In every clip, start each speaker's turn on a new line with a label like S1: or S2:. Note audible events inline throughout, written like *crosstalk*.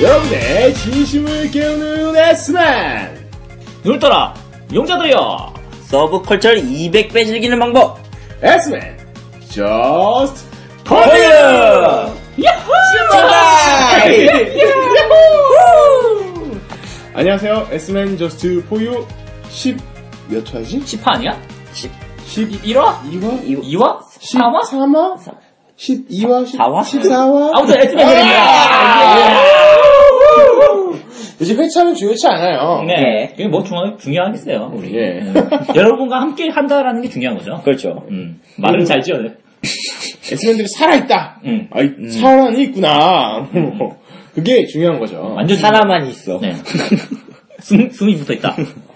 S1: 여러분의 진심을 깨우는 에스맨
S2: 눈을 떠라 용자들이여
S3: 서브컬처를 200배 즐기는 방법.
S1: 에스맨 저스트
S3: 코리아!
S1: 코리아 안녕하세요 에스맨 저스트 포유 10몇 화지?
S2: 10화 아니야?
S1: 12화?
S2: 1화? 2화? 4화?
S1: 13화? 12화?
S3: 14화?
S1: 14화?
S2: 아무튼 에스맨입니다
S1: 예. 요즘 회차는 중요치 않아요
S2: 네. 이게 뭐 중요, 중요하겠어요, 우리.
S1: 예.
S2: 음. 여러분과 함께 한다라는 게 중요한 거죠.
S3: 그렇죠.
S2: 음. 말은 잘 지어야 돼.
S1: 에스맨들이 살아있다
S2: 음.
S1: 아이 사람이 있구나 그게 중요한 거죠
S2: 완전
S3: 하나만 있어.
S2: 네. 숨, 숨이 붙어 있다.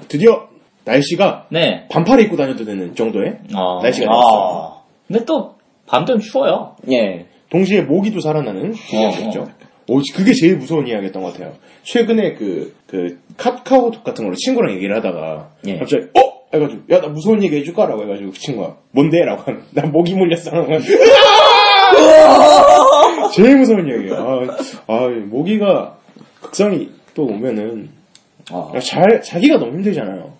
S1: 드디어 날씨가
S2: 네.
S1: 반팔을 입고 다녀도 되는 정도의
S2: 어.
S1: 날씨가
S2: 아.
S1: 됐어.
S2: 근데 또, 밤되면 추워요.
S3: 예. 어.
S1: 동시에 모기도 살아나는 기분이었죠. 오, 그게 제일 무서운 이야기였던 것 같아요. 최근에 그, 그, 카카오톡 같은 걸로 친구랑 얘기를 하다가,
S3: 예.
S1: 갑자기, 어? 해가지고, 야, 나 무서운 얘기 해줄까? 라고 해가지고, 그 친구가, 뭔데? 라고 하면, 나 모기 물렸어. 라고
S3: *laughs*
S1: 하면, 으아! 제일 무서운 이야기예요. 아, 아, 모기가, 극성이 또 오면은,
S3: 아, 그러니까
S1: 잘, 자기가 너무 힘들잖아요.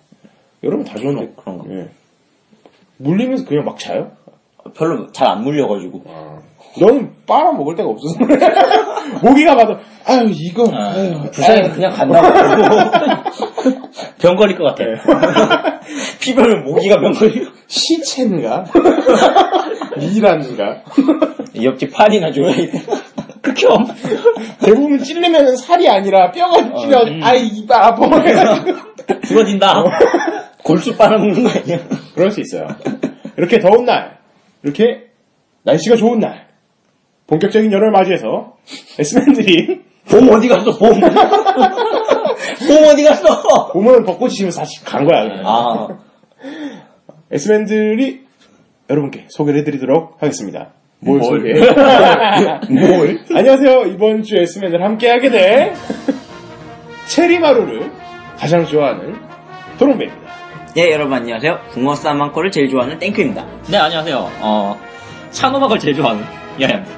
S1: 여러분 다 좋은데.
S3: 그런가?
S1: 예. 물리면서 그냥 막 자요?
S3: 별로 잘 안 물려가지고.
S2: 아.
S1: 너는 빨아 먹을 데가 없어서 그래. *laughs* 모기가 봐도 아유 이거
S2: 아,
S1: 아유,
S3: 부산에
S1: 아유.
S3: 그냥 갔나 보고.
S2: *laughs* 병 걸릴 것 같아.
S3: 네. *laughs* 피부면 모기가 명걸
S1: 시체인가 *laughs* 미란인가
S3: 옆집 판이나
S2: *laughs*
S3: 줘야 돼.
S2: 극혐.
S1: 대부분 찔리면 살이 아니라 뼈가 찔려 아이 뭐. 이빨 아파
S2: *laughs* 음. 부러진다.
S3: 골수 빨아먹는 거 아니야?
S1: *laughs* 그럴 수 있어요 이렇게 더운 날 이렇게 날씨가 좋은 날 본격적인 열을 맞이해서 에스맨들이
S3: 봄 어디 갔어, *laughs* 봄. 봄 어디 갔어?
S1: 봄은 벚꽃이 지면 사실 간 거야 그냥.
S3: 아,
S1: 에스맨들이 여러분께 소개를 해드리도록 하겠습니다 뭘, 소개해
S3: *laughs* 뭘?
S1: 안녕하세요. 이번 주 에스맨을 함께하게 될 체리마루를 가장 좋아하는 도롱배입니다.
S3: 예, 여러분 안녕하세요. 붕어 싸만코를 제일 좋아하는 땡큐입니다.
S2: 네, 안녕하세요. 어, 찬호박을 제일 좋아하는 야야입니다.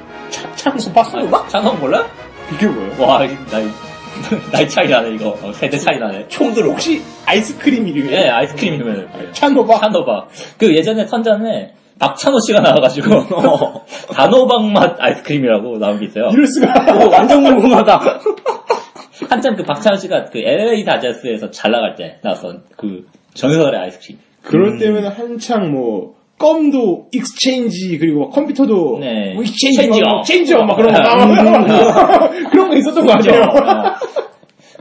S1: 참수 박수.
S2: 찬호박? 찬호박 몰라?
S1: 이게 뭐예요?
S2: 와, 이- 나이, *laughs* 나이 차이 나네, 이거. 어, 세대 차이 나네.
S3: 총 들어. 네.
S1: 혹시 아이스크림 이름이에요?
S2: 예, 아이스크림 이름을. 그래요.
S1: 찬호박?
S2: 찬호박. 그 예전에 선전에 박찬호 씨가 나와가지고, *laughs*
S3: *laughs*
S2: 어, 단호박 맛 아이스크림이라고 나온 게 있어요.
S1: 이럴 수가.
S3: 오, 완전 궁금하다.
S2: *laughs* 한참 그 박찬호 씨가 그 LA 다저스에서 잘 나갈 때 나왔던 그 전설의 아이스크림.
S3: 음.
S1: 그럴 때면 한창 뭐 껌도 익스체인지 그리고 막 컴퓨터도
S2: 네.
S1: 뭐 익스체인지
S3: 어.
S2: 체인지업.
S1: 막 체인지업 막 그런 거
S3: 음.
S1: 나와. *laughs* 그런 거 있었던 거 같아요.
S2: 어,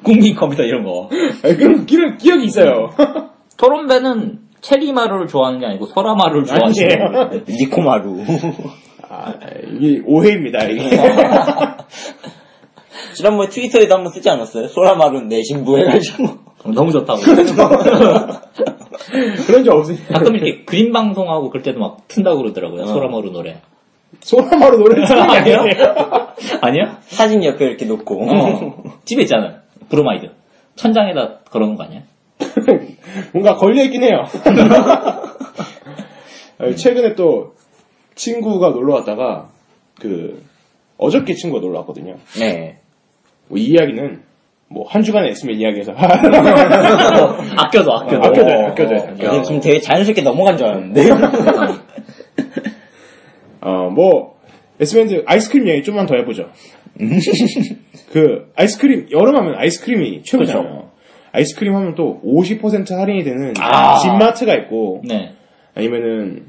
S2: 국민 컴퓨터 이런 거.
S1: 아니, 그런 기억, 기억이 있어요.
S2: 토론배는 체리마루를 좋아하는 게 아니고 소라마루를 좋아하는
S1: 아니에요.
S2: 거예요.
S3: 니코마루.
S1: 아, 이게 오해입니다. 이게.
S3: *laughs* 지난번에 트위터에도 한번 쓰지 않았어요? 소라마룬 내 신부 해가지고.
S2: 어,
S3: 그렇죠.
S2: 너무 좋다고.
S1: *laughs* 그런 적 없으니.
S2: *laughs* 가끔 이렇게 그림 방송하고 그럴 때도 막 튼다고
S3: 어.
S2: 그러더라고요. 소라마루 노래.
S1: 소라마루 노래 틀는 게
S2: 아니에요?
S1: 아니에요.
S2: *laughs* 아니야?
S3: 사진 옆에 이렇게 놓고.
S2: 어. 집에 있잖아. 브로마이드. 천장에다 걸어놓은 거 아니야?
S1: *laughs* 뭔가 걸려있긴 해요. *laughs* 아니, 최근에 또 친구가 놀러 왔다가 그 어저께 친구가 놀러 왔거든요.
S3: 네.
S1: 뭐이 이야기는 뭐 한 주간의 에스맨 이야기에서 *laughs*
S2: *laughs* 아껴서 아껴서.
S1: 아껴- 아껴줘요, 아껴줘요,
S3: 어, 어, 음.
S1: 아껴줘요.
S3: 이게 지금 되게 자연스럽게 넘어간 줄 알았는데.
S1: 어뭐 에스맨들 아이스크림 이야기 좀만 더 해보죠. 그 아이스크림 여름하면 아이스크림이 최고잖아요. 아이스크림 하면 또 50% 할인이 되는
S2: 아.
S1: 진마트가 있고
S2: *laughs* 네.
S1: 아니면은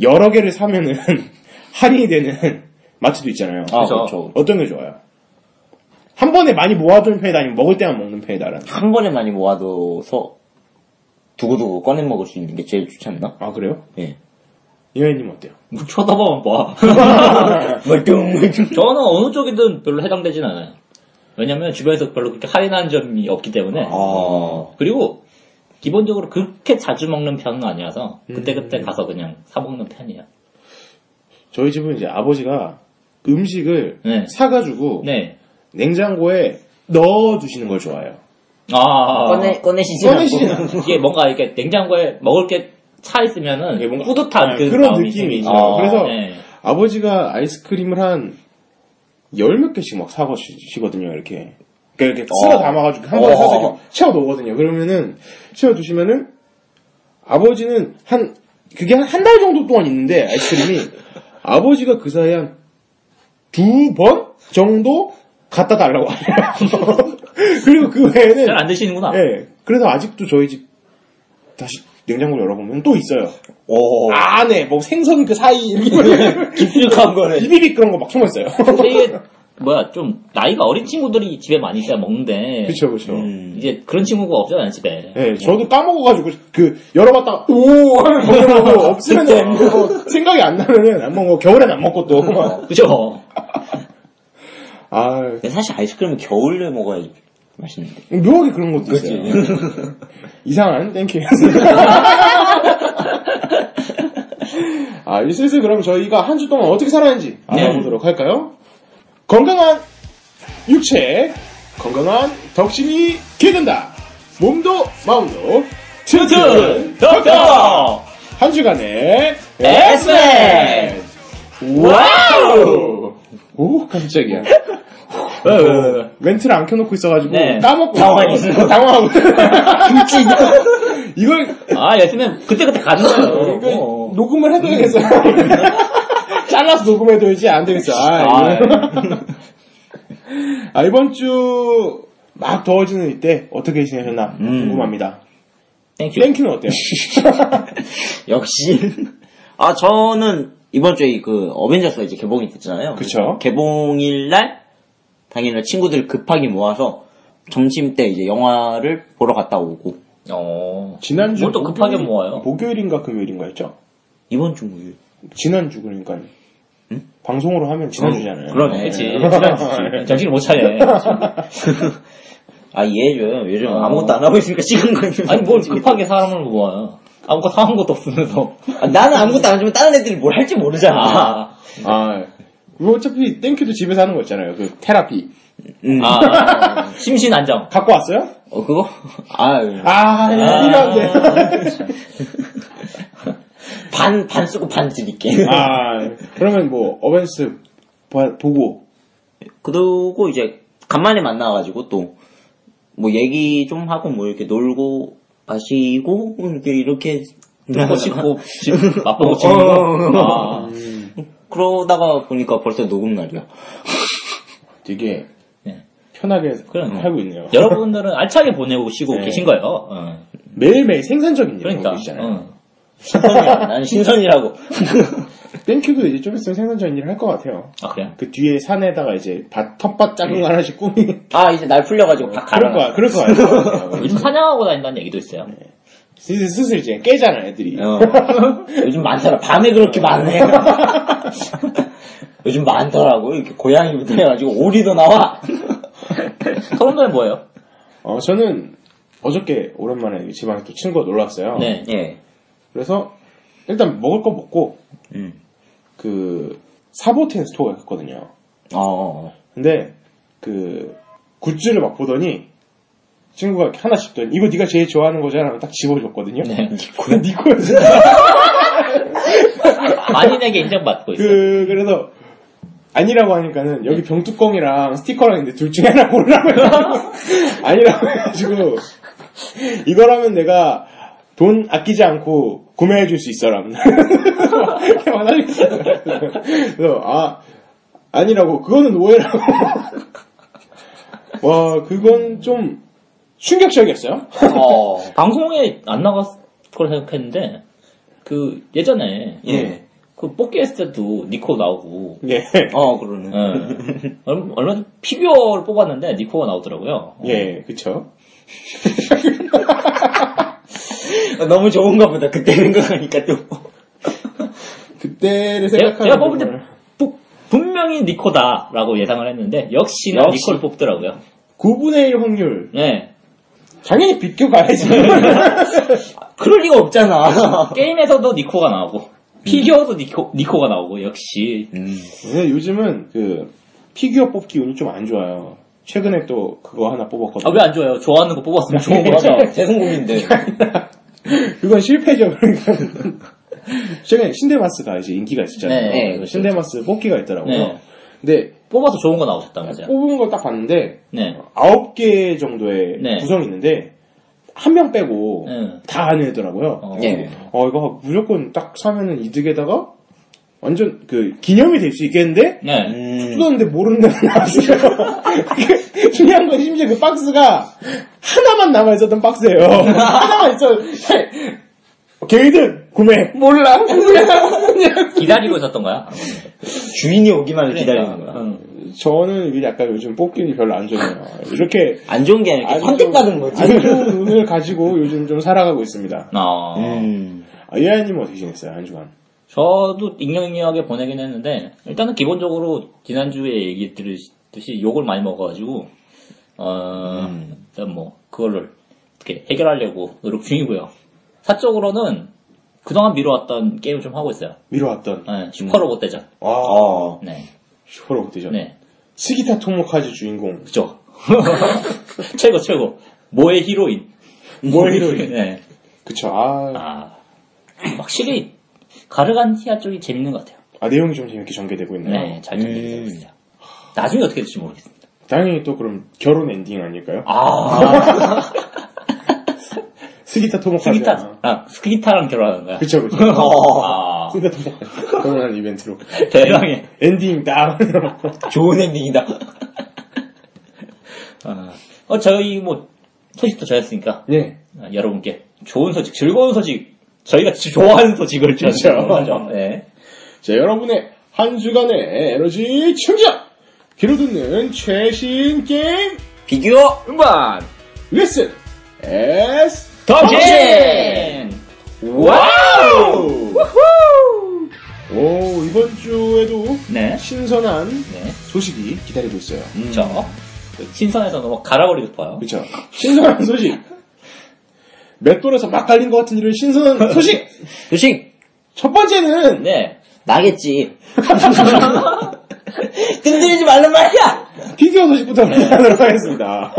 S1: 여러 개를 사면은 *laughs* 할인이 되는 마트도 있잖아요.
S3: 아,
S2: 그죠.
S3: 그렇죠.
S1: 어떤 게 좋아요? 한 번에 많이 모아두는 편이다 아니면 먹을 때만 먹는 편이다라는
S3: 한 번에 많이 모아둬서 두고두고 꺼내 먹을 수 있는 게 제일 좋지 않나?
S1: 아 그래요?
S3: 예.
S1: 이하이님 어때요?
S2: 뭐 쳐다보면 봐.
S3: *laughs* 멀뚱멀뚱.
S2: 저는 어느 쪽이든 별로 해당되진 않아요. 왜냐면 주변에서 별로 그렇게 할인한 점이 없기 때문에.
S3: 아.
S2: 그리고 기본적으로 그렇게 자주 먹는 편은 아니라서
S1: 음.
S2: 그때그때 가서 그냥 사먹는 편이에요.
S1: 저희 집은 이제 아버지가 음식을
S2: 네.
S1: 사가지고
S2: 네.
S1: 냉장고에 넣어두시는 걸 좋아해요.
S2: 아.
S3: 꺼내, 꺼내시지
S1: 꺼내시진
S3: 않고.
S1: 않아요.
S3: *laughs*
S2: 이게 뭔가 이렇게 냉장고에 먹을 게 차 있으면은
S1: 이게 뭔가-
S2: 뿌듯한
S1: 아,
S2: 그
S1: 그런
S2: 마음이
S1: 느낌이
S2: 있어요.
S1: 있어요.
S3: 아,
S1: 그래서
S2: 네.
S1: 아버지가 아이스크림을 한 열 몇 개씩 막 사가시거든요, 이렇게. 그러니까 이렇게 쓸어 담아가지고 한 번에
S3: 어.
S1: 사서 이렇게 채워 넣거든요. 그러면은 채워 두시면은 아버지는 한 그게 한 한 달 정도 동안 있는데 아이스크림이
S3: *laughs*
S1: 아버지가 그 사이에 한 두 번 정도 갖다 달라고 하네요. *laughs* 그리고 그 외에는
S2: 잘 안 드시는구나.
S1: 예. 그래서 아직도 저희 집 다시 냉장고 열어보면 또 있어요.
S3: 오.
S1: 안에 뭐 생선 그 사이
S2: *laughs*
S3: 깊숙한
S1: *laughs*
S3: 거네.
S1: 비비빅 그런 거 막 숨어 있어요.
S2: 되게 뭐야 좀 나이가 어린 친구들이 집에 많이 있어야 먹는데
S1: *laughs* 그렇죠, 그렇죠.
S3: 음.
S2: 이제 그런 친구가 없잖아요 집에.
S1: 예, 저도 까먹어가지고 그 열어봤다가 오 하면 *laughs* 먹는 거고 없으면 뭐 생각이 안 나면은 안 먹고 겨울엔 안 먹고 또.
S2: 어, 그죠?
S1: 아
S3: 근데 사실 아이스크림은 겨울에 먹어야 맛있는데.
S1: 묘하게 그런 것도 있어요. *laughs* 이상한 *laughs* 땡큐였어요. 아, 이제 슬슬 그럼 저희가 한 주 동안 어떻게 살았는지 알아보도록 할까요? 건강한 육체, 건강한 덕심이 기른다. 몸도 마음도 예. 튼튼 덕덕!
S2: 덕덕!
S1: 한 주간의
S2: 엑스맨!
S1: 와우! 오, 깜짝이야. 멘트를 안 켜놓고 있어가지고
S2: 네.
S1: 까먹고 *laughs*
S3: 당황했어.
S1: 당황하고
S3: 김치.
S1: *laughs* 이걸
S2: 아, 예스맨 그때그때 가는
S1: 이거
S2: 거예요. 어.
S1: 녹음을 해둬야겠어. *laughs* 잘라서 녹음해둬야지 안 되겠어. 아,
S2: 아,
S1: 이거. *laughs* 아, 이번 주 막 더워지는 이때 어떻게 지내셨나 궁금합니다.
S2: 땡큐.
S1: 땡큐는 어때요?
S3: 역시. *laughs* 아, 저는 이번 주에 그 어벤져스가 이제 개봉이 됐잖아요.
S1: 그쵸.
S3: 개봉일날, 당일날 친구들 급하게 모아서 점심 때 이제 영화를 보러 갔다 오고,
S2: 어.
S1: 지난주
S2: 뭘또 급하게
S1: 목요일-
S2: 모아요?
S1: 목요일인가 금요일인가였죠?
S3: 이번 주 목요일.
S1: 지난주 그러니까 요 방송으로 하면 지난주잖아요.
S3: 그러네.
S2: 그치. 지난주지. 정신을 못 차려.
S1: *laughs*
S3: 아, 이해해줘요. 요즘
S2: 어.
S3: 아무것도 안 하고 있으니까 뭐, 찍은 거지.
S2: 아니, 뭘 급하게 사람을 모아요. 아무것도 사온 것도 없으면서.
S3: 아, 나는 아무것도 안 하지만 다른 애들이 뭘 할지 모르잖아.
S2: 아,
S1: 아, 이거 어차피 땡큐도 집에서 하는 거 있잖아요. 그 테라피
S3: 음.
S2: 아, 아, 심신 안정.
S1: 갖고 왔어요?
S3: 어, 그거? 아, 예.
S1: 아, 이런데.
S3: 반, 반 쓰고 반 드릴게.
S1: 아, 그러면 뭐 어벤스 봐- 보고
S3: *laughs* 그러고 이제 간만에 만나가지고 또, 뭐 얘기 좀 하고 뭐 이렇게 놀고 마시고, 이렇게, 이렇게.
S2: 먹고
S3: *laughs*
S2: 싶고, 집 맛보고
S3: 어,
S2: 싶은
S3: 어,
S2: 거.
S3: 어.
S2: 아,
S3: 그러다가 보니까 벌써 녹음날이야.
S1: 되게
S2: 네.
S1: 편하게
S2: 그러네요.
S1: 하고 있네요.
S2: 여러분들은 알차게 보내시고
S1: 네.
S2: 계신 거예요. 어.
S1: 매일매일 생산적인 일을
S2: 그러니까.
S1: 하고 계시잖아요.
S2: 어. *laughs*
S3: 신선이야. 난 *laughs* 신선이라고.
S1: 땡큐도 이제 좀 있으면 생산적인 일을 할 것 같아요.
S2: 아, 그래요?
S1: 그 뒤에 산에다가 이제 밭, 텃밭 작은 거 하나씩 꾸미.
S3: 아, 이제 날 풀려가지고 다
S1: 그럴
S3: 갈아.
S1: 거야, 그럴 거야.
S2: 요즘 사냥하고 다닌다는 얘기도 있어요.
S1: 슬슬, 슬슬 이제 깨잖아, 애들이.
S3: 어. 요즘 많더라. 밤에 그렇게
S2: *laughs*
S3: 많네. 요즘 많더라고. 이렇게 고양이부터 해가지고 오리도 나와.
S2: 서른도에 뭐예요?
S1: 어, 저는 어저께 오랜만에 그 집안에 또 친구가 놀러 왔어요.
S2: 네.
S3: 예.
S1: 그래서 일단 먹을 거 먹고
S3: 음.
S1: 그 사보텐 스토어가 있거든요.
S3: 어.
S1: 근데 그 굿즈를 막 보더니 친구가 이렇게 하나씩 더 이거 네가 제일 좋아하는 거잖아 하고 딱 집어줬거든요. *laughs*
S2: 네.
S1: 근데 네 거야 진짜.
S2: 만인에게 인정받고 있어요.
S1: 그 그래서 아니라고 하니까는
S2: 네.
S1: 여기 병뚜껑이랑 스티커랑 있는데 둘 중에 하나 고르라고
S2: *laughs*
S1: 해가지고 아니라고 해가지고 이거라면 내가 돈 아끼지 않고 구매해 줄 수 있어라. *laughs* 이렇게 말하니까 그래서 아 아니라고 그거는 오해라고. 와 그건 좀 충격적이었어요.
S3: 어.
S2: 방송에 안 나갔을 걸 생각했는데, 그, 예전에,
S3: 예.
S2: 그 뽑기 했을 때도 니코 나오고,
S1: 예.
S3: 어, 그러네.
S2: 예. 얼- 얼마 전 피규어를 뽑았는데 니코가 나오더라고요.
S1: 예, 그쵸.
S3: 아, 너무 좋은가 보다. 그때 생각하니까 또.
S1: 그때를
S2: 예, 제가,
S1: 생각하면
S2: 제가 뽑을 때,
S1: 정말
S2: 뽑- 분명히 니코다라고 예상을 했는데, 역시나
S3: 역시.
S2: 니코를 뽑더라고요.
S1: 9분의 1 확률.
S2: 예.
S1: 당연히 *laughs* 비껴가야지.
S3: 그럴 리가 없잖아.
S2: 게임에서도 니코가 나오고, 피규어도 니코, 니코가 나오고, 역시.
S3: 음. *laughs*
S1: 근데 요즘은 그 피규어 뽑기 운이 좀 안 좋아요. 최근에 또 그거 하나 뽑았거든요.
S2: 아, 왜 안 좋아요? 좋아하는 거 뽑았으면 좋은 거 하죠.
S3: 맞아. 제 성공인데.
S1: 그건 실패죠. 그러니까 *laughs* 최근에 신데마스가 이제 인기가 있었잖아요.
S2: 네,
S1: 신데마스 뽑기가 있더라고요.
S2: 네.
S1: 근데
S2: 뽑아서 좋은 거 나오셨다면서요?
S1: 뽑은 걸 딱 봤는데
S2: 네.
S1: 9개 정도의
S2: 네.
S1: 구성이 있는데 한 명 빼고
S2: 네.
S1: 다 안 해더라고요.
S2: 어.
S3: 예.
S1: 어, 이거 무조건 딱 사면은 이득에다가 완전 그 기념이 될 수 있겠는데?
S2: 네.
S3: 음,
S1: 뜯었는데 모르는 데가 나왔어요. 그게 중요한 건 심지어 그 박스가 하나만 남아 있었던 박스예요. 하나만 있어. 게이든 구매. 몰라. 그냥.
S2: 기다리고 있었던 거야?
S3: 주인이 오기만을
S2: 그러니까.
S3: 기다리는 거야.
S2: 응.
S1: 저는 이게 약간 요즘 뽑기는 별로 안 좋네요. 이렇게
S3: 안 좋은 게 아니라
S1: 안
S3: 이렇게 선택받은 거지.
S1: 안 좋은 운을 가지고 요즘 좀 살아가고 있습니다.
S2: 어.
S3: 음.
S1: 아, 예아님 어떻게 지냈어요 한 주간?
S2: 저도 익명하게 보내긴 했는데 일단은 기본적으로 지난주에 얘기 들으듯이 욕을 많이 먹어가지고 어
S1: 음.
S2: 일단 뭐 그거를 어떻게 해결하려고 노력 중이고요. 사적으로는 그동안 미뤄왔던 게임 을좀 하고 있어요.
S1: 미뤄왔던. 아,
S2: 네,
S1: 음.
S2: 슈퍼로봇 대전.
S1: 와,
S3: 어.
S2: 네,
S1: 슈퍼로봇 되죠.
S2: 네,
S1: 스기타 토모카즈 주인공.
S2: 그죠. *laughs* 최고 최고. 뭐의 히로인.
S1: 뭐의 히로인.
S2: *laughs* 네.
S1: 그쵸. 아,
S2: 아 확실히 가르간티아 쪽이 재밌는 것 같아요.
S1: 아, 내용이 좀 재밌게 전개되고 있네요.
S2: 네, 잘 전개되고 있어요.
S1: 음.
S2: 나중에 어떻게 될지 모르겠어요.
S1: 당연히 또 그럼 결혼 엔딩 아닐까요?
S2: 아,
S1: 스기타 토모카즈.
S2: 스기타, 아, 스기타랑 결혼하는 거야.
S1: 그쵸, 그쵸.
S2: *laughs* 아,
S1: 스기타 토모카즈. 결혼하는 이벤트로.
S2: 대박이야.
S1: 엔딩 딱.
S3: 좋은 엔딩이다.
S2: 아, 어, 저희 뭐, 소식도 전했으니까,
S1: *laughs* 예.
S2: 아, 여러분께 좋은 소식, 즐거운 소식, 저희가 지- 좋아하는 소식을 전해드리는 거죠. 네.
S1: 자, 여러분의 한 주간의 에너지 충전! 귀로 듣는 최신 게임
S3: 비교!
S2: 음반!
S1: 레슨! 에스!
S2: 던킨! 와우!
S1: 오! 오, 이번 주에도
S2: 네.
S1: 신선한
S2: 네. 음.
S1: 소식이 기다리고 있어요.
S2: 저, 그 신선해서 너무 갈아버리고 싶어요.
S1: 그쵸. 신선한 소식! 맷돌에서 막 갈린 것 같은 이런
S2: *laughs*
S1: 신선한 소식!
S3: 조식!
S1: 첫 번째는
S2: 네.
S3: *laughs* 나겠지. 끈들이지 말란 말이야!
S1: 피규어 소식부터
S2: 네.
S1: 만나도록
S2: *laughs*
S1: 하겠습니다.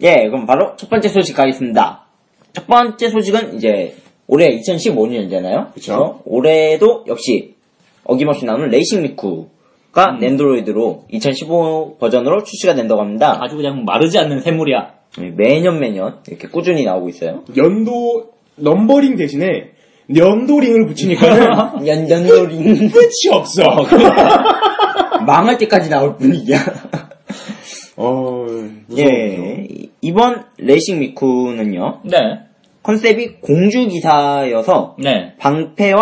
S3: 예, 그럼 바로 첫 번째 소식 가겠습니다. 첫 번째 소식은 이제 올해 2015년이잖아요.
S1: 그쵸.
S3: 올해도 역시 어김없이 나오는 레이싱 미쿠가 랜드로이드로 2015 버전으로 출시가 된다고 합니다. 네,
S2: 아주 그냥 마르지 않는 샘물이야.
S3: 매년 매년 이렇게 꾸준히 나오고 있어요. *laughs*
S1: 연도 넘버링 대신에 연도링을
S2: *laughs*
S1: 붙이니까
S3: 연, 연도링
S1: 끝이 없어.
S2: 그-
S3: 망할 때까지 나올 뿐이야.
S1: 어, 무서워요.
S3: 예, 이- 이번 레이싱 미쿠는요.
S2: 네.
S3: 컨셉이 공주기사여서
S2: 네.
S3: 방패와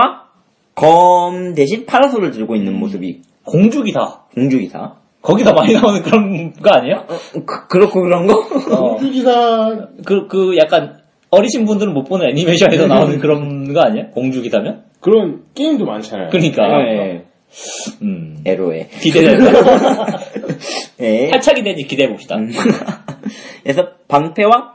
S3: 검 대신 파라솔을 들고 있는 모습이
S2: 공주기사.
S3: 공주기사.
S2: 거기서 많이 나오는 그런 거 아니에요?
S3: 그, 그렇고 그런 거?
S2: 어.
S1: 공주기사
S2: 그, 그 약간 어리신 분들은 못 보는 애니메이션에서 나오는 그런 거 아니야? 공주기사면?
S1: 그런 게임도 많잖아요.
S2: 그러니까.
S3: 예.
S2: 음.
S3: 에로에.
S2: 기대된다.
S3: 예.
S2: 탈착이 되지 기대해봅시다.
S3: 음. 그래서 방패와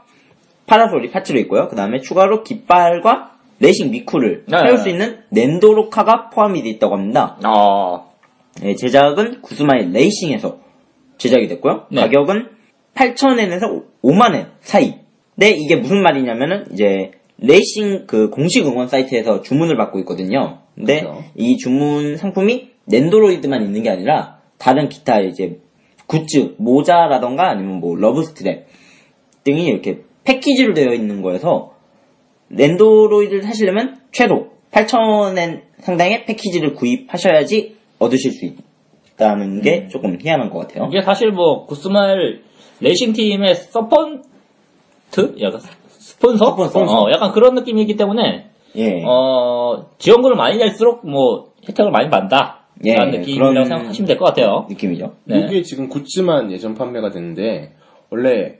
S3: 파라솔이 파츠로 있고요. 그 다음에 추가로 깃발과 레이싱 미쿠를
S2: 네.
S3: 세울 수 있는 nendo로카가 포함이 되어 있다고 합니다.
S2: 어.
S3: 예, 제작은 구스마의 레이싱에서 제작이 됐고요.
S2: 네.
S3: 가격은 8,000엔에서 5만엔 사이. 근데 이게 무슨 말이냐면은 이제 레이싱 그 공식 응원 사이트에서 주문을 받고 있거든요. 근데
S2: 그렇죠.
S3: 이 주문 상품이 낸도로이드만 있는 게 아니라 다른 기타 이제 굿즈, 모자라던가 아니면 뭐 러브스트랩 등이 이렇게 패키지로 되어 있는 거여서 랜드로이드를 사시려면 최소 8,000엔 상당의 패키지를 구입하셔야지 얻으실 수 있다는
S2: 음.
S3: 게 조금 희한한 것 같아요.
S2: 이게 사실 뭐, 구스마일 레이싱팀의 서펀트? 약간 스폰서?
S3: 스폰서.
S2: 어, 약간 그런 느낌이기 때문에,
S3: 예.
S2: 어, 지원금을 많이 낼수록 뭐, 혜택을 많이 받는다.
S3: 예,
S2: 라는 느낌이라고
S3: 그런-
S2: 생각하시면 될 것 같아요.
S3: 느낌이죠.
S2: 네.
S1: 이게 지금 굿즈만 예전 판매가 됐는데 원래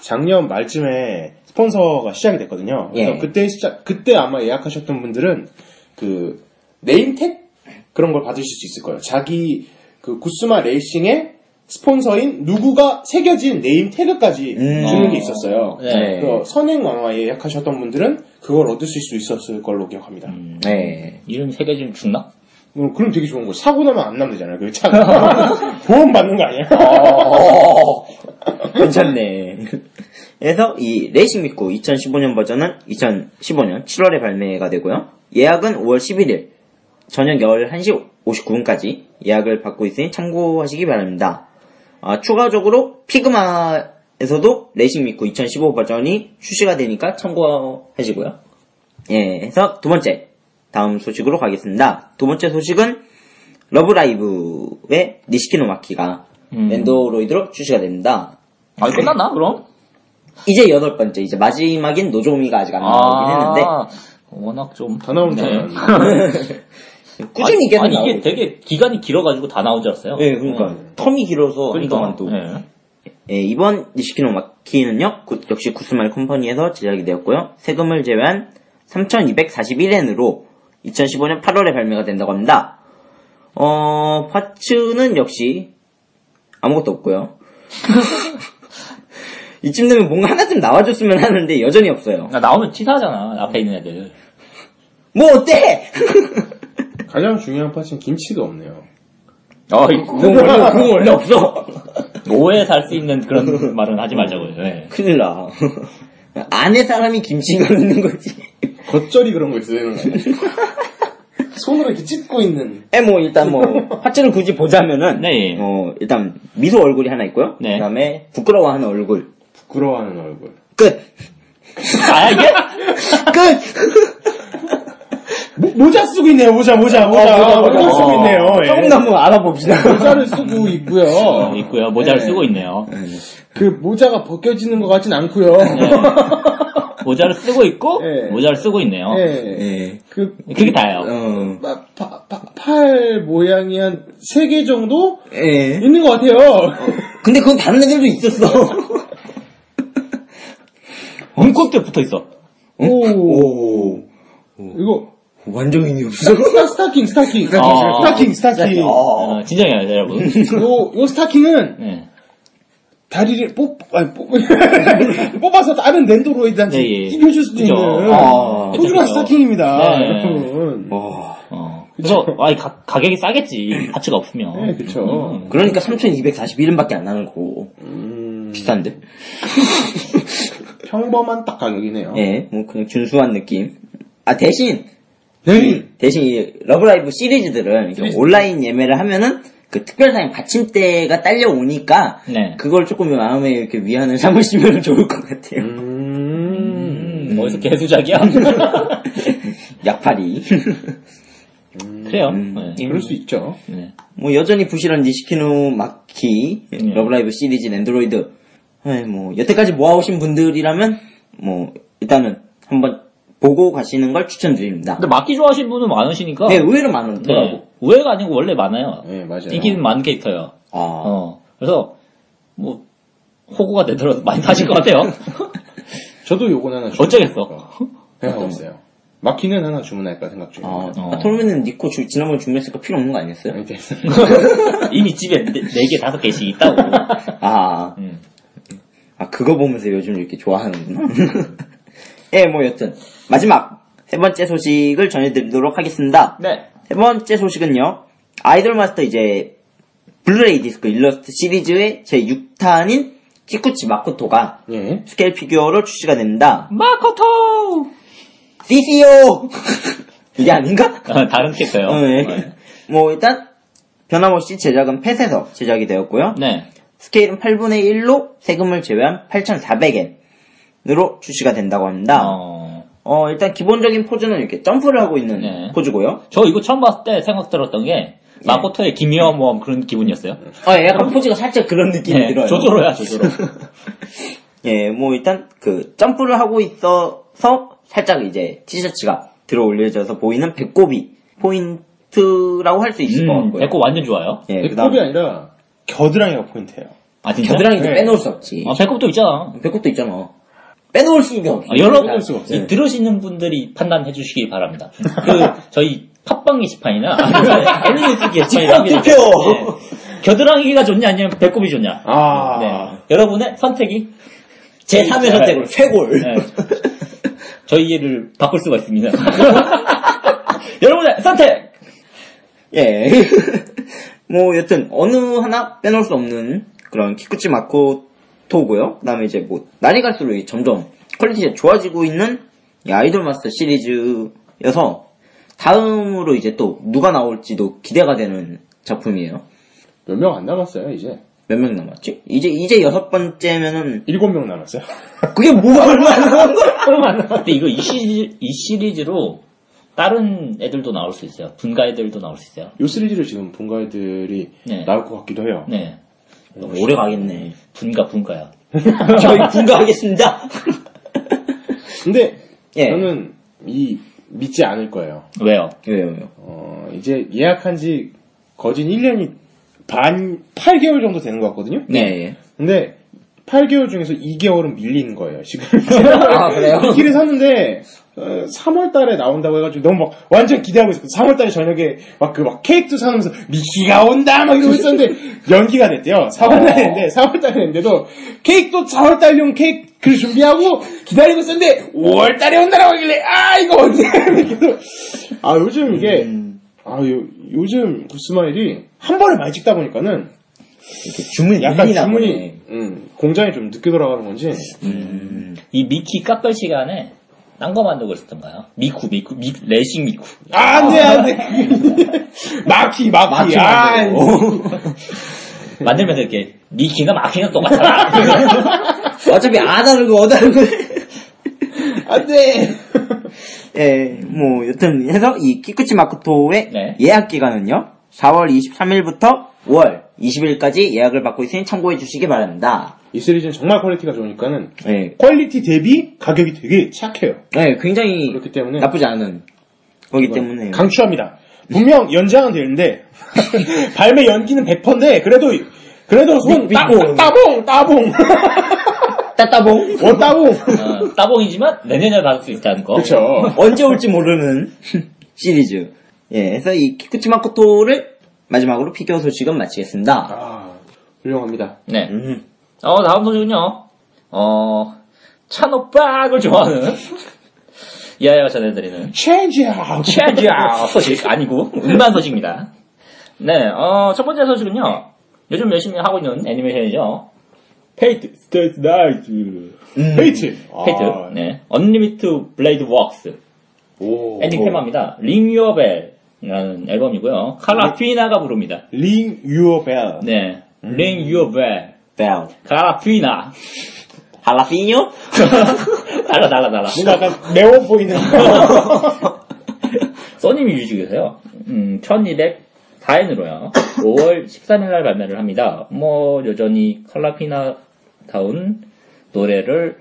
S1: 작년 말쯤에 스폰서가 시작이 됐거든요. 그래서
S3: 예.
S1: 그때 시작 그때 아마 예약하셨던 분들은 그 네임택 그런 걸 받으실 수 있을 거예요. 자기 그 구스마 레이싱의 스폰서인 누구가 새겨진 네임 태그까지
S3: 음.
S1: 주는 게 있었어요.
S2: 네.
S1: 그래서 선행 왕화 예약하셨던 분들은 그걸 얻으실 수 있었을 걸로 기억합니다.
S3: 네.
S2: 이름 새겨지면 죽나?
S1: 어, 그럼 되게 좋은 거예요. 사고 나면 안 남되잖아요. 그 차가 보험 받는 거 아니야?
S3: 괜찮네. 그래서 이 레이싱 미쿠 2015년 버전은 2015년 7월에 발매가 되고요. 예약은 5월 11일 저녁 11시 59분까지 예약을 받고 있으니 참고하시기 바랍니다. 아, 추가적으로 피그마에서도 레이싱 미쿠 2015 버전이 출시가 되니까 참고하시고요. 예, 해서 두 번째 다음 소식으로 가겠습니다. 두 번째 소식은 러브라이브의 니시키노마키가 엔도로이드로 출시가 됩니다.
S2: 아, 끝났나, 그럼?
S3: 이제 여덟 번째, 이제 마지막인 노조미가 아직 안 나오긴 했는데
S2: 워낙 좀. 네.
S1: 다 나오잖아요.
S3: 꾸준히 계속
S2: *laughs* 아니,
S3: 나오고
S2: 이게 되게 기간이 길어가지고 다 나온 줄 알았어요.
S3: 예, 그러니까 텀이 길어서
S2: 그러니까.
S3: 한동안 또
S2: 예.
S3: 예, 이번 니시키노 마키는요, 구- 역시 구스마일 컴퍼니에서 제작이 되었고요. 세금을 제외한 3,241엔으로 2015년 8월에 발매가 된다고 합니다. 어, 파츠는 역시
S2: *laughs*
S3: 아무것도 없고요. 이쯤 되면 뭔가 하나쯤 나와줬으면 하는데 여전히 없어요.
S2: 아, 나 나오면 치사하잖아, 앞에 있는 애들.
S3: 뭐
S2: *laughs*
S3: 어때?
S1: 가장 중요한 파츠는 김치도 없네요.
S2: 아,
S3: 그건 원래, 그건 원래 없어.
S2: 오해 살 수 있는 그런 말은 하지 말자고요. 예.
S3: 큰일 나. *laughs* 안에 사람이 김치가 있는 거지. *laughs*
S1: 겉절이 그런 거 있어야 되는 거 아니야? *laughs* 손으로 이렇게 찢고 있는.
S3: 에, 뭐, 일단 뭐, 파츠를 굳이 보자면은,
S2: 네.
S3: 어, 일단 미소 얼굴이 하나 있고요.
S2: 네.
S3: 그다음에 부끄러워하는 얼굴.
S1: 부끄러워하는 얼굴.
S3: 끝. *laughs*
S2: 아, 이게?
S3: 끝.
S1: 모, 자 쓰고 있네요, 모자, 모자, 어, 모자.
S3: 모자, 모자.
S1: 모자 쓰고
S2: 어.
S1: 있네요.
S3: *laughs*
S1: 예.
S3: 조금 더 한번 알아봅시다.
S1: 모자를 쓰고 있고요.
S2: 어, 있고요. 모자를 쓰고 *laughs* 있네요.
S1: 그 모자가 벗겨지는 것 같진 않고요.
S2: 네.
S1: *laughs*
S2: 모자를 쓰고 있고,
S1: 예.
S2: 모자를 쓰고 있네요.
S1: 예.
S3: 예.
S1: 그
S2: 그게 다예요.
S3: 어.
S1: 파- 파- 파- 팔 모양이 한 세 개 정도
S3: 예.
S1: 있는 것 같아요.
S3: 근데 그건 다른 애들도 있었어. *laughs*
S2: 엉껍게 붙어 있어.
S1: 오,
S3: 오.
S1: 이거
S3: 완전인이 없어.
S1: 스타, 스타킹, 스타킹,
S2: 아.
S1: 스타킹, 스타킹.
S3: 어.
S2: 어, 진정해요, 여러분.
S1: 요, 요 스타킹은
S2: 예.
S1: 다리를 뽑, 아니, 뽑, *laughs* 뽑아서 다른 랜드로이드한테
S2: 예, 예.
S1: 입혀줄 수도
S2: 그죠.
S1: 있는
S3: 아,
S1: 소중한
S2: 그죠.
S1: 스타킹입니다.
S2: 네.
S1: 여러분.
S3: 어.
S2: 어. 그래서, 아, 가, 가격이 싸겠지. 가치가
S1: 네,
S2: 없으면.
S1: 그쵸.
S3: 그러니까 3,241원밖에 안 나는 거고.
S2: 음.
S3: 비싼데?
S1: 평범한 딱 가격이네요.
S3: 예. 뭐 그냥 준수한 느낌. 아, 대신
S1: 네.
S3: 대신 이 러브라이브 시리즈들은 이렇게 온라인 예매를 하면은 그 특별상의 받침대가 딸려오니까
S2: 네.
S3: 그걸 조금 마음에 이렇게 위안을 삼으시면 *laughs* 좋을 것 같아요.
S1: 음,
S2: 음, 어디서 개수작이야?
S3: 음. 약팔이.
S2: *laughs*
S3: *laughs*
S2: 그래요. 예.
S1: 그럴 수 있죠.
S2: 네.
S3: 뭐 여전히 부실한 니시키노 마키 러브라이브 시리즈 앤드로이드. 에이, 뭐 여태까지 모아오신 분들이라면 뭐 일단은 한번 보고 가시는 걸 추천드립니다.
S2: 근데 막기 좋아하시는 분은 많으시니까.
S3: 네, 의외로 많더라고.
S2: 네. 우회가 아니고 원래 많아요.
S1: 네, 맞아요.
S2: 인기는 많은 캐릭터예요.
S3: 아,
S2: 어. 그래서 뭐 호구가 되더라도 많이 사실 것 같아요.
S1: 저도 요건 하나 주-
S2: 어쩌겠어.
S1: 생각하고 있어요. 마키는 하나 주문할까 생각
S3: 아,
S1: 중입니다. 네,
S2: 어.
S3: 아, 톨미는 니코 주- 지난번에 준비했으니까 필요 없는 거 아니었어요?
S1: 아니, 됐어.
S2: *laughs* 이미 집에 네, 네개 다섯 개씩 있다고.
S3: 아,
S2: 음.
S3: 아, 그거 보면서 요즘 이렇게 좋아하는구나. *laughs* 예, 뭐, 여튼. 마지막, 세 번째 소식을 전해드리도록 하겠습니다.
S2: 네.
S3: 세 번째 소식은요, 아이돌 마스터 이제, 블루레이 디스크 일러스트 시리즈의 제6탄인 키쿠치 마코토가
S2: 네,
S1: 예.
S3: 스케일 피규어로 출시가 됩니다.
S2: 마코토. *laughs*
S3: CCO! *laughs* 이게 아닌가?
S2: 어, 네. 다른 캐릭터요.
S3: 어, 예. 뭐, 일단, 변함없이 제작은 펫에서 제작이 되었고요.
S2: 네.
S3: 스케일은 8분의 1로 세금을 제외한 8,400엔으로 출시가 된다고 합니다. 어.
S2: 어.
S3: 일단 기본적인 포즈는 이렇게 점프를 하고 있는
S2: 네.
S3: 포즈고요.
S2: 저 이거 처음 봤을 때 생각 들었던
S3: 예.
S2: 게 마코토의 김여모험 그런 기분이었어요.
S3: 어, 예, 약간 포즈가 살짝 그런 느낌이
S2: 네.
S3: 들어요. *laughs*
S2: 조조로야 조조로.
S3: 예, 뭐 일단 그 점프를 하고 있어서 살짝 이제 티셔츠가 들어 올려져서 보이는 배꼽이 포인트라고 할 수 있을 것
S2: 음,
S3: 같고요.
S2: 배꼽 완전 좋아요.
S3: 예, 그다음
S1: 배꼽이 네, 아니라 겨드랑이가 포인트예요.
S2: 아 진짜.
S3: 겨드랑이도
S1: 네.
S3: 빼놓을 수 없지.
S2: 아 배꼽도 있잖아.
S3: 배꼽도 있잖아. 빼놓을 네. 수가 없어.
S2: 아, 여러분
S1: 빼놓을 수가 없지.
S2: 이 들으시는 분들이 판단해 주시기 바랍니다.
S3: 네.
S2: 그 저희 팟빵 게시판이나
S3: 아,
S2: *laughs* 엘리베이터 게시판이나
S3: 직접 투표!
S2: 네. 겨드랑이가 좋냐 아니면 배꼽이 좋냐.
S1: 아.
S2: 네. 여러분의 선택이
S3: 제3의 선택으로 최골.
S2: 네. 저희를 바꿀 수가 있습니다. *laughs* 여러분의 선택.
S3: 예. *laughs* 뭐 여튼 어느 하나 빼놓을 수 없는 그런 키쿠치 마코토고요. 그다음에 이제 뭐 날이 갈수록 이 점점 퀄리티가 좋아지고 있는 이 아이돌 마스터 시리즈여서 다음으로 이제 또 누가 나올지도 기대가 되는 작품이에요.
S1: 몇 명 안 남았어요, 이제.
S3: 몇 명 남았지? 이제 이제 여섯 번째면은
S1: 일곱 명 남았어요.
S3: 그게 뭐가 얼마 안 남은 거야?
S2: 근데 이거 이, 시리즈, 이 시리즈로 다른 애들도 나올 수 있어요. 분가 애들도 나올 수 있어요.
S1: 요 시리즈로 지금 본가 애들이
S2: 네.
S1: 나올 것 같기도 해요.
S2: 네.
S3: 오래 가겠네.
S2: 분가, 분가야.
S3: *laughs* 저희 분가하겠습니다.
S1: 근데
S3: 예.
S1: 저는 이 믿지 않을 거예요.
S2: *laughs* 왜요?
S3: 왜요, 왜요?
S1: 어, 이제 예약한 지 거진 1년이 반, 8개월 정도 되는 것 같거든요?
S3: 네, 예.
S1: 근데 8개월 중에서 2개월은 밀리는 거예요, 지금.
S3: 아, 그래요?
S1: 이 길을 샀는데, 3월 달에 나온다고 해가지고 너무 막 완전 기대하고 있었고, 3월 달에 저녁에 막 그 막 케이크도 사면서 미키가 온다! 막 이러고 있었는데, 연기가 됐대요. 4월 달에
S3: 어.
S1: 했는데, 4월 달에 했는데도 케이크도 4월 달용 케이크를 준비하고 기다리고 있었는데, 5월 달에 온다라고 하길래, 아, 이거 언제? 그래서 아, 요즘 이게,
S3: 음.
S1: 아, 요, 요즘 그 굿스마일이 한 번에 많이 찍다 보니까는
S3: 이렇게 주문이
S1: 약간
S3: 밀리나
S1: 주문이
S3: 보네.
S1: 음, 공장이 좀 늦게 돌아가는 건지
S2: 이 미키 깎을 시간에 딴 거 만들고 있었던가요? 미쿠, 미쿠, 미, 레싱 미쿠.
S1: 아, 안돼 안돼 *laughs* 마키 마키
S3: 마키
S1: 아
S2: 만들면 이렇게 미키가 마키랑 똑같잖아.
S3: 어차피 안 다르고 어 다르고.
S1: *laughs* 안돼
S3: 예, 뭐 여튼 해서 이 키쿠치 마크토의
S2: 네.
S3: 예약 기간은요. 4월 23일부터 5월 20일까지 예약을 받고 있으니 참고해 주시기 바랍니다.
S1: 이 시리즈는 정말 퀄리티가 좋으니까는
S3: 예.
S1: 퀄리티 대비 가격이 되게 착해요
S3: 예, 굉장히
S1: 그렇기 때문에
S3: 나쁘지 않은 거기 때문에
S1: 강추합니다 분명 연장은 되는데 *laughs* 발매 연기는 100%인데 그래도 그래도 손
S3: 미-
S1: 따,
S3: 믿고.
S1: 따, 봉 *laughs* 따봉
S3: *laughs* 따따봉
S1: 어 따봉
S2: 어, 따봉이지만 내년에 받을 수 있다는 거.
S1: 그쵸
S3: 언제 올지 모르는 *laughs* 시리즈. 예, 그래서 이 키쿠치 마코토를 마지막으로 피규어 소식은 마치겠습니다.
S1: 아 훌륭합니다
S2: 네.
S3: 음.
S2: 어, 다음 소식은요. 어, 찬오빡을 좋아하는 *laughs* 이하야가 전해드리는
S1: Change out
S2: 최악이야 *laughs* 소식 아니고 음반 소식입니다. 네, 어, 첫 번째 소식은요. 요즘 열심히 하고 있는 애니메이션이죠. 페이트 스테이트 나이즈
S1: 페이트
S2: 페이트 네 언리미트 블레이드 웍스
S1: 오.
S2: 엔딩 테마입니다. 링 유어 벨이라는 앨범이고요. 카라피나가 부릅니다.
S1: 링 유어 벨.
S2: 네, 링 유어 벨
S3: 벨.
S2: 카라피나
S3: 할라피뇨?
S2: *laughs* 달라 달라 달라
S1: 뭔가 약간 매워 보이는.
S2: 써니 뮤직에서요. 음, 1204엔으로요. 5월 13일날 발매를 합니다. 뭐 여전히 칼라피나 다운 노래를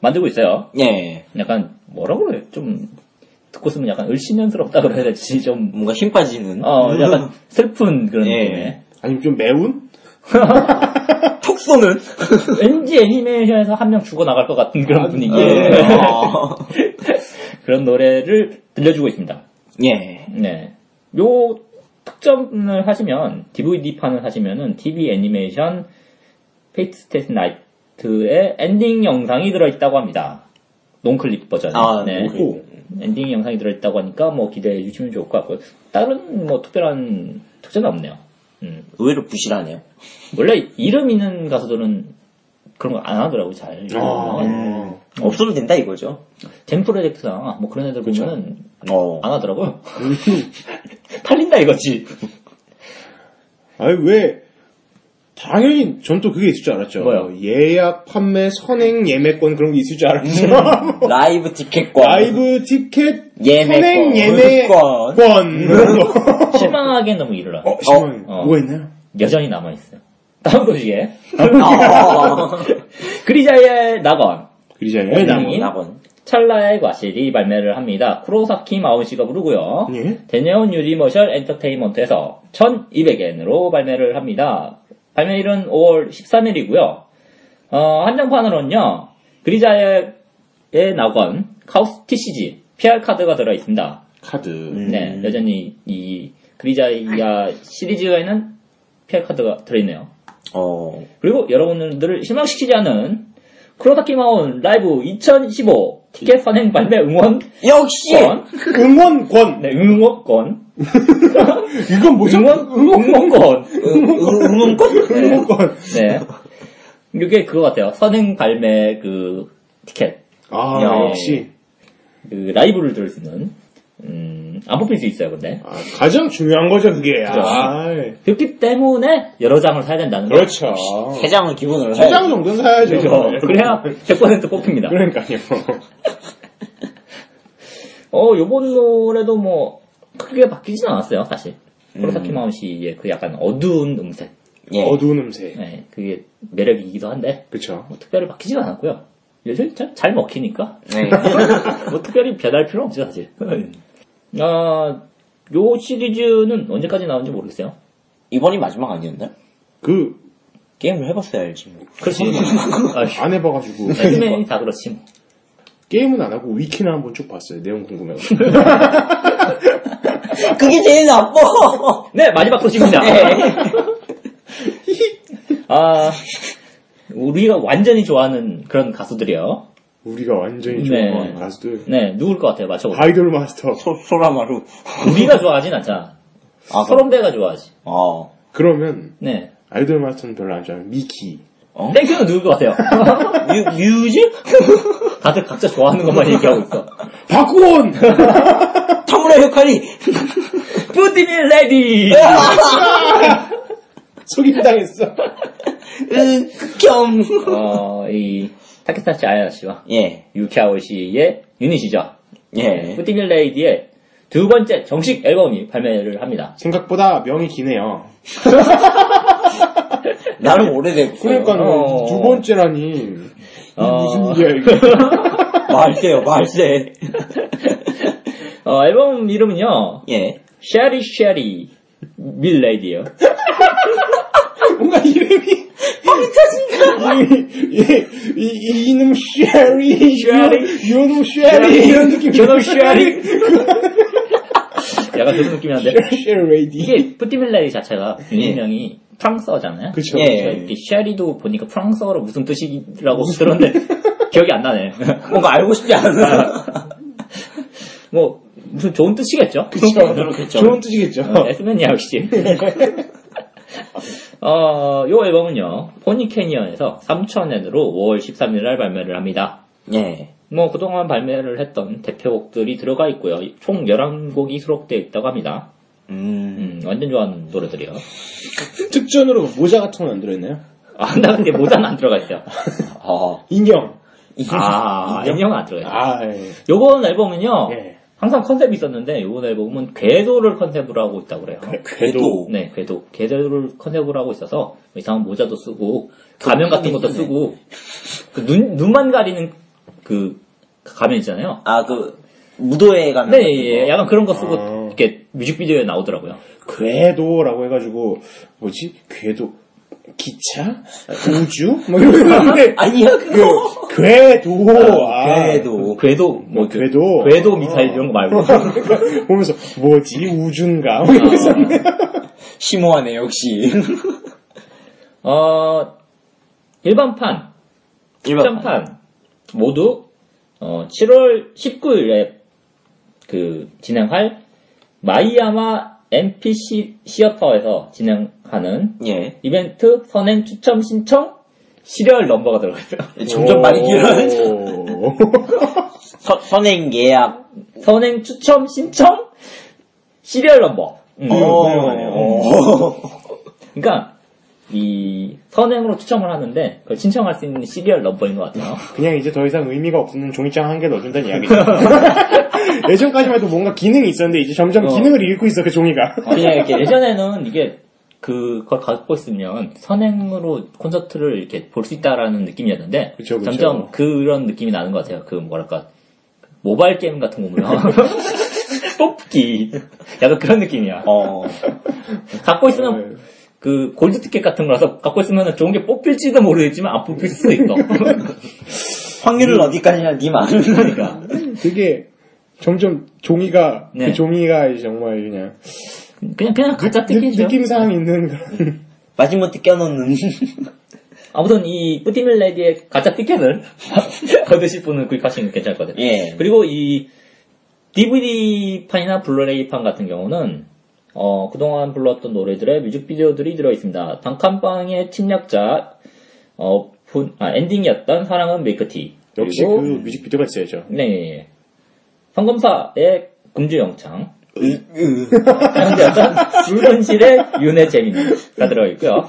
S2: 만들고 있어요.
S3: 예.
S2: 약간 뭐라고 그래? 좀 듣고 있으면 약간 을씨년스럽다 그래야 될지 좀
S3: 뭔가 힘 빠지는.
S2: 어, 약간 슬픈 그런
S3: 예.
S2: 느낌의
S1: *laughs* 아니면 좀 매운?
S3: 톡 쏘는?
S2: *laughs* 왠지 애니메이션에서 한 명 죽어 나갈 것 같은 그런 분위기의
S1: 예.
S3: 어.
S2: *laughs* 그런 노래를 들려주고 있습니다.
S3: *laughs* 예.
S2: 네. 요 특점을 하시면 DVD판을 하시면은 TV 애니메이션 페이트 스테이트 나이트의 엔딩 영상이 들어있다고 합니다. 논클립 버전.
S3: 아,
S2: 네.
S3: 논클립.
S1: 오.
S2: 엔딩 영상이 들어있다고 하니까 뭐 기대해 주시면 좋을 것 같고 다른 뭐 특별한 특징은 없네요. 음.
S3: 의외로 부실하네요.
S2: 원래 이름 있는 가수들은 그런 거 안 하더라고 요잘
S1: 아.
S3: 없으면 된다 이거죠.
S2: 젠 프로젝트나 뭐 그런 애들 보면은
S3: 어.
S2: 안 하더라고요.
S3: 음.
S2: *laughs* 팔린다 이거지.
S1: 아니, 왜, 당연히 전 또 그게 있을 줄 알았죠.
S2: 뭐요?
S1: 예약, 판매, 선행, 예매권 그런 게 있을 줄
S2: 음.
S1: 알았죠.
S3: 라이브 티켓과
S1: *laughs* 라이브 티켓,
S3: 예매권.
S1: 선행, 예매권. 이런
S2: *laughs*
S1: 거.
S2: 실망하기엔 너무 이르라.
S1: 어, 잠깐만,
S2: 어.
S1: 뭐가 있나요?
S2: 여전히 남아있어요. *laughs* 다음 소식에. *laughs* 아.
S3: 어.
S2: 그리자의 낙원,
S1: 그리자의 나
S2: 예?
S3: 낙원.
S2: 찰나의 과실이 발매를 합니다. 쿠로사키 마온씨가 부르고요.
S1: 예?
S2: 데네온 유리머셜 엔터테인먼트에서 1200엔으로 발매를 합니다. 발매일은 5월 13일이고요. 한정판으로는요. 그리자의 낙원, 카우스 TCG, PR 카드가 들어있습니다.
S1: 카드.
S3: 음.
S2: 네, 여전히 이 그리자이아 시리즈에는 PR 카드가 들어있네요.
S3: 어.
S2: 그리고 여러분들을 실망시키지 않은 크로다키 마온 라이브 2015 티켓 선행 발매 응원권,
S3: 역시!
S1: 응원권.
S2: 네, 응원권,
S1: 이건 뭐죠?
S2: 응원, 응원권,
S3: 응원권?
S1: 응원권.
S2: 네, 이게 그거 같아요. 선행 발매 그 티켓,
S1: 아,
S2: 야.
S1: 역시.
S2: 그 라이브를 들을 수 있는 음, 안 뽑힐 수 있어요, 근데.
S1: 아, 가장 중요한 거죠, 그게.
S2: 그렇죠.
S1: 아, 예.
S2: 그렇기 때문에 여러 장을 사야 된다는 거죠.
S1: 그렇죠.
S3: 세 장은 기본으로
S1: 세 장
S3: 사야지.
S1: 정도는 사야죠.
S2: 어.
S1: 네.
S2: *laughs* 그렇죠. 그래야 100% 뽑힙니다.
S1: 그러니까요.
S2: 어, 요번 노래도 뭐, 크게 바뀌진 않았어요, 사실. 프로사키 마음씨의 그 약간 어두운 음색.
S3: 예.
S1: 어두운 음색.
S2: 네, 그게 매력이기도 한데,
S1: 그쵸.
S2: 뭐 특별히 바뀌진 않았고요. 요새 잘, 잘 *laughs* 먹히니까.
S3: 네. *laughs*
S2: 뭐 특별히 변할 필요는 없죠, 사실. 아, 요 시리즈는 언제까지 나오는지 모르겠어요.
S3: 이번이 마지막 아니었나?
S1: 그,
S3: 게임을 해봤어야지.
S2: 그렇지. *laughs*
S1: 안 해봐가지고.
S2: 애니메이 아, 다 그렇지. 뭐.
S1: 게임은 안 하고 위키나 한번 쭉 봤어요. 내용
S2: *laughs*
S1: 궁금해가지고.
S3: 그게 제일 나빠!
S2: 네, 마지막 소식입니다. *laughs* 아, 우리가 완전히 좋아하는 그런 가수들이요.
S1: 우리가 완전히
S2: 네.
S1: 좋아하는 가수들.
S2: 네, 누굴 것 같아요? 맞춰보세요.
S1: 아이돌 마스터.
S3: 소, 소라마루.
S2: 우리가 좋아하진 않잖아.
S3: 아, 그럼.
S2: 서른배가 좋아하지.
S3: 어.
S1: 그러면
S2: 네.
S1: 아이돌 마스터는 별로 안 좋아하는 미키.
S3: 어?
S2: 땡큐는 네, 누굴 것
S1: *laughs*
S2: 같아요?
S3: 뮤, 뮤직?
S2: *laughs* 다들 각자 좋아하는 것만 얘기하고 있어.
S1: 박구원! *laughs*
S3: 타무라 효카리!
S1: 그
S3: *laughs*
S2: 푸틴의 레디!
S1: 속임당했어.
S3: 으, 극혐!
S2: 어, 이, 타케타치 아야 씨와
S3: 예.
S2: 유키아오 씨의 유닛이죠.
S3: 예.
S2: 푸틴의 레디의 두 번째 정식 앨범이 발매를 합니다.
S1: 생각보다 명이 기네요.
S3: 나름 오래됐고.
S1: 그러니까
S2: 어.
S1: 두 번째라니. 이게
S2: 어.
S1: 음, 무슨 일이야, 이거.
S3: 말세요, 말세.
S2: *laughs* 어, 앨범 이름은요,
S3: 예.
S2: 쉐리 쉐리 밀레디예요
S1: 뭔가 이름이. 이, 이, 이, 이놈 쉐리,
S2: 쉐리.
S1: 요, 요놈 쉐리, 이런 느낌.
S2: 저놈 쉐리. *laughs* 약간 그런 느낌이 나는데
S1: 쉐레이디.
S2: 이게 푸티밀레이 자체가
S1: 예.
S2: 유닛명이 프랑스어잖아요.
S1: 그쵸.
S3: 예.
S2: 이렇게 쉐리도 보니까 프랑스어로 무슨 뜻이라고 *laughs* 들었는데 기억이 안 나네. *laughs*
S3: 뭔가 알고 싶지 않아.
S2: 뭐 무슨 좋은 뜻이겠죠?
S3: 그렇겠죠. 네.
S1: 좋은 뜻이겠죠.
S2: 어, 에스맨이야 역시. *laughs* 어, 요 앨범은요, 포니캐니언에서 3천엔으로 5월 13일날 발매를 합니다.
S3: 예.
S2: 뭐 그동안 발매를 했던 대표곡들이 들어가 있고요. 총 11곡이 수록되어 있다고 합니다.
S3: 음.
S2: 음, 완전 좋아하는 노래들이요.
S1: 특전으로 모자 같은 건 안 들어있나요?
S2: 아, 나 근데 모자는 안 들어가 있어요.
S3: 어.
S1: 인형.
S2: 아, 인형은 안 들어가 있어요.
S1: 아, 예.
S2: 요번
S3: 어.
S2: 앨범은요,
S1: 예.
S2: 항상 컨셉이 있었는데, 요번 앨범은 궤도를 컨셉으로 하고 있다고 그래요.
S3: 궤도.
S2: 네, 궤도. 궤도를 컨셉으로 하고 있어서, 뭐 이상한 모자도 쓰고, 가면 같은 것도
S3: 있네.
S2: 쓰고, 그 눈, 눈만 가리는 그 가면 있잖아요.
S3: 아, 그, 무도회 가면.
S2: 네, 예, 약간 그런 거 쓰고,
S1: 아.
S2: 이렇게 뮤직비디오에 나오더라고요.
S1: 궤도라고 해가지고, 뭐지? 궤도. 기차? 우주? 뭐
S3: *laughs*
S1: 이러는데.
S3: 아니야, 그거.
S1: 궤도. 아,
S3: 궤도.
S2: 궤도, 뭐, 그-
S1: 궤도.
S2: 궤도 미사일 이런 거 말고.
S1: *laughs* 보면서, 뭐지? 우주인가? 뭐 이러면서.
S3: 심오하네, 역시.
S2: 어, 일반판, 특전판 모두 어, 7월 19일에 그 진행할 마이야마 NPC 시어터에서 진행하는
S3: 예.
S2: 이벤트 선행 추첨 신청 시리얼 넘버가 들어가 있어요.
S3: *laughs* 네, 점점 많이 길어져.
S1: 오.
S3: 서- 선행 예약.
S2: 선행 추첨 신청 시리얼 넘버. 음.
S1: 어. *laughs* 훌륭하네요.
S3: 어.
S2: 그러니까 이 선행으로 추첨을 하는데 그걸 신청할 수 있는 시리얼 넘버인 것 같아요.
S1: 그냥 이제 더 이상 의미가 없는 종이장 한 개 넣어준다는 이야기죠. *laughs* 예전까지만 해도 뭔가 기능이 있었는데 이제 점점 기능을 잃고 있어 그 종이가.
S2: 그냥 이렇게 예전에는 이게 그걸 갖고 있으면 선행으로 콘서트를 이렇게 볼 수 있다라는 느낌이었는데
S1: 그쵸, 그쵸.
S2: 점점 그런 느낌이 나는 것 같아요. 그 뭐랄까 모바일 게임 같은 거 보면 *laughs* 뽑기 약간 그런 느낌이야.
S3: 어.
S2: 갖고 있으면
S1: 네.
S2: 그 골드 티켓 같은 거라서 갖고 있으면 좋은 게 뽑힐지도 모르겠지만 안 뽑힐 수도 있어.
S3: 확률은 어디까지나 네 말.
S2: *laughs*
S3: *laughs*
S2: 그러니까
S1: 네. 되게 점점 종이가
S2: 네.
S1: 그 종이가 이제 정말 그냥
S2: 그냥 그냥 가짜
S1: 느,
S2: 티켓이죠.
S1: 느낌상 있는 *laughs* 그런
S3: 마지못해 껴놓는.
S2: 아무튼 이 뿌티밀레디의 가짜 티켓을 *laughs* 받으실 분은 구입하시면 괜찮을 것 같아요.
S3: 예.
S2: 그리고 이 DVD판이나 블루레이판 같은 경우는 어, 그동안 불렀던 노래들의 뮤직비디오들이 들어있습니다. 단칸방의 침략자, 어, 분- 아, 엔딩이었던 사랑은 밀크티.
S1: 역시 그
S2: 그리고
S1: 뮤직비디오가 있어야죠.
S2: 네. 예, 성검사의 금주 영창. 주문실의 윤의 재미가 들어있고요.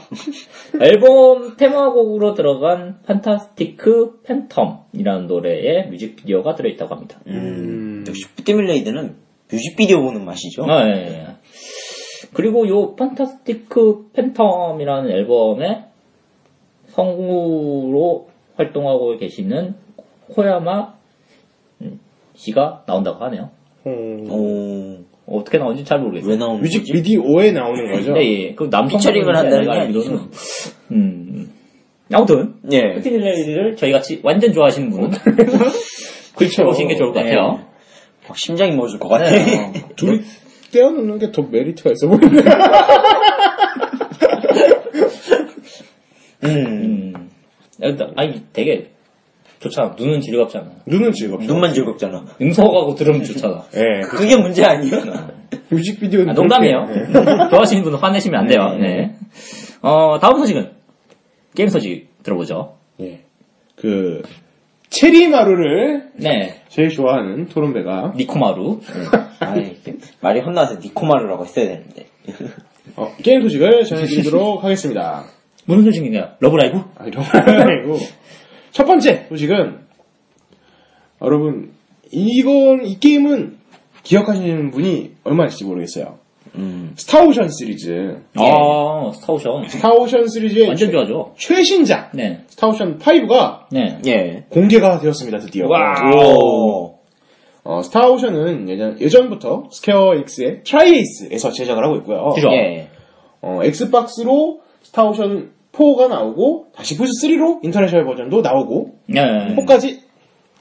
S2: 앨범 테마곡으로 들어간 판타스티크 팬텀이라는 노래의 뮤직비디오가 들어있다고 합니다.
S1: 음.
S3: 역시 스티뮬레이드는 뮤직비디오 보는 맛이죠.
S2: 아, 예, 예. 그리고 요 판타스티크 팬텀이라는 앨범에 성우로 활동하고 계시는 코야마 음, 씨가 나온다고 하네요.
S1: 어,
S3: 오,
S2: 어떻게 나온지 잘 모르겠어요.
S3: 왜 나오는
S1: 뮤직
S3: 거지?
S1: 비디오에 나오는 거죠?
S2: 네, 예. 그 남성
S3: 피처링을
S2: 성우인데
S3: 한다는 게
S2: 내가
S3: 아니죠.
S2: 알기로는. 음. 아무튼
S3: 예.
S2: 스티밀레이를 저희 같이 완전 좋아하시는 분은 *laughs* 그렇죠.
S1: 그쵸.
S2: 보시는 게 좋을 것 같아요.
S3: 어, 심장이 멎을 것 같아.
S1: 둘이 떼어놓는 게 더 메리트가 있어 보이네.
S3: *laughs* 음,
S2: 음. 일단, 아니 되게 좋잖아. 눈은 즐겁잖아.
S1: *laughs* 눈은 즐겁죠.
S3: 눈만 즐겁잖아.
S2: 응석하고 들으면 좋잖아.
S1: 예.
S3: 네. 그게 문제 아니야.
S1: 뮤직비디오는.
S2: 아, 농담이에요.
S1: 그렇게- 예.
S2: *laughs* 좋아하시는 분은 화내시면 안 돼요.
S3: 네.
S2: 네. 어, 다음 소식은 게임 소식 들어보죠.
S3: 예.
S1: 그, 체리마루를
S2: 네.
S1: 제일 좋아하는 토론배가,
S2: 니코마루.
S3: 아, 이렇게 말이 혼나서 니코마루라고 했어야 되는데.
S1: 어, 게임 소식을
S2: *laughs*
S1: 전해드리도록 하겠습니다.
S2: *laughs* 무슨 소식이냐? 러브라이브?
S1: 아, 이런 건 아니고. 첫 번째 소식은, 여러분, 이건, 이 게임은 기억하시는 분이 얼마나 있을지 모르겠어요.
S3: 음.
S1: 스타오션 시리즈.
S3: 예.
S2: 아, 스타오션.
S1: 스타오션 시리즈의
S2: 완전 좋아죠.
S1: 최신작,
S2: 네.
S1: 스타오션 5가
S2: 네.
S3: 예.
S1: 공개가 되었습니다, 드디어.
S3: 오.
S1: 어, 스타오션은 예전, 예전부터 스퀘어엑스의 트라이에이스에서 제작을 하고 있고요.
S2: 그죠?
S3: 예.
S1: 어, 엑스박스로 스타오션 4가 나오고, 다시 플스3로 인터내셔널 버전도 나오고,
S2: 네.
S1: 4까지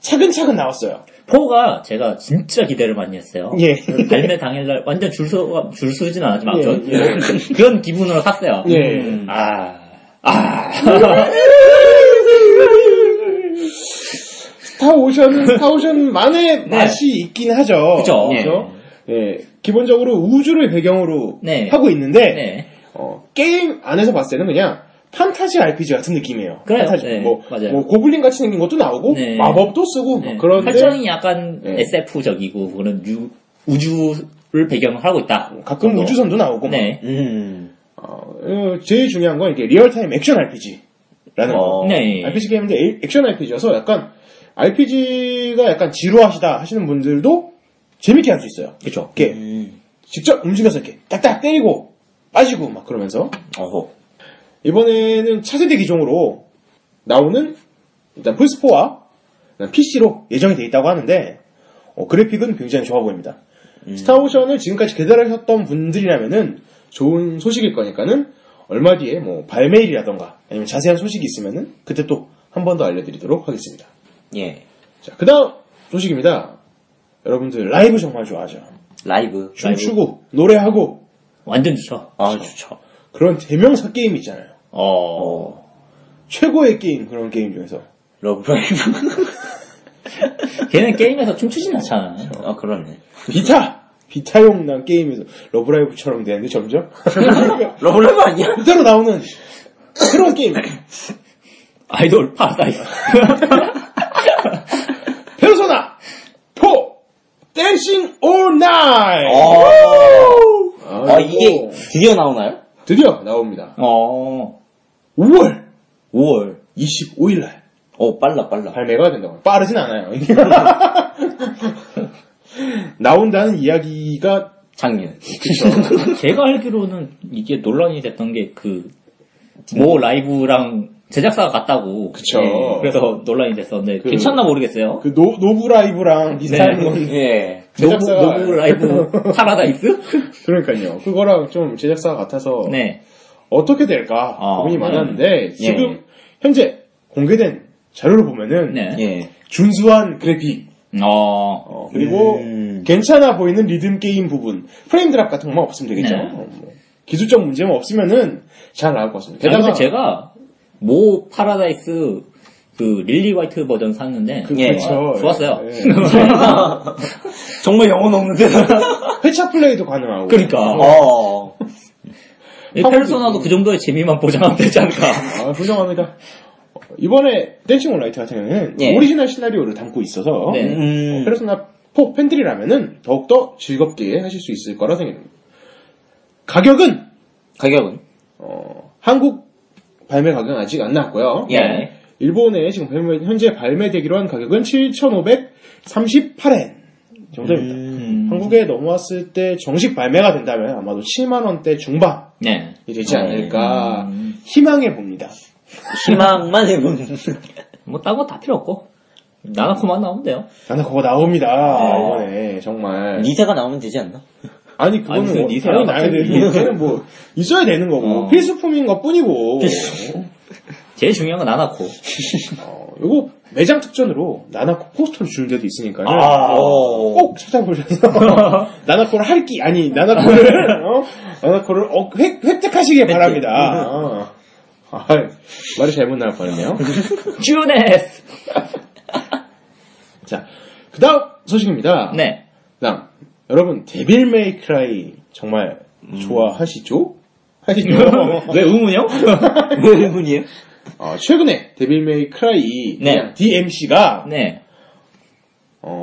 S1: 차근차근 나왔어요.
S2: 4가 제가 진짜 기대를 많이 했어요.
S1: 예.
S2: 발매 당일날 완전 줄, 서, 줄 서진 않았지만,
S1: 예,
S2: 아무튼. *laughs* 그런 기분으로 샀어요.
S1: 예.
S2: 음, 아, 아.
S1: 스타오션, 스타오션만의
S2: 네.
S1: 맛이 있긴 하죠.
S2: 그죠.
S1: 그죠? 예, 기본적으로 우주를 배경으로
S2: 네.
S1: 하고 있는데,
S2: 네.
S1: 어, 게임 안에서 봤을 때는 그냥 판타지 RPG 같은 느낌이에요.
S2: 그래요.
S1: 판타지.
S2: 네,
S1: 뭐,
S2: 맞아요.
S1: 뭐 고블린 같이 생긴 것도 나오고,
S2: 네.
S1: 마법도 쓰고,
S2: 네.
S1: 막 어, 그런데,
S2: 설정이 약간
S1: 네.
S2: SF적이고, 그런 유- 우주를 배경을 하고 있다.
S1: 가끔
S2: 정도.
S1: 우주선도 나오고, 막.
S2: 네.
S3: 음.
S1: 어, 어, 제일 중요한 건 이게 리얼타임 액션 RPG라는 거.
S3: 어.
S2: 네.
S1: RPG 게임인데 에- 액션 RPG여서 약간 RPG가 약간 지루하시다 하시는 분들도 재밌게 할 수 있어요.
S2: 그쵸.
S1: 이렇게
S3: 음.
S1: 직접 움직여서 이렇게 딱딱 때리고 빠지고 막 그러면서
S3: 어허.
S1: 이번에는 차세대 기종으로 나오는 일단 플스4와 PC로 예정이 돼 있다고 하는데 어, 그래픽은 굉장히 좋아 보입니다.
S3: 음.
S1: 스타오션을 지금까지 개발하셨던 분들이라면은 좋은 소식일 거니까는 얼마 뒤에 뭐 발매일이라던가 아니면 자세한 소식이 있으면은 그때 또 한 번 더 알려드리도록 하겠습니다.
S3: 예.
S1: 자, 그 다음 소식입니다. 여러분들 라이브 정말 좋아하죠.
S3: 라이브.
S1: 춤추고 노래하고
S2: 완전 좋죠. 그렇죠.
S3: 아, 좋죠.
S1: 그런 대명사 게임 있잖아요.
S2: 어.
S1: 최고의 게임 그런 게임 중에서
S3: 러브라이브. *laughs*
S2: 걔는 게임에서 춤추진 않잖아.
S1: 그렇죠.
S3: 아, 그러네.
S1: 비타! 비타용 난 게임에서 러브라이브처럼 되는데 점점?
S3: 러브라이브 아니야?
S1: 그대로 나오는 그런 게임.
S2: 아이돌 파사이스.
S1: 페르소나 4 댄싱 올 나이!
S3: 어. 아, 이게 드디어 나오나요?
S1: *laughs* 드디어 나옵니다.
S2: 어.
S1: 5월
S3: 5월.
S1: 25일날
S3: 어, 빨라, 빨라.
S1: 발매가 된다고. 빠르진 않아요. *laughs* 나온다는 이야기가
S3: 작년.
S2: 제가 알기로는 이게 논란이 됐던 게 그 모 라이브랑 제작사가 같다고. 예,
S1: 그쵸.
S2: 그래서 논란이 됐었는데
S1: 그-
S2: 괜찮나 모르겠어요.
S1: 그 노, 노브라이브랑 비슷한
S2: 네.
S1: 건
S3: 예.
S2: 노브,
S1: 제작사가- 어. *laughs*
S2: 노브 라이브 파라다이스? *laughs*
S1: 그러니까요. 그거랑 좀 제작사가 같아서
S2: 네.
S1: 어떻게 될까
S2: 아,
S1: 고민이
S2: 음.
S1: 많았는데 지금
S3: 예.
S1: 현재 공개된 자료를 보면은
S2: 네.
S3: 예.
S1: 준수한 그래픽
S2: 어.
S1: 어, 그리고
S3: 음.
S1: 괜찮아 보이는 리듬 게임 부분 프레임 드랍 같은 것만 없으면 되겠죠.
S2: 네.
S1: 어, 뭐. 기술적 문제만 없으면은 잘 나올 것 같습니다.
S2: 게다가
S1: 게다가
S2: 제가 모 파라다이스 그 릴리 화이트 버전 샀는데
S1: 그,
S3: 예,
S1: 그렇죠.
S2: 좋았어요.
S1: 예.
S2: *laughs*
S3: 정말 영혼 없는데.
S1: 회차 플레이도 가능하고
S2: 그러니까
S3: 어.
S2: 이 페르소나도 그 정도의 재미만 보장하면 되지 않을까.
S1: 아, 훌륭합니다. 어, 이번에 댄싱 온라이트 같은 경우는
S3: 예.
S1: 오리지널 시나리오를 담고 있어서
S2: 네.
S3: 음.
S1: 페르소나 포 팬들이라면은 더욱더 즐겁게 하실 수 있을 거라 생각합니다. 가격은
S3: 가격은?
S1: 어, 한국 발매 가격은 아직 안 나왔고요.
S3: 예.
S1: 일본에 지금 발매- 현재 발매되기로 한 가격은 7,538엔 정도입니다.
S2: 음.
S1: 한국에 넘어왔을 때 정식 발매가 된다면 아마도 7만 원대 중반이
S2: 네.
S1: 되지 않을까
S2: 음.
S1: 희망해 봅니다.
S3: 희망만 해보는.
S2: 뭐, 딴 거 다 필요 없고. 나나코만 나오면 돼요.
S1: 나는 그거 나옵니다
S3: 네.
S1: 이번에 정말.
S3: *laughs* 리사가 나오면 되지 않나?
S1: 아니
S2: 아니,
S1: 그거는
S2: 무슨
S1: 뭐
S2: 리사야,
S1: 당연히 나야
S2: 갑자기.
S1: 되는 걔는 뭐 있어야 되는 거고
S2: 어.
S1: 필수품인 것 뿐이고
S2: 제일 중요한 건 나나코. *laughs*
S1: 어, 요거 매장 특전으로 나나코 포스터를 주는 데도 있으니까요. 어,
S3: 오.
S1: 꼭 찾아보셔서 나나코를 할기 아니 나나코를 어? 나나코를 어, 획, 획득하시길 바랍니다. 어. 아, 말이 잘못 나올 뻔했네요.
S2: 쥬네스!
S1: 자, 그다음 소식입니다.
S2: 네.
S1: 그다음 여러분 데빌 메이크라이 정말 좋아하시죠? 하시죠?
S2: *laughs* 왜 의문이요?
S3: 왜 의문이에요?
S1: 어, 최근에 데빌 메이크라이
S2: 네.
S1: DMC가 어,
S2: 네.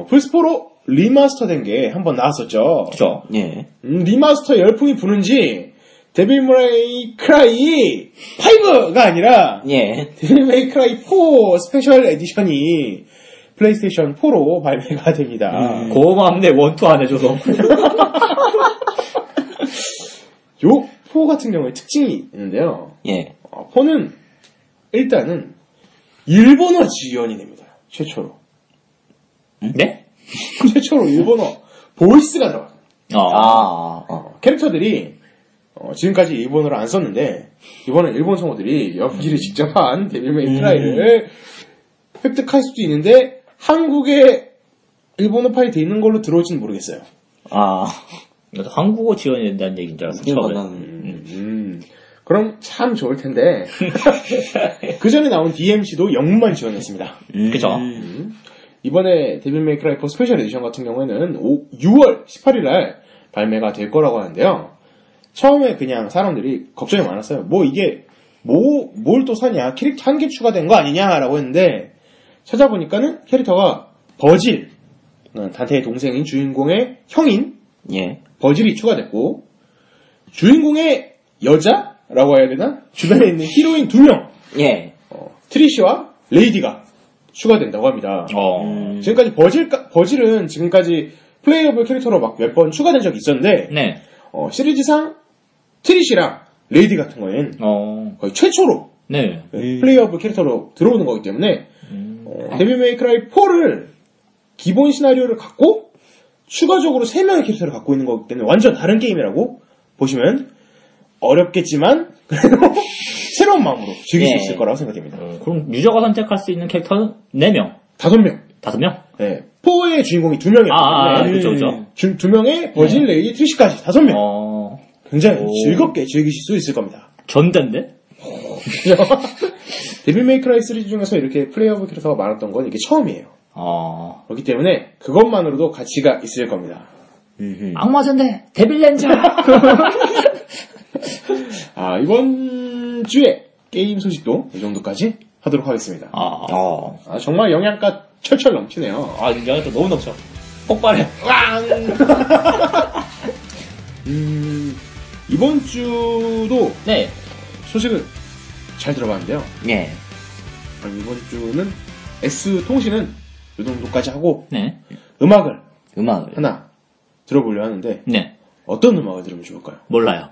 S1: 플스포로 리마스터된 게 한 번 나왔었죠.
S2: 그죠.
S3: 예.
S1: 음, 리마스터 열풍이 부는지 데빌 메이크라이 5가 아니라
S3: 예.
S1: 데빌 메이크라이 4 스페셜 에디션이 플레이스테이션 4로 발매가 됩니다.
S2: 음. 고맙네, 원투 안 해줘서.
S1: 요 4 같은 경우에 특징이 있는데요.
S3: 예.
S1: 어, 4는 일단은 일본어 지원이 됩니다. 최초로. *laughs*
S3: 음?
S2: 네?
S1: 최초로 일본어 보이스가 들어가.
S2: 어.
S3: 아, 어.
S1: 어, 캐릭터들이 어, 지금까지 일본어를 안 썼는데 이번에 일본 성우들이 연기를 직접 한 데빌메이 트라이를 획득할 수도 있는데 한국에 일본어 파일이 돼 있는 걸로 들어올지는 모르겠어요.
S3: 아.
S2: 나도 한국어 지원이 된다는 얘기인 줄 알았어,
S3: 이거
S2: 처음에.
S3: 나는.
S1: 음, 그럼 참 좋을 텐데 그 전에 나온 DMC도 영문만 지원했습니다.
S3: 음.
S2: 그죠.
S1: 이번에 데빌메이 크라이 4 스페셜 에디션 같은 경우에는 6월 18일날 발매가 될 거라고 하는데요. 처음에 그냥 사람들이 걱정이 많았어요. 뭐 이게 뭐, 뭘 또 사냐? 캐릭터 한 개 추가된 거 아니냐라고 했는데 찾아보니까는 캐릭터가 버질, 음, 단테의 동생인 주인공의 형인
S3: 예.
S1: 버질이 추가됐고 주인공의 여자라고 해야 되나? 주변에 있는 히로인 두 명,
S3: 예.
S1: 어, 트리시와 레이디가 추가된다고 합니다.
S2: 어.
S1: 지금까지 버질, 버질은 지금까지 플레이어블 캐릭터로 막 몇 번 추가된 적이 있었는데,
S2: 네.
S1: 어, 시리즈상 트리시랑 레이디 같은 거는
S2: 어.
S1: 거의 최초로
S2: 네.
S1: 플레이어블 캐릭터로 들어오는 거기 때문에, 어, 데뷔 메이크라이 4를 기본 시나리오를 갖고, 추가적으로 3명의 캐릭터를 갖고 있는 거기 때문에 완전 다른 게임이라고 보시면 어렵겠지만, 그래도 *laughs* 새로운 마음으로 즐길
S3: 예.
S1: 수 있을 거라고 생각됩니다.
S2: 어, 그럼 유저가 선택할 수 있는 캐릭터는 4명.
S1: 다섯 명.
S2: 5명?
S1: 네. 4의 주인공이 두 명이었기 때문에.
S2: 아, 아,
S3: 네.
S2: 그죠, 그죠.
S1: 주- 두 명의 버진 레이디 트리시까지 다섯 명
S2: 어.
S1: 굉장히 즐겁게 즐기실 수 있을 겁니다.
S2: 전대인데?
S1: *laughs* 데빌 메이크라이 시리즈 중에서 이렇게 플레이어블 캐릭터가 많았던 건 이게 처음이에요.
S2: 어.
S1: 그렇기 때문에 그것만으로도 가치가 있을 겁니다.
S3: 음흠. 아.
S2: 악마 전대! 데빌렌저!
S1: 아 이번 주에 게임 소식도 이 정도까지 하도록 하겠습니다.
S2: 아.
S3: 어.
S1: 아, 정말 영양가 철철 넘치네요.
S2: *laughs* 아, 영향도 너무 넘쳐. 폭발해.
S1: 음, 이번 주도
S2: 네.
S1: 소식을 잘 들어봤는데요.
S3: 예.
S1: 그럼 이번 주는 S 통신은 이 정도까지 하고
S2: 네.
S1: 음악을
S3: 음악을.
S1: 하나 들어보려 하는데
S2: 네.
S1: 어떤 음악을 들으면 좋을까요?
S2: 몰라요.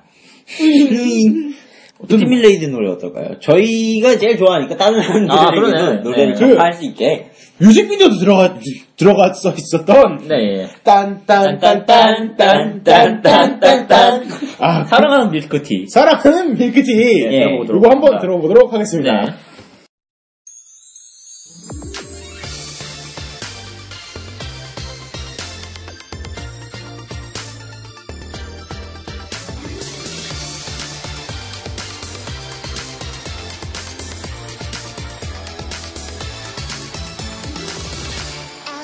S1: 어떤 음악?
S3: 티밀레이드 노래 어떨까요? 저희가 제일 좋아하니까 예. 다른
S2: 아, 그러네.
S3: 사람들에게도 노래를
S2: 네.
S3: 접할 수 있게.
S1: 뮤직비디오도 들어가 들어가 써 있었던
S2: 네.
S1: 딴딴딴딴딴딴딴딴 아
S2: 사랑하는 밀크티.
S1: 사랑하는 밀크티
S2: 네, 들어보도록
S1: 이거 한번
S2: 하겠습니다.
S1: 들어보도록 하겠습니다.
S2: 네.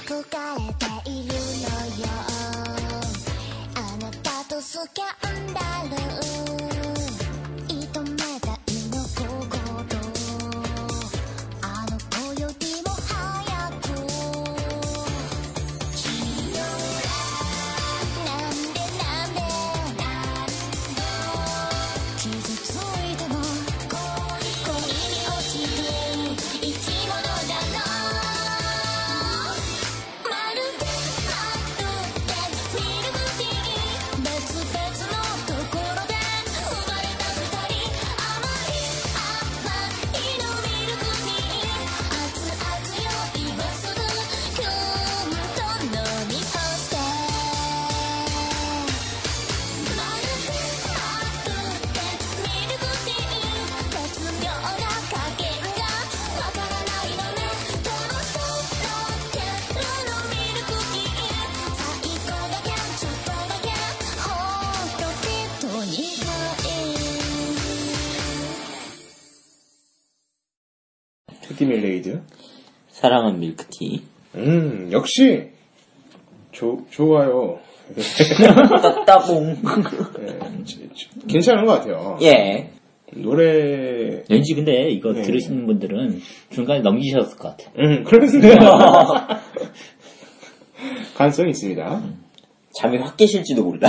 S4: 憧れているのよあなたとスキャンダル糸目だいの心
S1: 토디 밀레이드.
S3: 사랑은 밀크티.
S1: 음, 역시, 조, 좋아요. *laughs* 네,
S3: 따따봉.
S1: 예, 지- 지- 괜찮은 것 같아요.
S3: *laughs* 예.
S1: 노래,
S2: 왠지 근데 이거
S1: 네.
S2: 들으시는 분들은 중간에 넘기셨을 것 같아.
S1: 음, 그렇습니다. *laughs* 가능성이 있습니다.
S3: 잠이 확 깨실지도 몰라.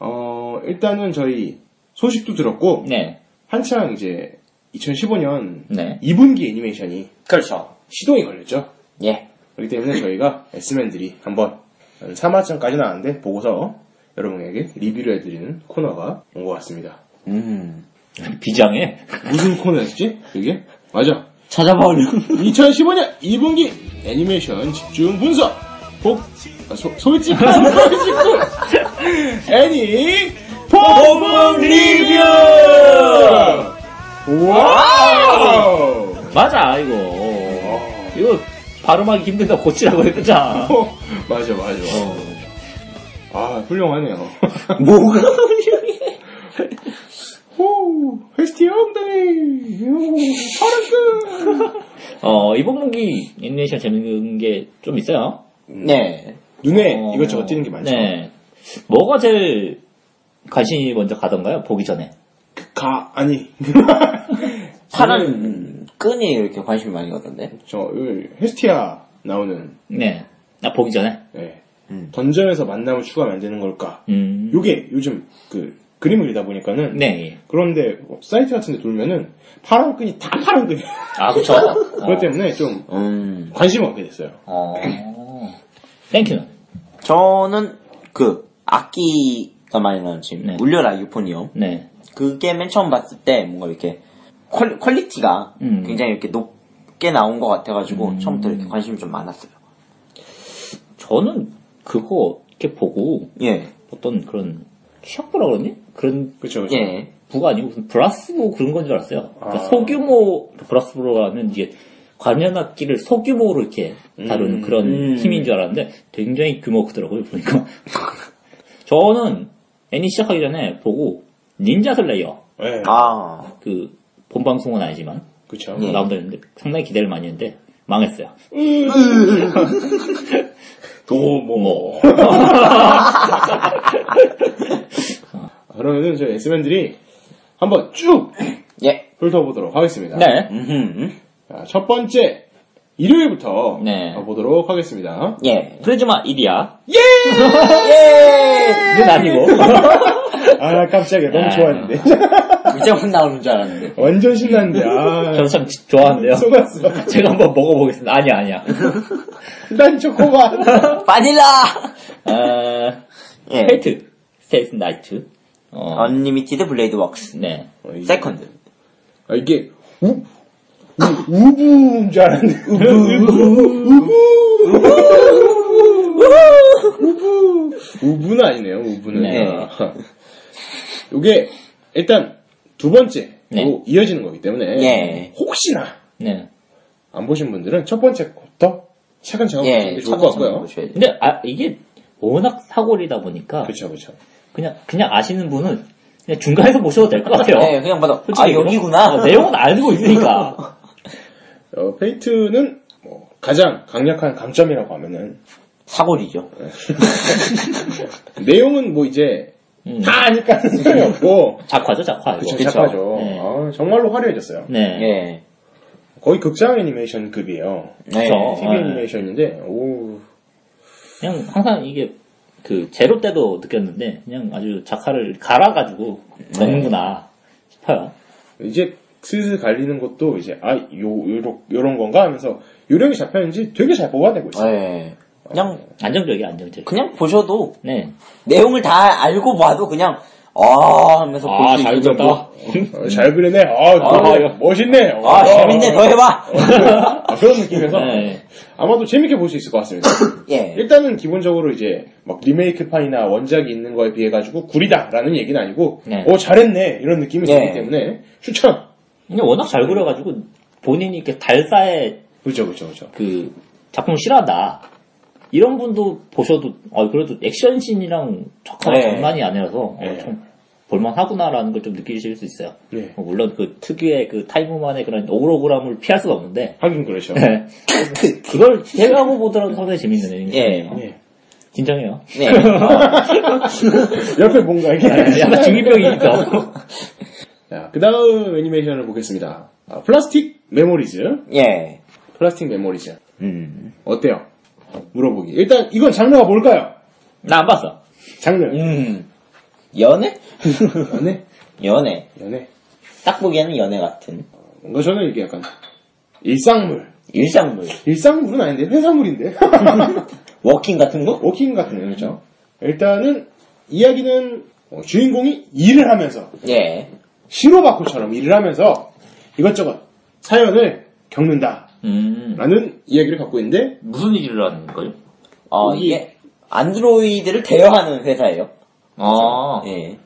S1: 어, 일단은 저희 소식도 들었고,
S2: 네.
S1: 한창 이제 2015년
S2: 네.
S1: 2분기 애니메이션이
S3: *laughs* 그렇죠.
S1: 시동이 걸렸죠.
S3: 예.
S1: 그렇기 때문에 저희가 에스맨들이 한번 3화쯤까지는 아는데 보고서 여러분에게 리뷰를 해드리는 코너가 온 것 같습니다.
S3: 음.
S2: 비장해.
S1: 무슨 코너였지? 이게? 맞아.
S3: 찾아보는. *laughs*
S1: 2015년 2분기 애니메이션 집중 분석 복 아, 소, 솔직한 *laughs* 솔직한 애니 폼 리뷰 와우
S2: 맞아, 이거. 이거 발음하기 힘들다
S1: *laughs*
S2: 고치라고 했잖아.
S1: 어, 맞아 맞아 아 훌륭하네요
S3: 뭐가 훌륭해.
S1: 오 회스티 엉덩이 파란색
S2: 어, 이번 분기 애니메이션 재밌는 게 좀 있어요.
S3: 네.
S1: 눈에
S2: 어,
S1: 이것저것 띄는 게 많죠
S2: 네. 뭐가 제일 관심이 먼저 가던가요? 보기 전에.
S1: 가 아니 그,
S3: 파란 끈이 이렇게 관심이 많이 가던데.
S1: 저 헤스티아 나오는
S2: 네. 나 보기 전에.
S1: 예.
S3: 음.
S1: 던전에서 만남을 추가하면 안 되는 걸까?
S2: 음.
S1: 요게 요즘 그 그림을 그리다 보니까는
S2: 네. 예.
S1: 그런데 뭐 사이트 같은 데 돌면은 파란 끈이 다 파란 끈이에요.
S2: 아,
S1: *laughs*
S2: 그쵸.
S1: 그것 때문에 좀
S3: 음.
S1: 관심을 얻게 됐어요.
S2: 어. 땡큐는.
S3: 저는 그 악기가 많이 나오는 지금
S2: 네.
S3: 울려라 유포니엄.
S2: 네.
S3: 그게 맨 처음 봤을 때 뭔가 이렇게 퀄, 퀄리티가
S2: 음.
S3: 굉장히 이렇게 높게 나온 것 같아가지고 처음부터 이렇게 관심이 좀 많았어요.
S2: 저는 그거 이렇게 보고
S3: 예,
S2: 어떤 그런 샤프라 그러니? 그런
S1: 그렇죠. 그렇죠.
S3: 예,
S2: 부가 아니고 무슨 브라스보 그런 건 줄 알았어요. 그러니까
S1: 아.
S2: 소규모 브라스보라면 이게 관현악기를 소규모로 이렇게 다루는
S1: 음.
S2: 그런
S3: 음.
S2: 팀인 줄 알았는데 굉장히 규모 크더라고요 보니까. *laughs* 저는 애니 시작하기 전에 보고 닌자 슬레이어
S1: 예.
S3: 아,
S2: 그 본방송은 아니지만
S1: 그렇죠.
S3: 예.
S2: 나온다 했는데 상당히 기대를 많이 했는데 망했어요.
S1: *laughs* 도모. 그러면은 저희 S맨들이 한번 쭉
S3: 예,
S1: 훑어보도록 하겠습니다.
S2: 네.
S3: 음,
S1: 자, 첫 번째 일요일부터
S2: 네.
S1: 보도록 하겠습니다.
S3: 예,
S2: 프리즈마 이디야. *laughs*
S3: 예,
S2: 이건 아니고. *laughs*
S1: 아 깜짝이야 너무
S2: 아.
S1: 좋아했는데 *laughs*
S3: 이제 곧 나오는 줄 알았는데.
S1: 완전 신났는데 아
S2: 저도 참 좋아하는데요.
S1: 속았어
S2: 제가 한번 먹어보겠습니다. 아니야,
S1: *laughs*
S2: 아니야.
S1: 난 초코가
S3: *laughs* 바닐라,
S2: 아,
S3: 예,
S2: 페이트. 스테이스 나이트. 어,
S3: 언리미티드 블레이드 웍스,
S2: 네.
S1: 뭐
S3: 세컨드,
S1: 아, 이게 우, 우 우부인 줄 알았는데 *laughs* 우부 우부 우부 우부는 아니네요 우부는
S2: 네.
S1: 아. 이게 일단 두 번째
S2: 네.
S1: 로 이어지는 거기 때문에
S3: 예.
S1: 혹시나
S2: 네.
S1: 안 보신 분들은 첫 번째 부터 차근차근 보시는
S3: 예,
S1: 게 어, 좋을 것
S3: 차근차근
S1: 같고요
S3: 보셔야 돼요.
S2: 근데, 아, 이게 워낙 사골이다 보니까,
S1: 그렇죠 그렇죠
S2: 그냥, 그냥 아시는 분은 그냥 중간에서 보셔도 될 것 같아요.
S1: 네.
S3: 예, 그냥 봐도 아
S2: 솔직히
S3: 여기구나.
S2: 어, 내용은 알고 있으니까.
S1: *laughs* 어, 페이트는 뭐 가장 강력한 강점이라고 하면은
S3: 사골이죠.
S1: 내용은 뭐 이제
S2: 음.
S1: 다 아니까 는 *laughs* 소용이 없고
S2: 작화죠, 작화. 이거.
S1: 그쵸
S3: 그쵸.
S1: 작화죠
S2: 네.
S1: 아, 정말로 화려해졌어요
S2: 네.
S3: 예,
S1: 거의 극장 애니메이션 급이에요
S3: 어,
S2: 그쵸.
S1: TV
S2: 네.
S1: 애니메이션인데 오
S2: 그냥 항상 이게, 그, 제로 때도 느꼈는데, 그냥 아주 작화를 갈아가지고,
S1: 네.
S2: 넣는구나 싶어요.
S1: 이제 슬슬 갈리는 것도 이제 아요 요런 요런 건가 하면서 요령이 잡혔는지 되게 잘 뽑아내고 있어요
S3: 예, 그냥
S2: 안정적이야, 안정적.
S3: 그냥 보셔도
S2: 네.
S3: 내용을 다 알고 봐도 그냥 아 하면서 볼
S2: 아,
S3: 수
S2: 잘
S3: 있는
S2: 그렸다.
S3: 정도.
S1: 어, 잘 그리네 아, 그러네. 멋있네 어,
S3: 아, 재밌네, 더 해봐! *laughs*
S1: 아, 그런 느낌에서
S2: 네.
S1: 아마도 재밌게 볼 수 있을 것 같습니다
S3: 예.
S1: 일단은 기본적으로 이제 막 리메이크판이나 원작이 있는 거에 비해 가지고 구리다라는 얘기는 아니고
S2: 네.
S1: 어 잘했네 이런 느낌이
S3: 네.
S1: 들기 때문에 추천
S2: 근데 워낙 잘 그려가지고 본인이 이렇게 달사의
S1: 그죠 그죠 그죠
S2: 그 작품 싫어한다 이런 분도 보셔도 어, 그래도 액션씬이랑 작화가
S3: 네.
S2: 장난이 아니라서 어,
S1: 네.
S2: 참 볼만하구나라는 걸 좀 느끼실 수 있어요.
S1: 네.
S2: 어, 물론 그 특유의 그 타이머만의 그런 오그로그람을 피할 수가 없는데
S1: 하긴 그러죠.
S2: 네. *laughs* 그걸 제외하고 보더라도 상당히 재밌는
S3: 예.
S2: 애니메이션이에요.
S1: 예. *laughs*
S2: 진정해요. *laughs*
S3: 네. 어,
S1: 옆에 뭔가
S2: 예,
S1: 이게.
S2: 약간 중이병이 있어.
S1: 자, 그 다음 애니메이션을 보겠습니다. 아, 플라스틱 메모리즈.
S3: 예.
S1: 플라스틱 메모리즈.
S3: 음.
S1: 어때요? 물어보기. 일단 이건 장르가 뭘까요?
S2: *laughs* 나 안 봤어.
S1: 장르.
S3: 음. 연애?
S1: *laughs* 연애?
S3: 연애.
S1: 연애.
S3: 딱 보기에는 연애 같은.
S1: 뭔가 저는 이게 약간 일상물.
S3: 일상물.
S1: 일상물은 아닌데 회사물인데. *laughs*
S3: 워킹 같은 거?
S1: 워킹 같은 거죠. 그렇죠? 일단은 이야기는 어, 주인공이 일을 하면서
S3: 예.
S1: 시로바쿠처럼 일을 하면서 이것저것 사연을 겪는다라는
S2: 음.
S1: 이야기를 갖고 있는데
S2: 무슨 일을 하는 거요?
S3: 어,
S1: 여기-
S3: 이게 안드로이드를 대여하는 회사예요.
S2: 아.
S3: 예.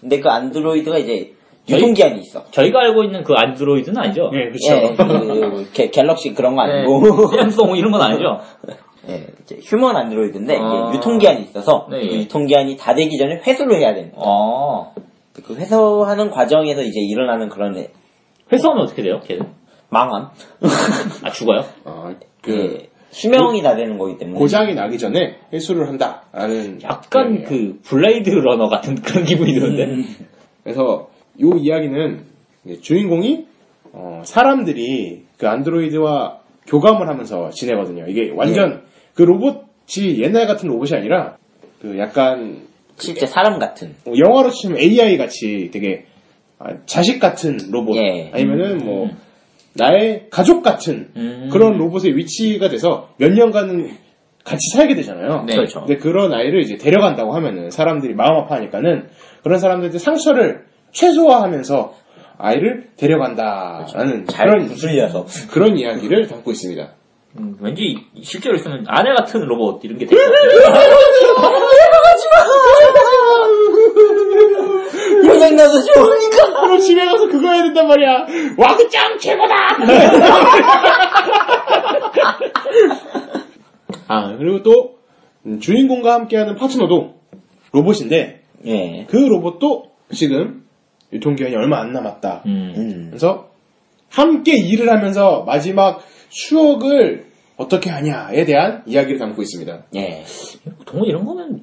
S3: 근데 그 안드로이드가 이제 유통기한이 있어.
S2: 저희가 알고 있는 그 안드로이드는 아니죠?
S1: 예, 그렇죠.
S3: 예,
S2: 음.
S3: 그, 게- 갤럭시 그런 거
S2: 네.
S3: 아니고.
S2: 잼송 이런 건 아니죠?
S3: 예, 이제 휴먼 안드로이드인데 이게
S2: 아.
S3: 유통기한이 있어서
S2: 네,
S3: 그
S2: 예.
S3: 유통기한이 다 되기 전에 회수를 해야 되는 거예요.
S2: 아.
S3: 그 회수하는 과정에서 이제 일어나는 그런 애-
S2: 회수하면 어떻게 돼요, 걔는?
S3: 망함. *laughs*
S2: 아, 죽어요?
S1: 어, 그
S3: 예, 수명이 다 되는 거기 때문에.
S1: 고장이 나기 전에 회수를 한다라는
S2: 약간
S1: 이야기예요.
S2: 그 블레이드 러너 같은 그런 기분이 드는데?
S1: 음. 그래서 이 이야기는 이제 주인공이 어, 사람들이 그 안드로이드와 교감을 하면서 지내거든요. 이게 완전
S2: 예.
S1: 그 로봇이 옛날 같은 로봇이 아니라 그 약간
S3: 실제 사람 같은.
S1: 뭐 영화로 치면 AI 같이 되게 아, 자식 같은 로봇
S3: 예.
S1: 아니면은 뭐 나의 가족 같은 그런 로봇의 위치가 돼서 몇 년간은 같이 살게 되잖아요.
S2: 네. 그렇죠.
S1: 근데 그런 아이를 이제 데려간다고 하면은 사람들이 마음 아파하니까는 그런 사람들한테 상처를 최소화하면서 아이를 데려간다라는
S3: 잘
S1: 그런
S3: 구슬려서.
S1: 그런 이야기를 담고 있습니다.
S2: 음, 왠지 실제로 있으면 아내 같은 로봇 이런 게 되게 같아요.
S3: 고장 나서 좋으니까.
S1: 바로 집에 가서 그거 해야 된단 말이야. 와그짱 최고다. 아 그리고 또 음, 주인공과 함께하는 파트너도 로봇인데
S3: 예.
S1: 그 로봇도 지금 유통기한이 얼마 안 남았다.
S2: 음.
S3: 음.
S1: 그래서 함께 일을 하면서 마지막 추억을 어떻게 하냐에 대한 이야기를 담고 있습니다.
S3: 예.
S2: 동원 이런 거는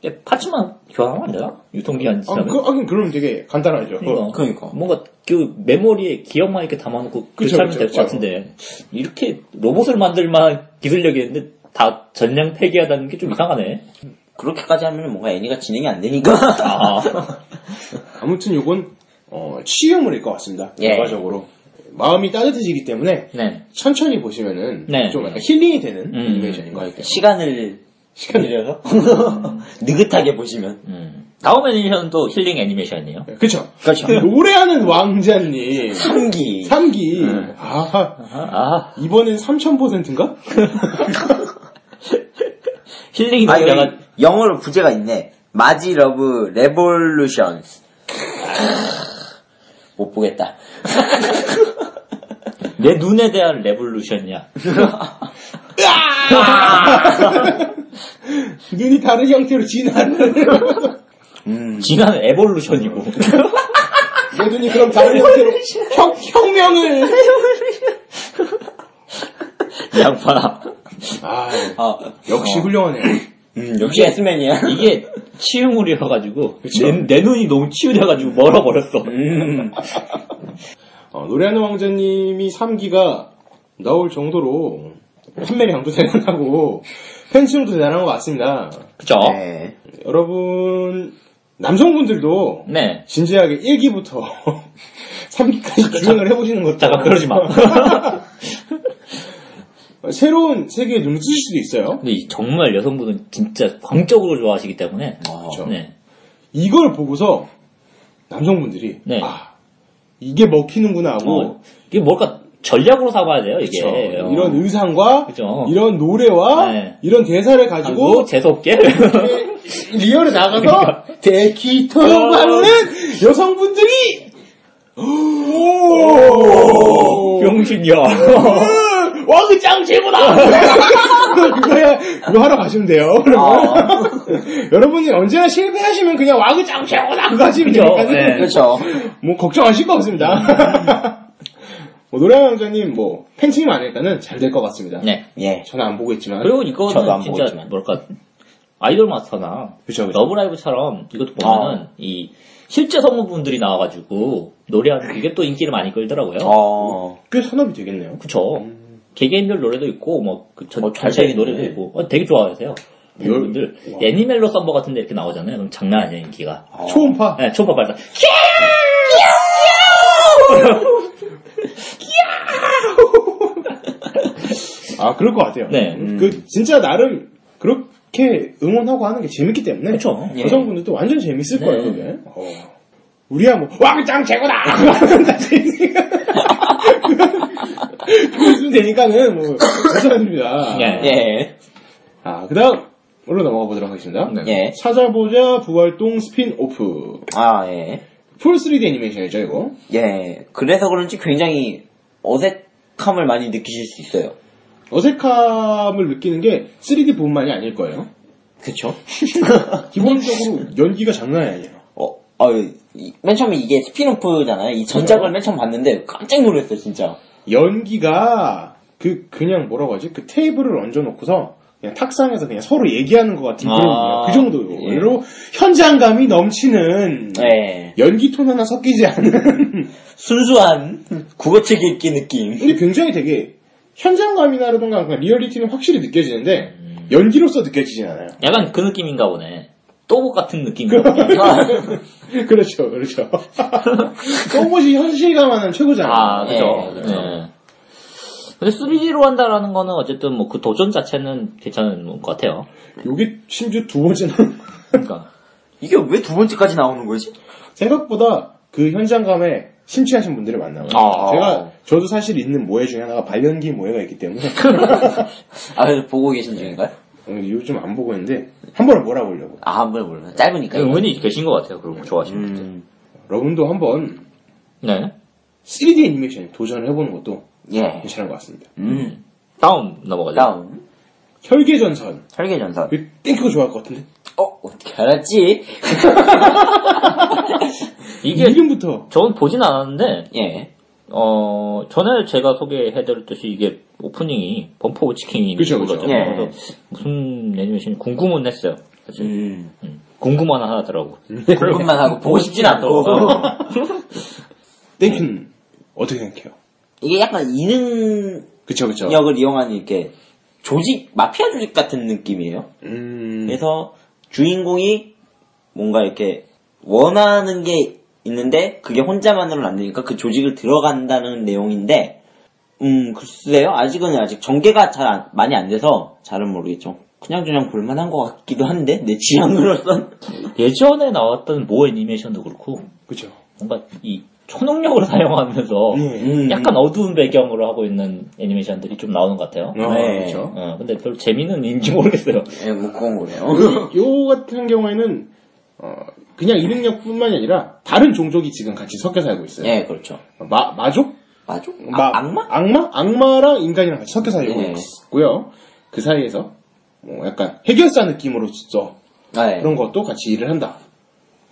S2: 이제 파츠만 교환하면 안 되나? 유통기한
S1: 아,
S2: 지나면?
S1: 그, 어, 하긴 그러면 되게 간단하죠.
S2: 그러니까.
S3: 그러니까.
S2: 뭔가 그 메모리에 기억만 이렇게 담아놓고
S1: 그쵸,
S2: 교체하면
S1: 그쵸, 어.
S2: 될 것
S1: 맞아요.
S2: 같은데 이렇게 로봇을 만들 만한 기술력이 있는데 다 전량 폐기하다는 게 좀 이상하네.
S3: 그렇게까지 하면 뭔가 애니가 진행이 안 되니까.
S2: 아,
S1: 아무튼 요건 어, 치유물일 것 같습니다.
S3: 예.
S1: 결과적으로 마음이 따뜻해지기 때문에
S2: 네.
S1: 천천히 보시면은
S2: 네.
S1: 좀 약간 힐링이 되는
S2: 음.
S1: 애니메이션인 것 같아요.
S3: *laughs* 시간을.
S1: 시간을
S3: 들여서? *laughs* 느긋하게 보시면.
S2: 음. 다음 애니메이션은 또 힐링 애니메이션이에요.
S1: 네, 그쵸?
S3: 그렇죠.
S1: 노래하는 왕자님
S3: 3기.
S1: 3기 아
S2: 아,
S1: 이번엔 3000%인가? *laughs*
S2: 힐링이
S3: 아,
S2: 너무
S3: 여기
S2: 약간
S3: 영어로 부제가 있네. 마지 러브 레볼루션스. 못 보겠다. *laughs*
S2: 내 눈에 대한 레볼루션이야.
S1: 눈이 다른 형태로 진화를
S3: 음.
S2: 지난
S1: *laughs*
S2: 에볼루션이고.
S1: 내 눈이 그럼 다른 형태로 혁, 혁명을
S2: 양파.
S1: 아
S3: 아,
S1: 역시 훌륭하네요
S3: 음, 역시 에스맨이야. *laughs*
S2: 이게 치유물이어가지고 내, 내 눈이 너무 치유돼가지고 멀어버렸어.
S1: 음.
S3: 음,
S1: 어, 노래하는 왕자님이 3기가 나올 정도로 판매량도 *laughs* 대단하고 팬층도 대단한 것 같습니다
S2: 그쵸?
S3: 네.
S1: 여러분 남성분들도
S2: 네.
S1: 진지하게 1기부터 *laughs* 3기까지 주행을 해보시는 것도
S2: 그렇죠. 잠깐 그러지
S1: *laughs*
S2: 마.
S1: 새로운 세계에 눈을 뜨실 수도 있어요.
S2: 근데 이 정말 여성분은 진짜 광적으로 좋아하시기 때문에
S1: 그렇죠.
S2: 네.
S1: 이걸 보고서 남성분들이
S2: 네.
S1: 아 이게 먹히는구나 하고
S2: 어, 이게 뭘까 전략으로 삼아야 돼요 이게.
S1: 그쵸.
S2: 어.
S1: 이런 의상과
S2: 그쵸.
S1: 이런 노래와
S2: 네.
S1: 이런 대사를
S2: 그리고
S1: 가지고
S2: 재수
S1: *laughs*
S2: 없게.
S1: 이렇게 리얼에 나가서 대키토 받는 여성분들이 오!
S2: 병신이야. *laughs*
S1: 어,
S2: 와그짱
S1: *laughs*
S2: 최고다!
S1: 그거야, 그거 하러 가시면 돼요. 그러면.
S3: 아,
S1: *laughs* 여러분이 언제나 실패하시면 그냥 와그짱 최고다! 그거 하시면
S2: 그죠,
S1: 되니까.
S2: 네.
S3: 그렇죠.
S1: 뭐, 걱정하실 거 없습니다. 뭐, 노래왕자님, 뭐, 팬층이 많으니까는 잘 될 것 같습니다.
S2: 네.
S3: 예.
S1: 저는 안 보겠지만.
S2: 그리고
S3: 저도 안
S2: 이거는 진짜
S3: 보겠지만.
S2: 뭘까 아이돌 마스터나
S1: 그쵸, 그쵸.
S2: 러브라이브처럼 이것도 보면은 이 실제 성우분들이 나와가지고 노래하는 그게 또 인기를 많이 끌더라고요.
S3: 어,
S1: 꽤 산업이 되겠네요.
S2: 그쵸. 개개인별 노래도 있고 뭐그
S3: 어, 잘
S2: 전체적인
S3: 되겠네.
S2: 노래도 있고 어, 되게 좋아하세요. 여러분들
S1: 와.
S2: 애니멜로 썸버 같은데 이렇게 나오잖아요. 그럼 장난 아니야 인기가.
S1: 초음파.
S2: 네, 초파 발사.
S1: 아, 그럴 것 같아요.
S2: 네.
S1: 그, 진짜 나름, 그렇게 응원하고 하는 게 재밌기 때문에.
S2: 그쵸. 예.
S1: 여성분들도 완전 재밌을
S2: 네.
S1: 거예요, 그게. 어. 우리야 뭐, 왕짱 최고다! *laughs* 뭐 그거 있으면 되니까는, 뭐, 괜찮습니다.
S2: 네.
S3: 예.
S1: 아, 그 다음, 으로 넘어가 보도록 하겠습니다.
S3: 예.
S1: 찾아보자, 부활동 스핀오프.
S3: 아, 예.
S1: 풀 3D 애니메이션이죠, 이거.
S3: 예. 그래서 그런지 굉장히 어색함을 많이 느끼실 수 있어요.
S1: 어색함을 느끼는 게 3D 부분만이 아닐 거예요.
S3: 그쵸?
S1: *laughs* 기본적으로 연기가 장난이 아니에요.
S3: 어, 어, 이- 맨 처음에 이게 스피노프잖아요. 이 전작을 맨 처음 봤는데 깜짝 놀랐어요, 진짜.
S1: 연기가 그 그냥 뭐라고 하지? 그 테이블을 얹어놓고서 그냥 탁상에서 그냥 서로 얘기하는 것 같은 그런
S2: 아,
S1: 그냥 그 정도예요. 로 현장감이 넘치는
S2: 네.
S3: 예.
S1: 연기 톤 하나 섞이지 않은 *laughs*
S3: 순수한 국어책 읽기 느낌.
S1: 근데 굉장히 되게 현장감이나라던가 그냥 리얼리티는 확실히 느껴지는데
S2: 음.
S1: 연기로서 느껴지진 않아요. *laughs*
S2: 약간 그 느낌인가 보네. 또복 같은 느낌인가 보네.
S1: 그렇죠,
S2: *laughs*
S1: 그렇죠. 너무시 현실감하는 최고잖아요.
S2: 아, 그죠.
S3: 예,
S2: 네. 근데 3D로 한다라는 거는 어쨌든 뭐 그 도전 자체는 괜찮은 것 같아요.
S1: 요게 심지어 두 번째는
S2: 그러니까.
S3: *laughs* 이게 왜 두 번째까지 나오는 거지?
S1: 생각보다 그 현장감에 심취하신 분들이 많나봐요.
S2: 아.
S1: 제가 저도 사실 있는 모해 중에 하나가 발연기 모해가 있기 때문에
S3: 아, 그래서 보고 계신 중인가요?
S1: 어, 요즘 안 보고 있는데 한 번은 몰아보려고.
S3: 아, 몰라, 몰라. 짧으니까요.
S2: 은근히 계신 것 같아요. 그런 거 좋아하시는 분들.
S3: 음,
S1: 여러분도 한번
S2: 네.
S1: 3D 애니메이션 도전을 해보는 것도
S3: 예.
S1: 괜찮은 것 같습니다.
S3: 음.
S2: 다음 넘어가죠.
S3: 다음.
S1: 혈계전선
S3: 설계전선.
S1: 이거 땡큐가 좋아할 것 같은데
S3: 어, 어떻게 알았지? *laughs*
S2: 이게
S1: 이름부터
S2: 전 보진 않았는데
S3: 예.
S2: 어 전에 제가 소개해드렸듯이 이게 오프닝이 범퍼 오치킹이
S1: 그쵸, 그쵸.
S2: 거죠.
S3: 예.
S2: 그래서 무슨 애니메이션 궁금은 했어요. 사실
S3: 음.
S2: 궁금한 하나더라고.
S3: *laughs* 궁금만 하고 보고 싶진 *laughs* 않고.
S1: 땡큐는 어떻게 생각해요?
S3: 이게 약간 이능력을
S1: 그쵸 그쵸.
S3: 이용한 이렇게 조직, 마피아 조직 같은 느낌이에요.
S1: 음,
S3: 그래서 주인공이 뭔가 이렇게 원하는 게 있는데 그게 혼자만으로는 안 되니까 그 조직을 들어간다는 내용인데 음 글쎄요 아직은 아직 전개가 잘 안- 많이 안 돼서 잘은 모르겠죠 그냥 그냥 볼만한 것 같기도 한데 내 취향으로선
S2: *laughs* 예전에 나왔던 모 애니메이션도 그렇고
S1: 그쵸.
S2: 뭔가 이 초능력을 *laughs* 사용하면서
S1: 음.
S2: 약간 어두운 배경으로 하고 있는 애니메이션들이 좀 나오는 것 같아요.
S1: 어,
S3: 네.
S1: 그쵸.
S2: 어, 근데 별로 재미는 있는지 모르겠어요.
S3: 예, 뭐 그건 그래요
S1: 요 같은 경우에는 어, 그냥 이능력뿐만이 아니라 다른 종족이 지금 같이 섞여 살고 있어요.
S3: 예 그렇죠
S1: 마 마족?
S3: 맞아 아,
S1: 마-
S3: 악마
S1: 악마? 악마랑 인간이랑 같이 섞여 살고
S3: 예.
S1: 있고요. 그 사이에서 뭐 약간 해결사 느낌으로서
S3: 아, 예.
S1: 그런 것도 같이 일을 한다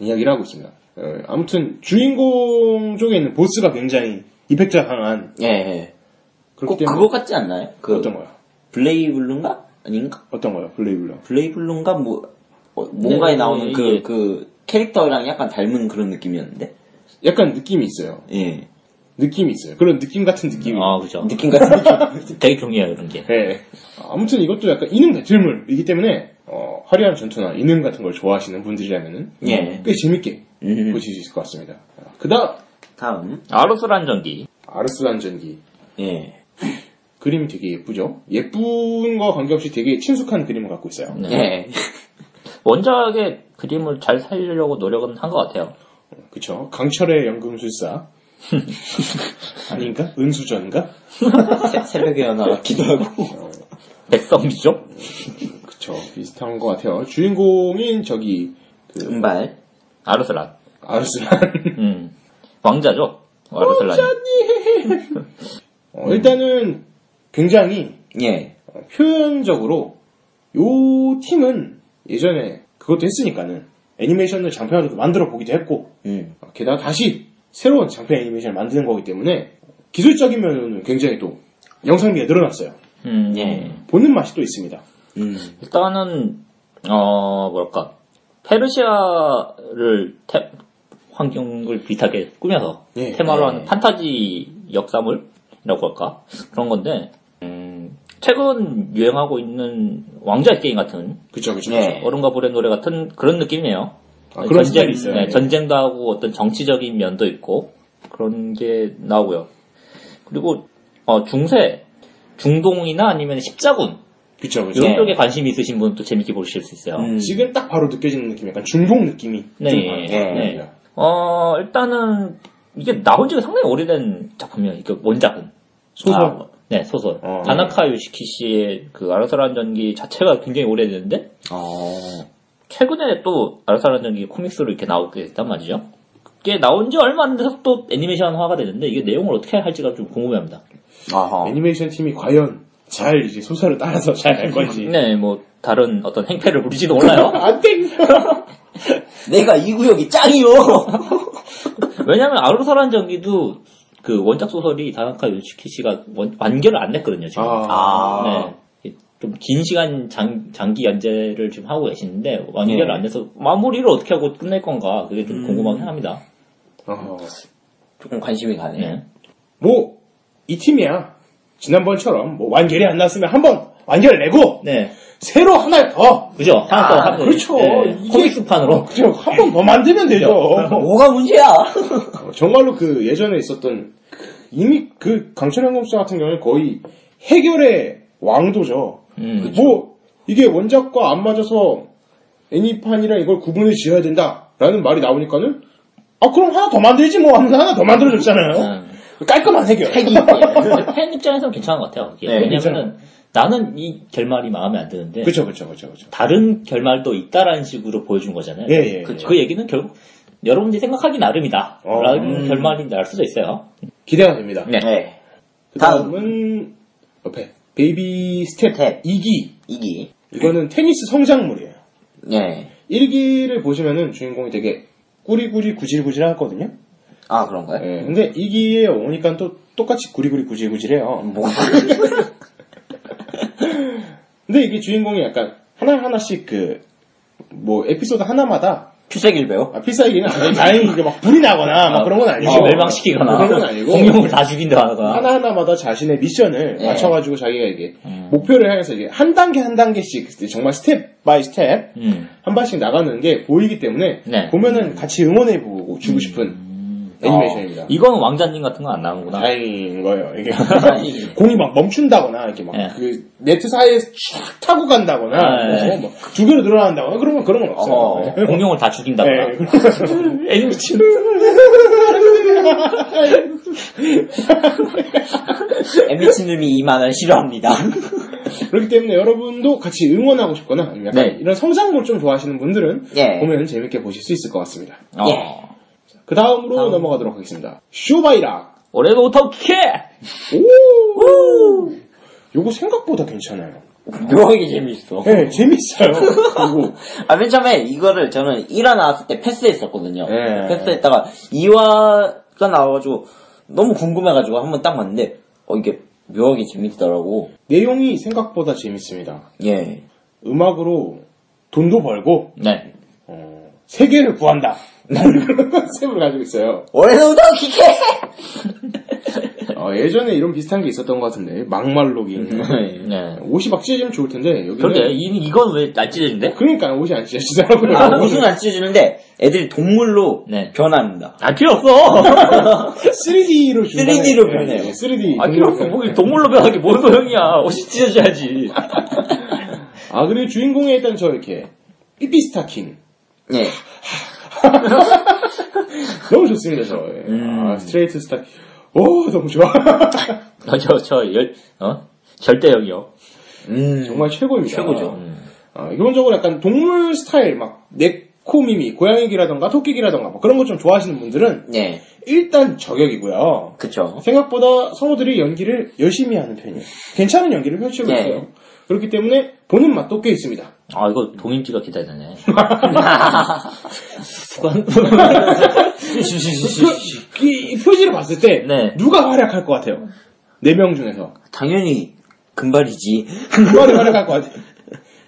S1: 이야기를 하고 있습니다. 어, 아무튼 주인공 쪽에 있는 보스가 굉장히 이펙트가 강한
S3: 예, 예. 꼭
S1: 그렇기 때문에 그렇죠, 뭐.
S3: 그거 같지 않나요 그
S1: 어떤 거요?
S3: 블레이블룬가 아닌가
S1: 어떤 거요? 블레이블러.
S3: 블레이블룬가 뭐 어, 뭔가에
S2: 네,
S3: 나오는 그 그
S2: 이게-
S3: 캐릭터랑 약간 닮은 그런 느낌이었는데
S1: 약간 느낌이 있어요.
S3: 예
S1: 느낌이 있어요. 그런 느낌 같은 느낌이.
S2: 아, 그죠.
S3: 느낌 같은 느낌
S2: 되게 중요해요, 이런 게.
S1: 예. 아무튼 이것도 약간 이능 배틀물이기 때문에 어, 화려한 전투나 이능 같은 걸 좋아하시는 분들이라면은
S3: 예.
S1: 꽤 재밌게
S3: 음.
S1: 보실 수 있을 것 같습니다. 그다음
S3: 다음
S2: 아로스란 전기.
S1: 아르스 안전기
S3: 예
S1: 그림이 되게 예쁘죠? 예쁜 거 관계없이 되게 친숙한 그림을 갖고 있어요.
S2: 음.
S3: 예.
S2: 네. 원작의 그림을 잘 살리려고 노력은 한 것 같아요.
S1: 그쵸? 강철의 연금술사 아닌가? 은수전가?
S3: 새- 새벽에 연화같기도 하고
S2: 백성이죠?
S1: 그쵸? 비슷한 것 같아요. 주인공인 저기
S3: 은발
S2: 아르슬란.
S1: 아르스란
S2: 음.
S1: *laughs*
S2: 왕자죠? 아르슬란이.
S1: 어, 일단은 굉장히
S3: 예.
S1: 어, 표현적으로 요 팀은 예전에 그것도 했으니까는 애니메이션을 장편으로 만들어 보기도 했고
S3: 음.
S1: 어, 게다가 다시 새로운 장편 애니메이션을 만드는 거기 때문에 기술적인 면은 굉장히 또 영상미가 늘어났어요.
S2: 음,
S3: 예.
S1: 보는 맛이 또 있습니다.
S3: 음.
S2: 일단은 어 뭐랄까 페르시아를 테- 환경을 비슷하게 꾸며서
S1: 예.
S2: 테마로
S3: 예.
S2: 하는 판타지 역사물이라고 할까 그런 건데 음, 최근 유행하고 있는 왕좌의 게임 같은
S1: 그쵸, 그쵸.
S3: 예.
S1: 그쵸.
S2: 어른과 불의 노래 같은 그런 느낌이에요.
S1: 아, 그런 스타일이 있어요.
S2: 네,
S1: 예.
S2: 전쟁도 하고 어떤 정치적인 면도 있고 그런 게 나오고요. 그리고 어, 중세, 중동이나 아니면 십자군
S1: 그쵸, 그쵸.
S2: 이런 쪽에 관심 이 있으신 분은 또 재밌게 보실 수 있어요.
S3: 음.
S1: 지금 딱 바로 느껴지는 느낌, 약간 중동 느낌이
S2: 네,
S1: 좀
S2: 예,
S1: 나요.
S2: 네. 어, 일단은 이게 나온 지가 상당히 오래된 작품이에요. 이게 원작은.
S1: 소설.
S2: 아, 네, 소설.
S1: 어.
S2: 다나카 유시키 씨의 그 아라사란 전기 자체가 굉장히 오래됐는데
S3: 어.
S2: 최근에 또 아라사란 전기 코믹스로 이렇게 나오게 됐단 말이죠. 그게 나온 지 얼마 안 돼서 또 애니메이션화가 되는데 이게 내용을 어떻게 할지가 좀 궁금해합니다.
S3: 아하.
S1: 애니메이션 팀이 과연 잘 이제 소설을 따라서 잘 할 건지.
S2: 네, 뭐 다른 어떤 행패를 부릴지도 몰라요.
S1: *laughs*
S2: *laughs*
S1: 안 땡겨.
S3: 내가 이 구역이 짱이요! *laughs*
S2: 왜냐면 아르사란 전기도 그 원작 소설이 다나카 요시키 씨가 원- 완결을 안 냈거든요 지금.
S3: 아.
S2: 네. 좀 긴 시간 장, 장기 연재를 지금 하고 계시는데 완결을
S3: 네.
S2: 안 해서 마무리를 어떻게 하고 끝낼 건가 그게
S1: 음.
S2: 좀 궁금하긴 합니다.
S1: 어.
S3: 조금 관심이 가네.
S2: 네.
S1: 뭐, 이 팀이야. 지난번처럼 뭐 완결이 안 났으면 한 번 완결 내고,
S2: 네.
S1: 새로 하나 더!
S2: 그죠? 하나 더
S3: 아,
S2: 하고.
S1: 그렇죠.
S2: 네.
S1: 이게-
S2: 코믹스판으로.
S1: 그죠? 한 번 더 만들면 되죠.
S3: 뭐가 문제야?
S1: 어, 정말로 그 예전에 있었던, 그 이미 그 강철현 검사 같은 경우는 거의 해결의 왕도죠.
S2: 음.
S1: 뭐, 이게 원작과 안 맞아서 애니판이랑 이걸 구분을 지어야 된다라는 말이 나오니까는, 아, 그럼 하나 더 만들지 뭐 하면서 하나 더 만들어줬잖아요. 음.
S2: 음.
S1: 깔끔한 해결.
S2: 예. 팬 입장에서는 괜찮은 것 같아요. 이게.
S3: 네,
S2: 왜냐면은 나는 이 결말이 마음에 안 드는데
S1: 그쵸, 그쵸, 그쵸, 그쵸.
S2: 다른 결말도 있다라는 식으로 보여준 거잖아요.
S1: 예, 예.
S2: 그,
S1: 예.
S2: 그 얘기는 결국 여러분들이 생각하기 나름이다.
S1: 어.
S2: 라는 결말이 날 수도 있어요.
S1: 기대가 됩니다.
S2: 네.
S3: 네.
S1: 그 다음은 옆에 베이비 스텝
S3: 스텝.
S1: 2기
S3: 이기.
S1: 이거는 테니스 성장물이에요.
S3: 예.
S1: 1기를 보시면은 주인공이 되게 꾸리꾸리 구질구질 하거든요.
S3: 아, 그런가요?
S1: 예, 근데 2기에 오니까 또 똑같이 구리구리 구질구질해요.
S3: 뭐.
S1: 근데 이게 주인공이 약간 하나하나씩 그, 뭐, 에피소드 하나마다,
S3: *laughs* 큐세길 배우?
S1: 아, 필살기는 아니- 다행히 이게 막 불이 나거나 막 그런 건 아니고.
S2: 어, 멸망시키거나
S1: 그런 건 아니고.
S2: 공룡을 다 죽인다거나
S1: 하나하나마다 자신의 미션을
S3: 예.
S1: 맞춰가지고 자기가 이게
S2: 음.
S1: 목표를 향해서 이게 한 단계 한 단계씩 정말 스텝 바이 스텝
S2: 음.
S1: 한 발씩 나가는 게 보이기 때문에
S2: 네. 음.
S1: 보면은 같이 응원해보고 주고 싶은 애니메이션입니다.
S2: 어, 이건 왕자님 같은 건 안 나오는구나
S3: 네.
S1: 다행인 거예요. 이게
S3: 다행이지.
S1: 공이 막 멈춘다거나 이렇게 막
S2: 예.
S1: 그 네트 사이에 촥 타고 간다거나
S2: 예.
S1: 뭐, 뭐두 개로 늘어난다거나 그런 건 그런 건 없어요.
S3: 어.
S1: 네. *laughs*
S2: 공룡을 다 죽인다거나
S1: 예,
S3: 네.
S1: 그런-
S2: *laughs* 애니 미친
S3: 엠비친 님이 이
S2: *laughs*
S3: 만화를 싫어합니다.
S1: 그렇기 때문에 여러분도 같이 응원하고 싶거나 아니면 약간
S3: 네.
S1: 이런 성장물 좀 좋아하시는 분들은
S3: 예.
S1: 보면 재밌게 보실 수 있을 것 같습니다.
S2: 어.
S3: 예.
S1: 그 다음으로 넘어가도록 하겠습니다. 쇼바이락.
S2: 올해도 어떻게
S1: 오! 요거 생각보다 괜찮아요.
S3: 묘하게 재밌어.
S1: 네, *laughs* 재밌어요. 그리고
S3: 아, 맨 처음에 이거를 저는 1화 나왔을 때 패스했었거든요.
S1: 예.
S3: 패스했다가 2화가 나와가지고 너무 궁금해가지고 한번 딱 봤는데, 어, 이게 묘하게 재밌더라고.
S1: 내용이 생각보다 재밌습니다.
S3: 예.
S1: 음악으로 돈도 벌고
S2: 네
S1: 어, 세계를 구한다. *laughs* 셈을 가지고 있어요.
S3: 올해도 더 기계!
S1: 어, 예전에 이런 비슷한 게 있었던 것 같은데 막말로기.
S2: 네.
S1: *laughs* 옷이 막 찢어지면 좋을 텐데 여기는
S3: 네.
S2: 그런데 이, 이건 왜 날찢어진데?
S1: 그러니까 옷이 안 찢어지더라고요. *laughs*
S3: 아, 옷은 안 찢어지는데 애들이 동물로
S2: 네.
S3: 변합니다.
S2: 아 필요 없어
S1: 3D로 네,
S3: 3D 로 변해요.
S1: 3D.
S2: *laughs* 아 필요 없어 뭐 동물로 변하기 뭔 소용이야 옷이 찢어져야지
S3: *laughs*
S1: 아 그리고 주인공이 일단 저 이렇게 삐삐스타킹
S3: 예.
S1: 너무 좋습니다 저. 예. 아, 스트레이트 스타킹. 오 너무 좋아. *laughs*
S2: 저저열 어? 절대형이요
S3: 음.
S1: 정말 최고입니다.
S2: 최고죠
S1: 아, 기본적으로 약간 동물 스타일 막 넥 코미미, 고양이기라던가 토끼기라던가 뭐 그런 것 좀 좋아하시는 분들은
S3: 예.
S1: 일단 저격이고요.
S3: 그쵸.
S1: 생각보다 성우들이 연기를 열심히 하는 편이에요. 괜찮은 연기를 펼치고
S3: 네.
S1: 있어요. 그렇기 때문에 보는 맛도 꽤 있습니다.
S2: 아, 이거 동인지가 기대되네. *laughs*
S1: 표- 이, 이 표지를 봤을 때
S2: 네.
S1: 누가 활약할 것 같아요? 네 명 중에서
S3: *laughs* 당연히 금발이지.
S1: 누가 활약할 것 같아요?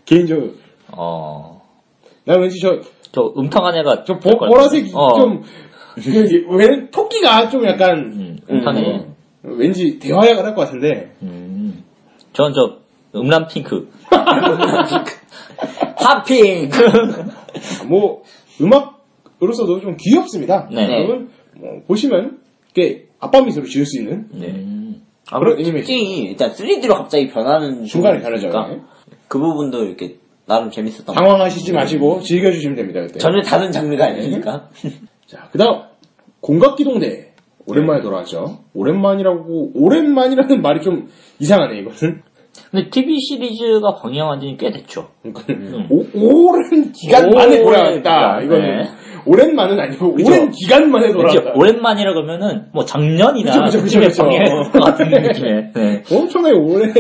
S1: 개인적으로
S2: 어,
S1: 나 왠지 저
S2: 저 음탕한 애가.
S1: 저
S2: 될것
S1: 보,
S2: 같아.
S1: 보라색이
S2: 어,
S1: 좀 그, 왜는 토끼가 좀 약간 어,
S2: 음, 음탕해.
S3: 음.
S1: 왠지 대화약을 할 것 같은데
S2: 음. 전 저, 음란
S1: *laughs*
S2: 핑크.
S3: 핫핑크.
S1: 뭐 음악으로서도 좀 귀엽습니다.
S2: 네.
S1: 여러분 뭐, 보시면 꽤 아빠 미소를 지을 수 있는
S2: 음.
S3: 아,
S1: 그런
S3: 그리고
S1: 애니메이션.
S3: 특징이 일단 3D로 갑자기 변하는
S1: 중간에
S3: 부분이
S1: 변하죠.
S3: 있으니까 그 부분도 이렇게 나름 재밌었던 것
S1: 당황하시지 마시고 즐겨주시면 됩니다. 그때.
S3: 같아요. 전혀 다른 장르가 아니니까.
S1: 자, 그다음 공각기동대 오랜만에
S2: 네.
S1: 돌아왔죠. 오랜만이라고 오랜만이라는 말이 좀 이상하네 이거는.
S2: 근데 TV 시리즈가 방영한 지는 꽤 됐죠. 음.
S1: 그러니까 오, 오랜 기간 만에
S2: 오랜
S1: 돌아왔다.
S2: 기간,
S1: 이거는
S2: 네.
S1: 오랜만은 아니고 오랜 기간 만에
S2: 왠지
S1: 돌아왔다.
S2: 오랜만이라 그러면은, 뭐 작년이나
S1: 그쵸, 그쵸,
S2: 그쯤에
S1: 그쵸.
S2: 방영했을 것 같은 느낌에. 네.
S1: 엄청나게 오래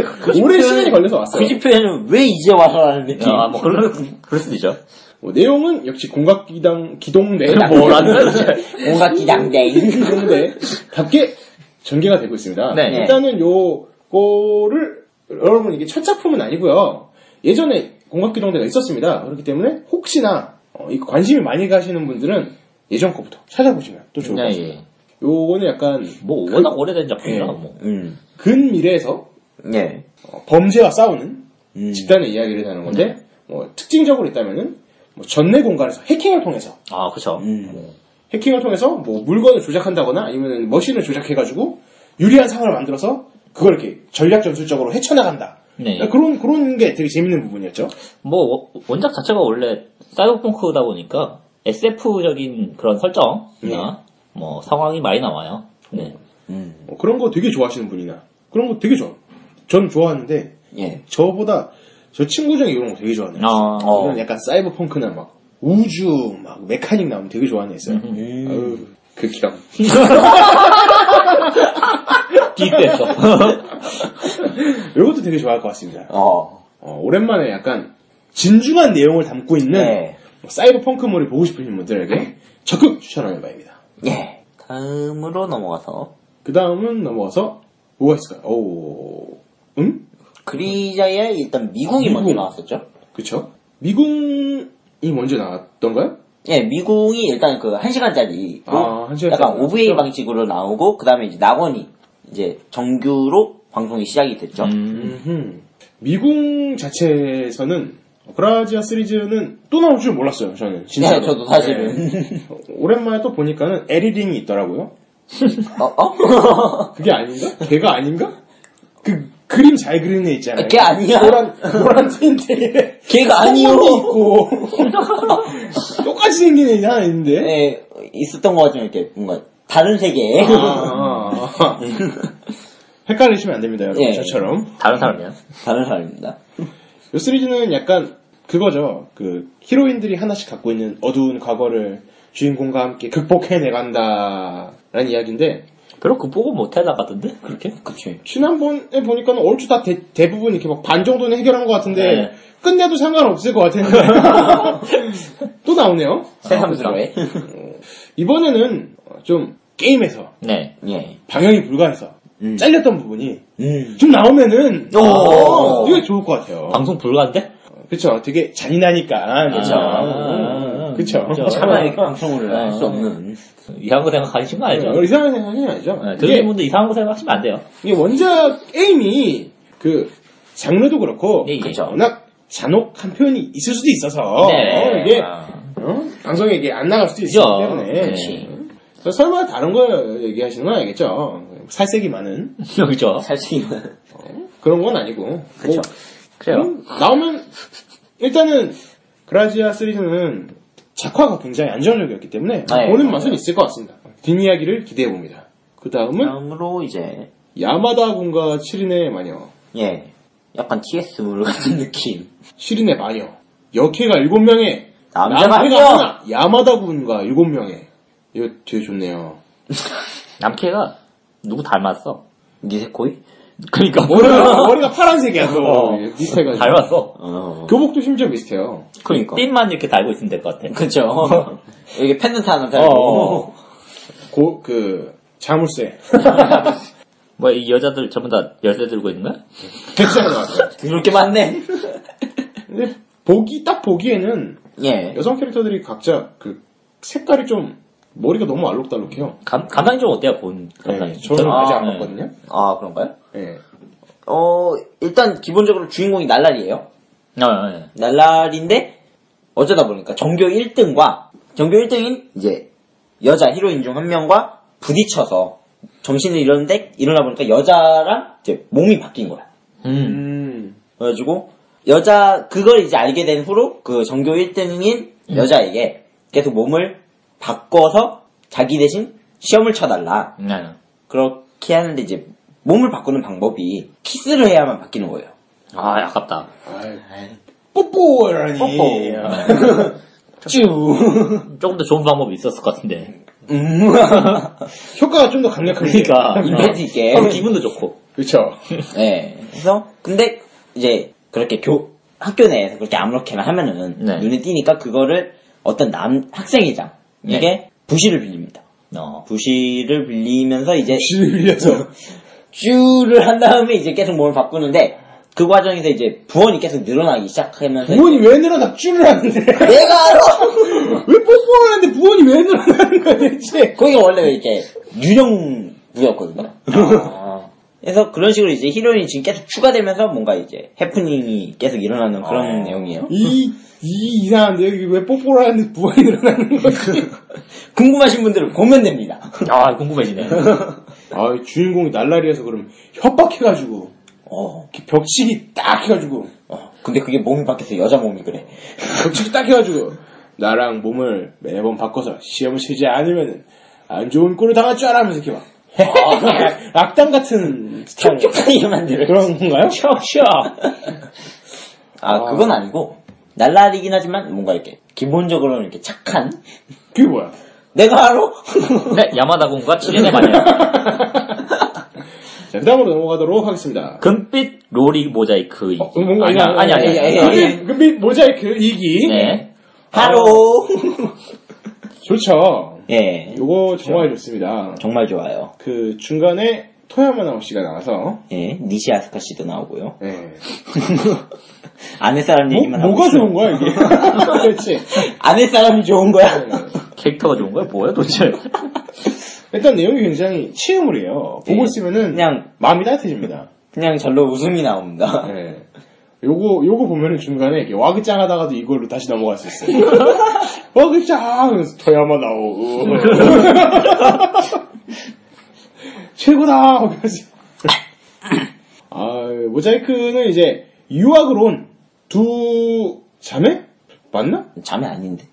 S1: 오랜 시간이 걸려서 왔어요.
S3: 그집표에는 왜 이제 와서라는 느낌.
S2: 아, 뭐, 그런, 그럴 수도 있죠.
S1: 뭐 내용은 역시 공각기당 기동대
S2: 뭐라는 거지?
S3: 뭔가 기장대.
S1: 기동대 답게 전개가 되고 있습니다.
S2: 네.
S1: 일단은 요거를 여러분 이게 첫 작품은 아니고요. 예전에 공각기동대가 있었습니다. 그렇기 때문에 혹시나 어, 이 관심이 많이 가시는 분들은 예전 거부터 찾아보시면 또 좋을 것
S2: 네,
S1: 같습니다.
S2: 예.
S1: 요거는 약간 그
S2: 뭐, 워낙 오래된 작품이라,
S1: 네.
S2: 뭐.
S3: 음.
S1: 근미래에서
S3: 예.
S1: 어, 범죄와 싸우는
S3: 음.
S1: 집단의 이야기를 다는 건데 뭐 특징적으로 있다면은 뭐 전내 공간에서 해킹을 통해서
S2: 아, 그쵸.
S3: 음.
S1: 해킹을 통해서 뭐 물건을 조작한다거나 아니면 머신을 조작해가지고 유리한 상황을 만들어서 그걸 이렇게 전략 전술적으로 헤쳐나간다. 그러니까
S2: 네.
S1: 그런 그런 게 되게 재밌는 부분이었죠.
S2: 뭐 워- 원작 자체가 원래 사이버펑크다 보니까 SF적인 그런
S1: 네.
S2: 설정이나 뭐 상황이 많이 나와요. 네.
S3: 음.
S1: 어, 그런 거 되게 좋아하시는 분이나 그런 거 되게 좋아. 전 좋아하는데
S3: 예.
S1: 저보다 저 친구 중에 이런 거 되게 좋아하네요.
S2: 아,
S1: 이런 약간 사이버펑크나 막 우주 막 메카닉 나오면 되게 좋아하는 애 있어요. 음. 아유, 그 극혐.
S2: 기획됐어.
S1: 이것도 되게 좋아할 것 같습니다.
S3: 어.
S1: 어, 오랜만에 약간 진중한 내용을 담고 있는
S3: 네.
S1: 사이버 펑크물을 보고 싶으신 분들에게 적극 추천하는 바입니다.
S3: 예. 다음으로 넘어가서
S1: 그 다음은 넘어가서 뭐가 있을까요? 오, 응?
S3: 그리자의 일단 미국이
S1: 미국.
S3: 먼저 나왔었죠.
S1: 그쵸? 미궁이 먼저 나왔던가요?
S3: 예, 미궁이 일단 그 한시간짜리
S1: 아, 한 시간짜리
S3: 약간 OVA
S1: 나왔죠?
S3: 방식으로 나오고 그다음에 이제 낙원이 이제 정규로 방송이 시작이 됐죠.
S2: 음,
S1: 음흠. 미궁 자체에서는 그라지아 시리즈는 또 나올 줄 몰랐어요. 저는 진짜로.
S3: 네, 저도 사실은.
S1: 네. 오랜만에 또 보니까는 에리링이 있더라고요.
S3: *laughs* 어? 어?
S1: 그게 아닌가? 걔가 아닌가? 그 그림 잘 그리는 애 있잖아요.
S3: 걔 아니야.
S1: 노란
S3: *laughs*
S1: 노란 틴트에
S3: 걔가 아니요.
S1: 손목이 있고 *laughs* 똑같이 생긴 애 하나 있는데.
S3: 예, 있었던 것 같지만 이렇게 뭔가 다른 세계에.
S1: 아, 아, 아. *laughs* 헷갈리시면 안 됩니다, 여러분.
S3: 예.
S1: 저처럼.
S2: 다른 사람이야.
S3: 다른 사람입니다.
S1: 요 시리즈는 약간 그거죠. 그 히로인들이 하나씩 갖고 있는 어두운 과거를 주인공과 함께 극복해내간다라는 이야기인데
S2: 별로 극복은 못해 나가던데 그렇게? 그치.
S1: 지난번에 보니까 얼추 다 대, 대부분 이렇게 막 반 정도는 해결한 것 같은데
S2: 네.
S1: 끝내도 상관없을 것 같은데 *laughs* 또 나오네요.
S3: 새삼스러워.
S1: 이번에는 좀 게임에서
S2: 네.
S3: 예.
S1: 방영이 불가해서
S3: 음.
S1: 잘렸던 부분이
S3: 음.
S1: 좀 나오면은
S3: 오.
S1: 되게 좋을 것 같아요.
S2: 방송 불가인데?
S1: 그쵸? 되게 잔인하니까 그쵸?
S2: 아,
S1: 그쵸?
S2: 그쵸.
S3: 차라리 이렇게 방송을 할 수
S2: 아.
S3: 없는.
S2: 이상한 거 생각하신 거 알죠?
S1: *laughs* 어, 이상한 생각이 아니죠?
S2: 네,
S1: 이게,
S2: 들으신 분들 이상한 거 생각하시면 안 돼요.
S1: 이게 원작 게임이 그 장르도 그렇고
S3: 네.
S2: 예, 예. 그쵸.
S1: 워낙 잔혹한 표현이 있을 수도 있어서 어, 이게
S2: 네. 아,
S1: 어? 방송에 이게 안 나갈 수도 있기
S2: 그죠.
S1: 때문에
S2: 그치.
S1: 그래서 설마 다른 거 얘기하시는 건 아니겠죠? 살색이 많은
S2: 그죠.
S3: 사실
S1: 그런 건 아니고
S3: 그쵸.
S2: 그래요.
S1: 음, 나오면 일단은 그라지아 시리즈는 작화가 굉장히 안정적이었기 때문에
S3: 아, 예.
S1: 보는 맛은 있을 것 같습니다. 뒷이야기를 기대해 봅니다. 그
S3: 아.
S1: 다음은
S3: 다음으로 이제
S1: 야마다 군과 시린의 마녀,
S3: 예. 약간 TS물 같은 느낌.
S1: 시린의 마녀, 여캐가 7명의
S3: 남자가 한
S1: 남자가
S3: 명!
S1: 하나. 야마다 군과 일곱 명에 이거 되게 좋네요.
S2: 남캐가 누구 닮았어?
S3: 니세코이?
S1: *laughs*
S2: 그러니까
S1: 머리가 머리가 파란색이야. 또
S2: 어.
S1: 비슷해가지고.
S2: *laughs* 닮았어.
S3: 어.
S1: 교복도 심지어 비슷해요.
S3: 그러니까.
S2: 핀만 이렇게 달고 있으면 될 것 같아.
S3: 그쵸. 이게 팬던트 하나
S2: 어,
S3: 달고.
S2: 어.
S1: 고, 그, 자물쇠. *laughs*
S2: 뭐야 이 여자들 전부 다 열쇠 들고 있는 거야?
S1: 괜찮은 것 같아요.
S3: 그렇게 많네.
S1: 근데 보기, 딱 보기에는
S3: 예.
S1: 여성 캐릭터들이 각자 그 색깔이 좀 머리가 너무 알록달록해요.
S2: 감, 감상이 좀 어때요? 본 감상이.
S1: 네, 저는
S2: 아,
S1: 아직 안
S2: 네.
S1: 봤거든요.
S3: 아, 그런가요?
S1: 예.
S3: 어, 일단 기본적으로 주인공이 날라리예요.
S2: 아, 네.
S3: 날라리인데 어쩌다 보니까 전교 1등과 전교 1등인 이제 여자 히로인 중 한 명과 부딪혀서 정신을 잃었는데 일어나 보니까 여자랑 이제 몸이 바뀐 거야.
S2: 음.
S1: 음.
S3: 그래가지고 여자 그걸 이제 알게 된 후로 그 전교 1등인 여자에게 계속 몸을 바꿔서 자기 대신 시험을 쳐달라
S2: 네. 네.
S3: 그렇게 하는데 이제 몸을 바꾸는 방법이 키스를 해야만 바뀌는 거예요.
S2: 아, 아깝다.
S1: 아이, 뽀뽀라니.
S3: 뽀뽀.
S1: 쭈.
S2: 예. 조금 더 좋은 방법이 있었을 것 같은데.
S3: 음.
S1: 효과가 좀 더 강력하게.
S2: 그러니까.
S3: 임팩트 있게.
S2: 서로 기분도 좋고.
S1: 그쵸.
S3: 네. 그래서 근데 이제 그렇게 교 학교 내에서 그렇게 아무렇게나 하면은
S2: 네.
S3: 눈에 띄니까 그거를 어떤 남 학생이장 이게 부시를 빌립니다.
S2: 어.
S3: 부시를 빌리면서 이제
S1: 쥐를 빌려서.
S3: 쭈를 한 다음에 이제 계속 몸을 바꾸는데 그 과정에서 이제 부원이 계속 늘어나기 시작하면서
S1: 부원이 왜 늘어나? 쭈를 하는데.
S3: 내가 알아.
S1: *laughs* 왜 뽀뽀를 하는데 부원이 왜 늘어나는 거야, 대체.
S3: 거기가 원래 이렇게 유령부였거든요. 아. 그래서 그런 식으로 이제 히로인이 지금 계속 추가되면서 뭔가 이제 해프닝이 계속 일어나는 그런
S2: 아.
S3: 내용이에요.
S1: 이, 이 이상한데 여기 왜 뽀뽀를 하는데 부원이 늘어나는 거지.
S3: 궁금하신 분들은 보면 됩니다.
S2: 아, 궁금해지네.
S1: *laughs* 아, 주인공이 날라리에서 그럼 협박해가지고
S3: 어,
S1: 이렇게 벽치기 딱 해가지고
S3: 어, 근데 그게 몸이 바뀌어서 여자 몸이 그래.
S1: 벽치기 딱 해가지고 나랑 몸을 매번 바꿔서 시험을 치지 않으면 안 좋은 꼴을 당할 줄 알아 하면서 이렇게 막 아, 악당 같은 스타일
S3: 촉촉하게 만들어.
S1: 그런 건가요?
S3: 아, 그건 아니고, 날라리긴 하지만 뭔가 이렇게, 기본적으로는 이렇게 착한?
S1: 그게 뭐야?
S3: 내가 알아?
S1: *laughs*
S2: 네, 야마다군과 칠레네 마녀.
S1: 자, 그 다음으로 넘어가도록 하겠습니다.
S2: 금빛 로리 모자이크.
S1: 어, 뭔가
S2: 아니야,
S1: 이상한-
S2: 아니야, 아니야.
S3: 예, 예,
S2: 아니야.
S3: 예. 어.
S1: 금빛, 금빛 그 모자이크 2기
S2: 네.
S3: 바로!
S1: 어. 좋죠.
S3: 예,
S1: 요거 정말 좋습니다.
S3: 정말 좋아요.
S1: 그 중간에 토야마 나오 씨가 나와서
S3: 예, 니시 아스카 씨도
S1: *laughs*
S3: 나오고요.
S1: 예.
S3: 아내 사람 얘기만
S1: 뭐, 가
S3: 하고
S1: 좋은 거야 이게? *laughs* 그렇지.
S3: 있어요. 아내 사람이 좋은 거야?
S1: 네.
S2: 캐릭터가 좋은 거야? 뭐야, 도대체?
S1: 일단 내용이 굉장히 치유물이에요. 보고
S3: 예.
S1: 있으면은
S3: 그냥-
S1: 마음이 따뜻해집니다.
S3: 그냥 절로 웃음이 나옵니다.
S1: 예. 요거 요거 보면은 중간에 이렇게 와그짱 하다가도 이걸로 다시 넘어갈 수
S3: *laughs*
S1: 있어요. 와그짱 하면서 토야마 나오. *laughs* 최고다 하면서. 아 모자이크는 이제 유학을 온 두 자매 맞나?
S3: 잠이 아닌데.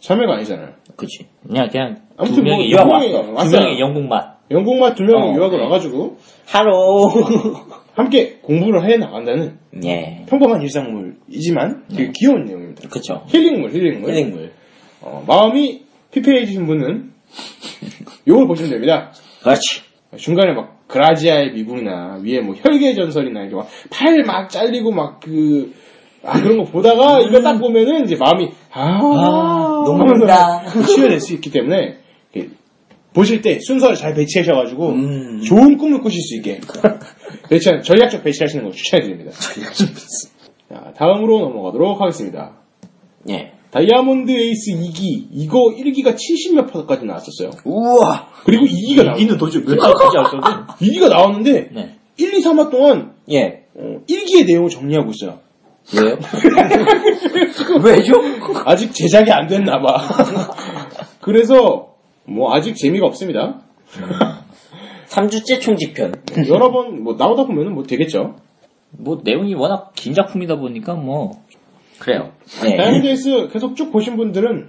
S1: 자매가 아니잖아요.
S3: 그치.
S2: 그냥, 그냥,
S1: 아무튼
S2: 두
S1: 뭐
S2: 명이 영국
S1: 영국에
S2: 왔어. 두
S1: 왔어요.
S2: 명이 영국 맛.
S1: 영국만 두 명이
S3: 어,
S1: 유학을
S3: 네.
S1: 와가지고
S3: 하로!
S1: 함께 공부를 해 나간다는
S3: *laughs* 예,
S1: 평범한 일상물이지만 되게
S3: 네.
S1: 귀여운 내용입니다.
S3: 그쵸.
S1: 힐링물, 힐링물.
S3: 힐링물.
S1: 어, 마음이 피폐해지신 분은 요걸 보시면 됩니다.
S3: 그렇지.
S1: 중간에 막 그라지아의 미궁이나 위에 뭐 혈계 전설이나 이렇게 막팔 막 잘리고 막 그 아, 그런 거 보다가 이거 딱 보면은 이제 마음이 아,
S3: 녹는다.
S1: 하면서 치유될 수 있기 때문에 이렇게 보실 때 순서를 잘 배치하셔가지고
S3: 음.
S1: 좋은 꿈을 꾸실 수 있게 배치한 전략적 배치하시는 걸 추천해드립니다. 자, 다음으로 넘어가도록 하겠습니다.
S3: 예.
S1: 다이아몬드 에이스 2기, 이거 1기가 70몇 화까지 나왔었어요.
S3: 우와!
S1: 그리고 2기가 나왔어요.
S2: 도대체 왜 나오지 않았거든?
S1: 2기가 나왔는데,
S2: 네.
S1: 1, 2, 3화 동안 어,
S3: 예.
S1: 1기의 내용을 정리하고 있어요.
S3: 왜요? 왜죠?
S1: 아직 제작이 안 *laughs* 됐나봐. 그래서, 뭐, 아직 재미가 없습니다.
S3: 3주째 총집편.
S1: 여러 번, 뭐, 나오다 보면은 뭐 되겠죠.
S2: 뭐, 내용이 워낙 긴 작품이다 보니까 뭐. 그래요.
S3: 예.
S1: 다이아몬드 에이스 계속 쭉 보신 분들은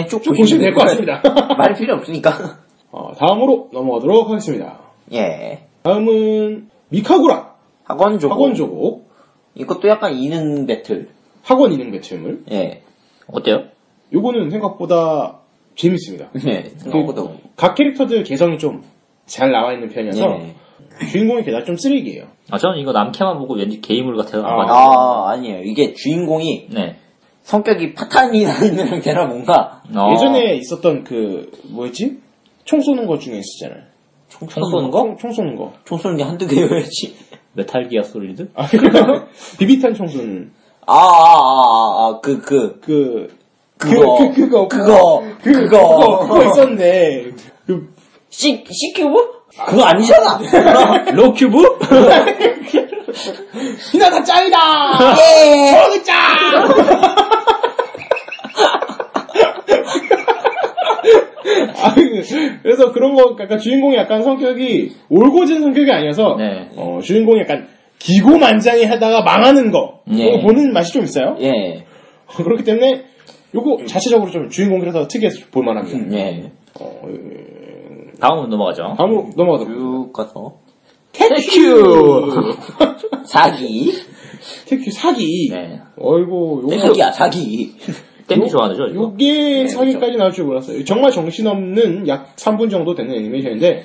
S3: 그냥 쭉
S1: 쭉 보시면 될 것
S3: 거예요.
S1: 같습니다. *laughs*
S3: *laughs* 말 필요 없으니까. *laughs*
S1: 어, 다음으로 넘어가도록 하겠습니다.
S3: 예.
S1: 다음은, 미카구라,
S3: 학원조.
S1: 어. 학원 조곡,
S3: 이것도 약간 이는 배틀.
S1: 학원 이능 배틀물.
S3: 예.
S2: 어때요?
S1: 요거는 생각보다 재밌습니다.
S3: 네. 생각보다.
S1: 각 캐릭터들 개성이 좀 잘 나와 있는 편이어서
S3: 예.
S1: 주인공이 게다가 좀 쓰레기예요.
S2: 아, 저는 이거 남캐만 보고 왠지 게임을 같아서 안
S1: 아.
S2: 봤는데.
S3: 아, 아니에요. 이게 주인공이
S2: 네.
S3: 성격이 파탄이 *laughs* 나 있는 형태라 뭔가
S2: 어,
S1: 예전에 있었던 그 뭐였지? 총 쏘는 거 중에 있었잖아요.
S3: 총 쏘는 거?
S1: 총, 총 쏘는 거.
S3: 총 쏘는 게 한두 개여야지.
S2: 메탈 기아 솔리드?
S1: 아, 그러니까 *laughs* 비비탄 총 쏘는
S3: 아, 아, 아, 아, 아, 그, 그,
S1: 그
S3: 그거.
S1: 그, 그, 그거,
S3: 그거,
S1: 그,
S3: 그거.
S1: 그거, 그거 있었는데 그,
S3: 시, 시큐브? 그거 아니잖아!
S2: *laughs* 로큐브?
S1: 히나다 짱이다.
S3: *laughs* 예!
S1: 그 짱. 아, 그- 그래서 그런 거 약간 주인공이 약간 성격이 올곧은 성격이 아니어서
S2: *laughs* 네.
S1: 어, 주인공이 약간 기고만장해 하다가 망하는 거
S3: 예.
S1: 그거 보는 맛이 좀 있어요. *laughs*
S3: 예,
S1: 그렇기 때문에 요거 자체적으로 좀 주인공이라서 특이해서
S2: 음.
S1: 볼만합니다.
S3: 예.
S1: 어,
S2: 다음으로 넘어가죠.
S1: 다음으로 넘어가도록.
S3: 쭉 가서.
S1: *laughs* 테큐!
S3: 사기.
S1: 테큐 사기.
S2: 네. 그렇죠. 네,
S1: 어이구, 요거.
S3: 사기야, 사기.
S2: 땡큐 좋아하죠, 이거?
S1: 요게
S2: 그렇죠.
S1: 사기까지 나올 줄 몰랐어요. 정말 정신없는 약 3분 정도 되는 애니메이션인데,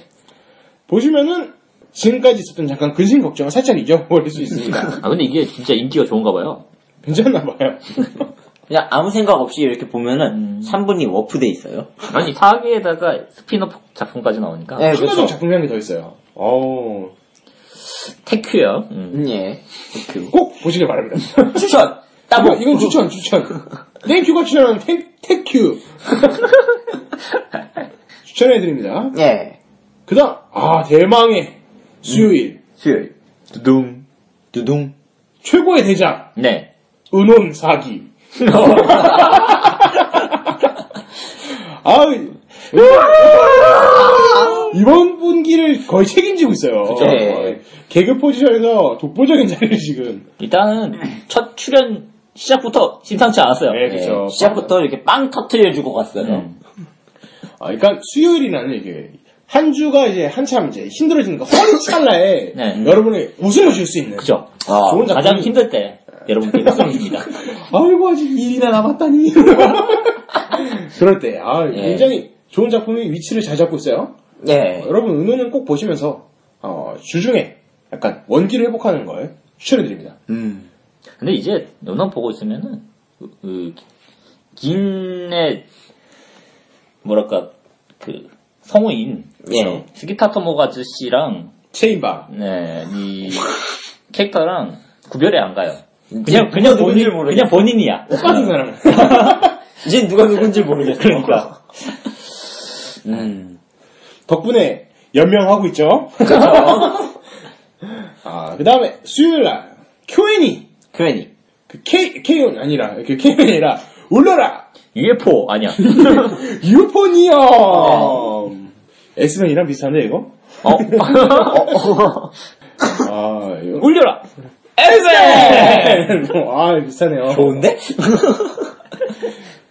S1: 보시면은, 지금까지 있었던 잠깐 근심 걱정을 살짝 잊어버릴 수
S2: *laughs*
S1: 있습니다.
S2: 아, 근데 이게 진짜 인기가 좋은가 봐요.
S1: 괜찮나봐요.
S2: 그렇죠.
S3: 그냥 아무 생각 없이 이렇게 보면은 3분이 워프돼 있어요.
S2: 아니, 사기에다가 스피너프 작품까지 나오니까.
S3: 예,
S1: 추가적 작품량이 더 있어요. 어우,
S2: 테큐요. 음.
S3: 예. 땡큐.
S1: 꼭 보시길 바랍니다.
S3: 추천! 따봉!
S1: 이건, 이건 추천, 추천.
S3: *laughs*
S1: 네, 땡큐가 추천하는 테, 테큐. 추천해드립니다.
S3: 예.
S1: 그 다음, 아, 대망의
S3: 음.
S1: 수요일.
S3: 수요일. 두둥. 두둥.
S1: 최고의 대작,
S2: 네.
S1: 은혼
S3: *laughs*
S1: 사기. 아 이번 분기를 거의 책임지고 있어요.
S3: 네.
S1: 개그 포지션에서 독보적인 자리를 지금.
S2: 일단은 첫 출연 시작부터 심상치 않았어요.
S1: 네, 그죠.
S3: 시작부터 이렇게 빵 터트려주고 갔어요.
S2: 음.
S1: 아, 그러니까 수요일이라는 이게 한 주가 이제 한참 이제 힘들어지니까 허리 찰나에
S2: 네.
S1: 여러분의 웃음을 줄 수 있는.
S2: 그죠.
S3: 아,
S1: 좋은 작품.
S2: 가장 힘들 때 여러분께 *laughs* 말씀드립니다.
S1: 아이고 아직 일이나 남았다니. *laughs* 그럴 때, 아, 굉장히 좋은 작품이 위치를 잘 잡고 있어요.
S3: 예.
S1: 여러분 은호는 꼭 보시면서 어, 주중에 약간 원기를 회복하는 걸 추천해드립니다.
S3: 음.
S2: 근데 이제 영상 보고 있으면은 그, 그 긴의 뭐랄까 그 성우인
S3: 예.
S2: 스기타토모 아저씨랑
S1: 체인방.
S2: 네, 이 캐릭터랑 구별이 안 가요.
S3: 이제
S2: 그냥 그냥
S3: 누군지
S2: 본인
S3: 모르겠어.
S2: 그냥 본인이야.
S1: 똑같은
S2: *laughs*
S1: 사람. *laughs*
S3: 이제 누가 누군지 뭐. 모르겠어.
S2: 그러니까.
S3: 음.
S1: 덕분에 연명하고 있죠. *laughs* 아, 그 다음에 수요일날 큐엔이
S3: 큐엔이.
S1: 그 K K온 아니라 그 K온이 아니라 울러라
S2: UFO 아니야.
S1: 유포니엄. 엑스맨이랑 비슷한데 이거?
S2: 어?
S1: 아, 이거.
S2: 울려라.
S1: *laughs* 아, 비슷하네요.
S3: 좋은데?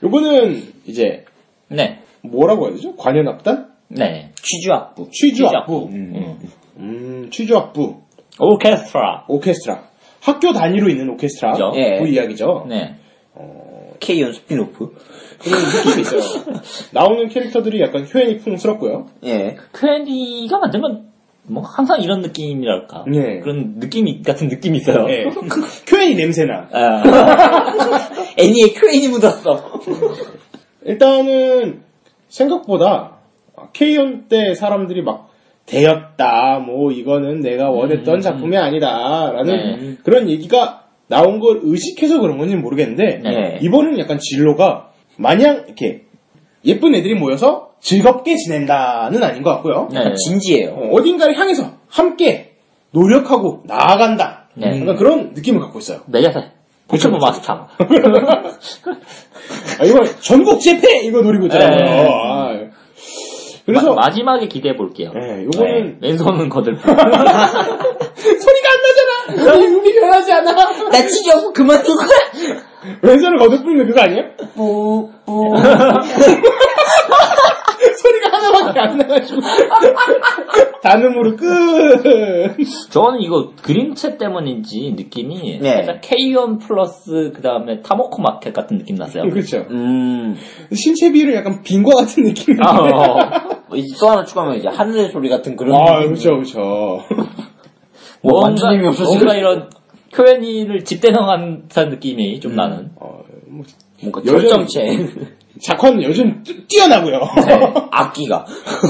S1: 요거는 이제
S2: *laughs* 네.
S1: 뭐라고 해야 되죠? 관현악단?
S2: 네.
S3: 취주악부.
S1: 취주악부.
S2: 음.
S1: 음, 취조악부.
S2: 오케스트라.
S1: 오케스트라. 학교 단위로 있는 오케스트라.
S2: 그죠?
S3: 예.
S1: 그 이야기죠.
S2: 네.
S3: K연 스피노프.
S1: 그런 느낌이 *laughs* 있어요. 나오는 캐릭터들이 약간 효연이 풍스럽고요.
S3: 예.
S2: 퀸디가 만든 건뭐 항상 이런 느낌이랄까.
S1: 예.
S2: 그런 느낌이 같은 느낌이 있어요.
S1: *laughs* 예. 효연이 냄새나.
S3: *laughs*
S2: 아,
S3: 애니에 큐엔이 E 묻었어.
S1: 일단은 생각보다 K연 때 사람들이 막 되었다. 뭐 이거는 내가 원했던 작품이 아니다라는
S2: 음, 네.
S1: 그런 얘기가 나온 걸 의식해서 그런 건지는 모르겠는데
S2: 네.
S1: 이번은 약간 진로가 마냥 이렇게 예쁜 애들이 모여서 즐겁게 지낸다는 아닌 것 같고요.
S2: 네.
S1: 어,
S3: 진지해요.
S1: 어딘가를 향해서 함께 노력하고 나아간다.
S2: 네.
S1: 약간 그런 느낌을 갖고 있어요.
S2: 메자세. 포켓몬 네, 마스터.
S1: 아, 이거 전국 재패 이거 노리고 있잖아요.
S2: 네.
S1: 아, 그래서
S2: 마, 지막에 기대해 볼게요.
S1: 네, 요거는
S2: 왼손은
S3: *laughs*
S2: 거들.
S1: *laughs* 소리가 네. 안 나잖아. 우리 음이 변하지 않아.
S3: 나 지겨워 그만둬.
S1: 왼손을 거듭부리는 그거 *laughs* 아니에요?
S3: 뿌뿌.
S1: 소리가 하나밖에 안 나가지고. *laughs* 단음으로 끝! *laughs*
S2: 저는 이거 그림체 때문인지 느낌이
S3: 네.
S2: 살짝 K1 플러스 그 다음에 타모코 마켓 같은 느낌 났어요.
S1: 그렇죠.
S3: 음.
S1: 신체비를 약간 빈 것 같은 느낌.
S2: 아,
S1: 아, *laughs*
S2: 어.
S3: 뭐 이제 또 하나 추가하면 이제 하늘의 소리 같은 그런.
S1: 그렇죠, 그렇죠.
S3: *laughs* 뭐
S2: 뭔가,
S3: 완전히 없어지고.
S2: 뭔가 이런 표현이를 집대성한 듯한 느낌이
S3: 음.
S2: 좀 나는.
S1: 어, 뭐,
S3: 뭔가
S1: 여전히-
S3: 결정체.
S1: 작화는 요즘 뛰- 뛰어나고요. 네. *laughs*
S3: *laughs* 악기가.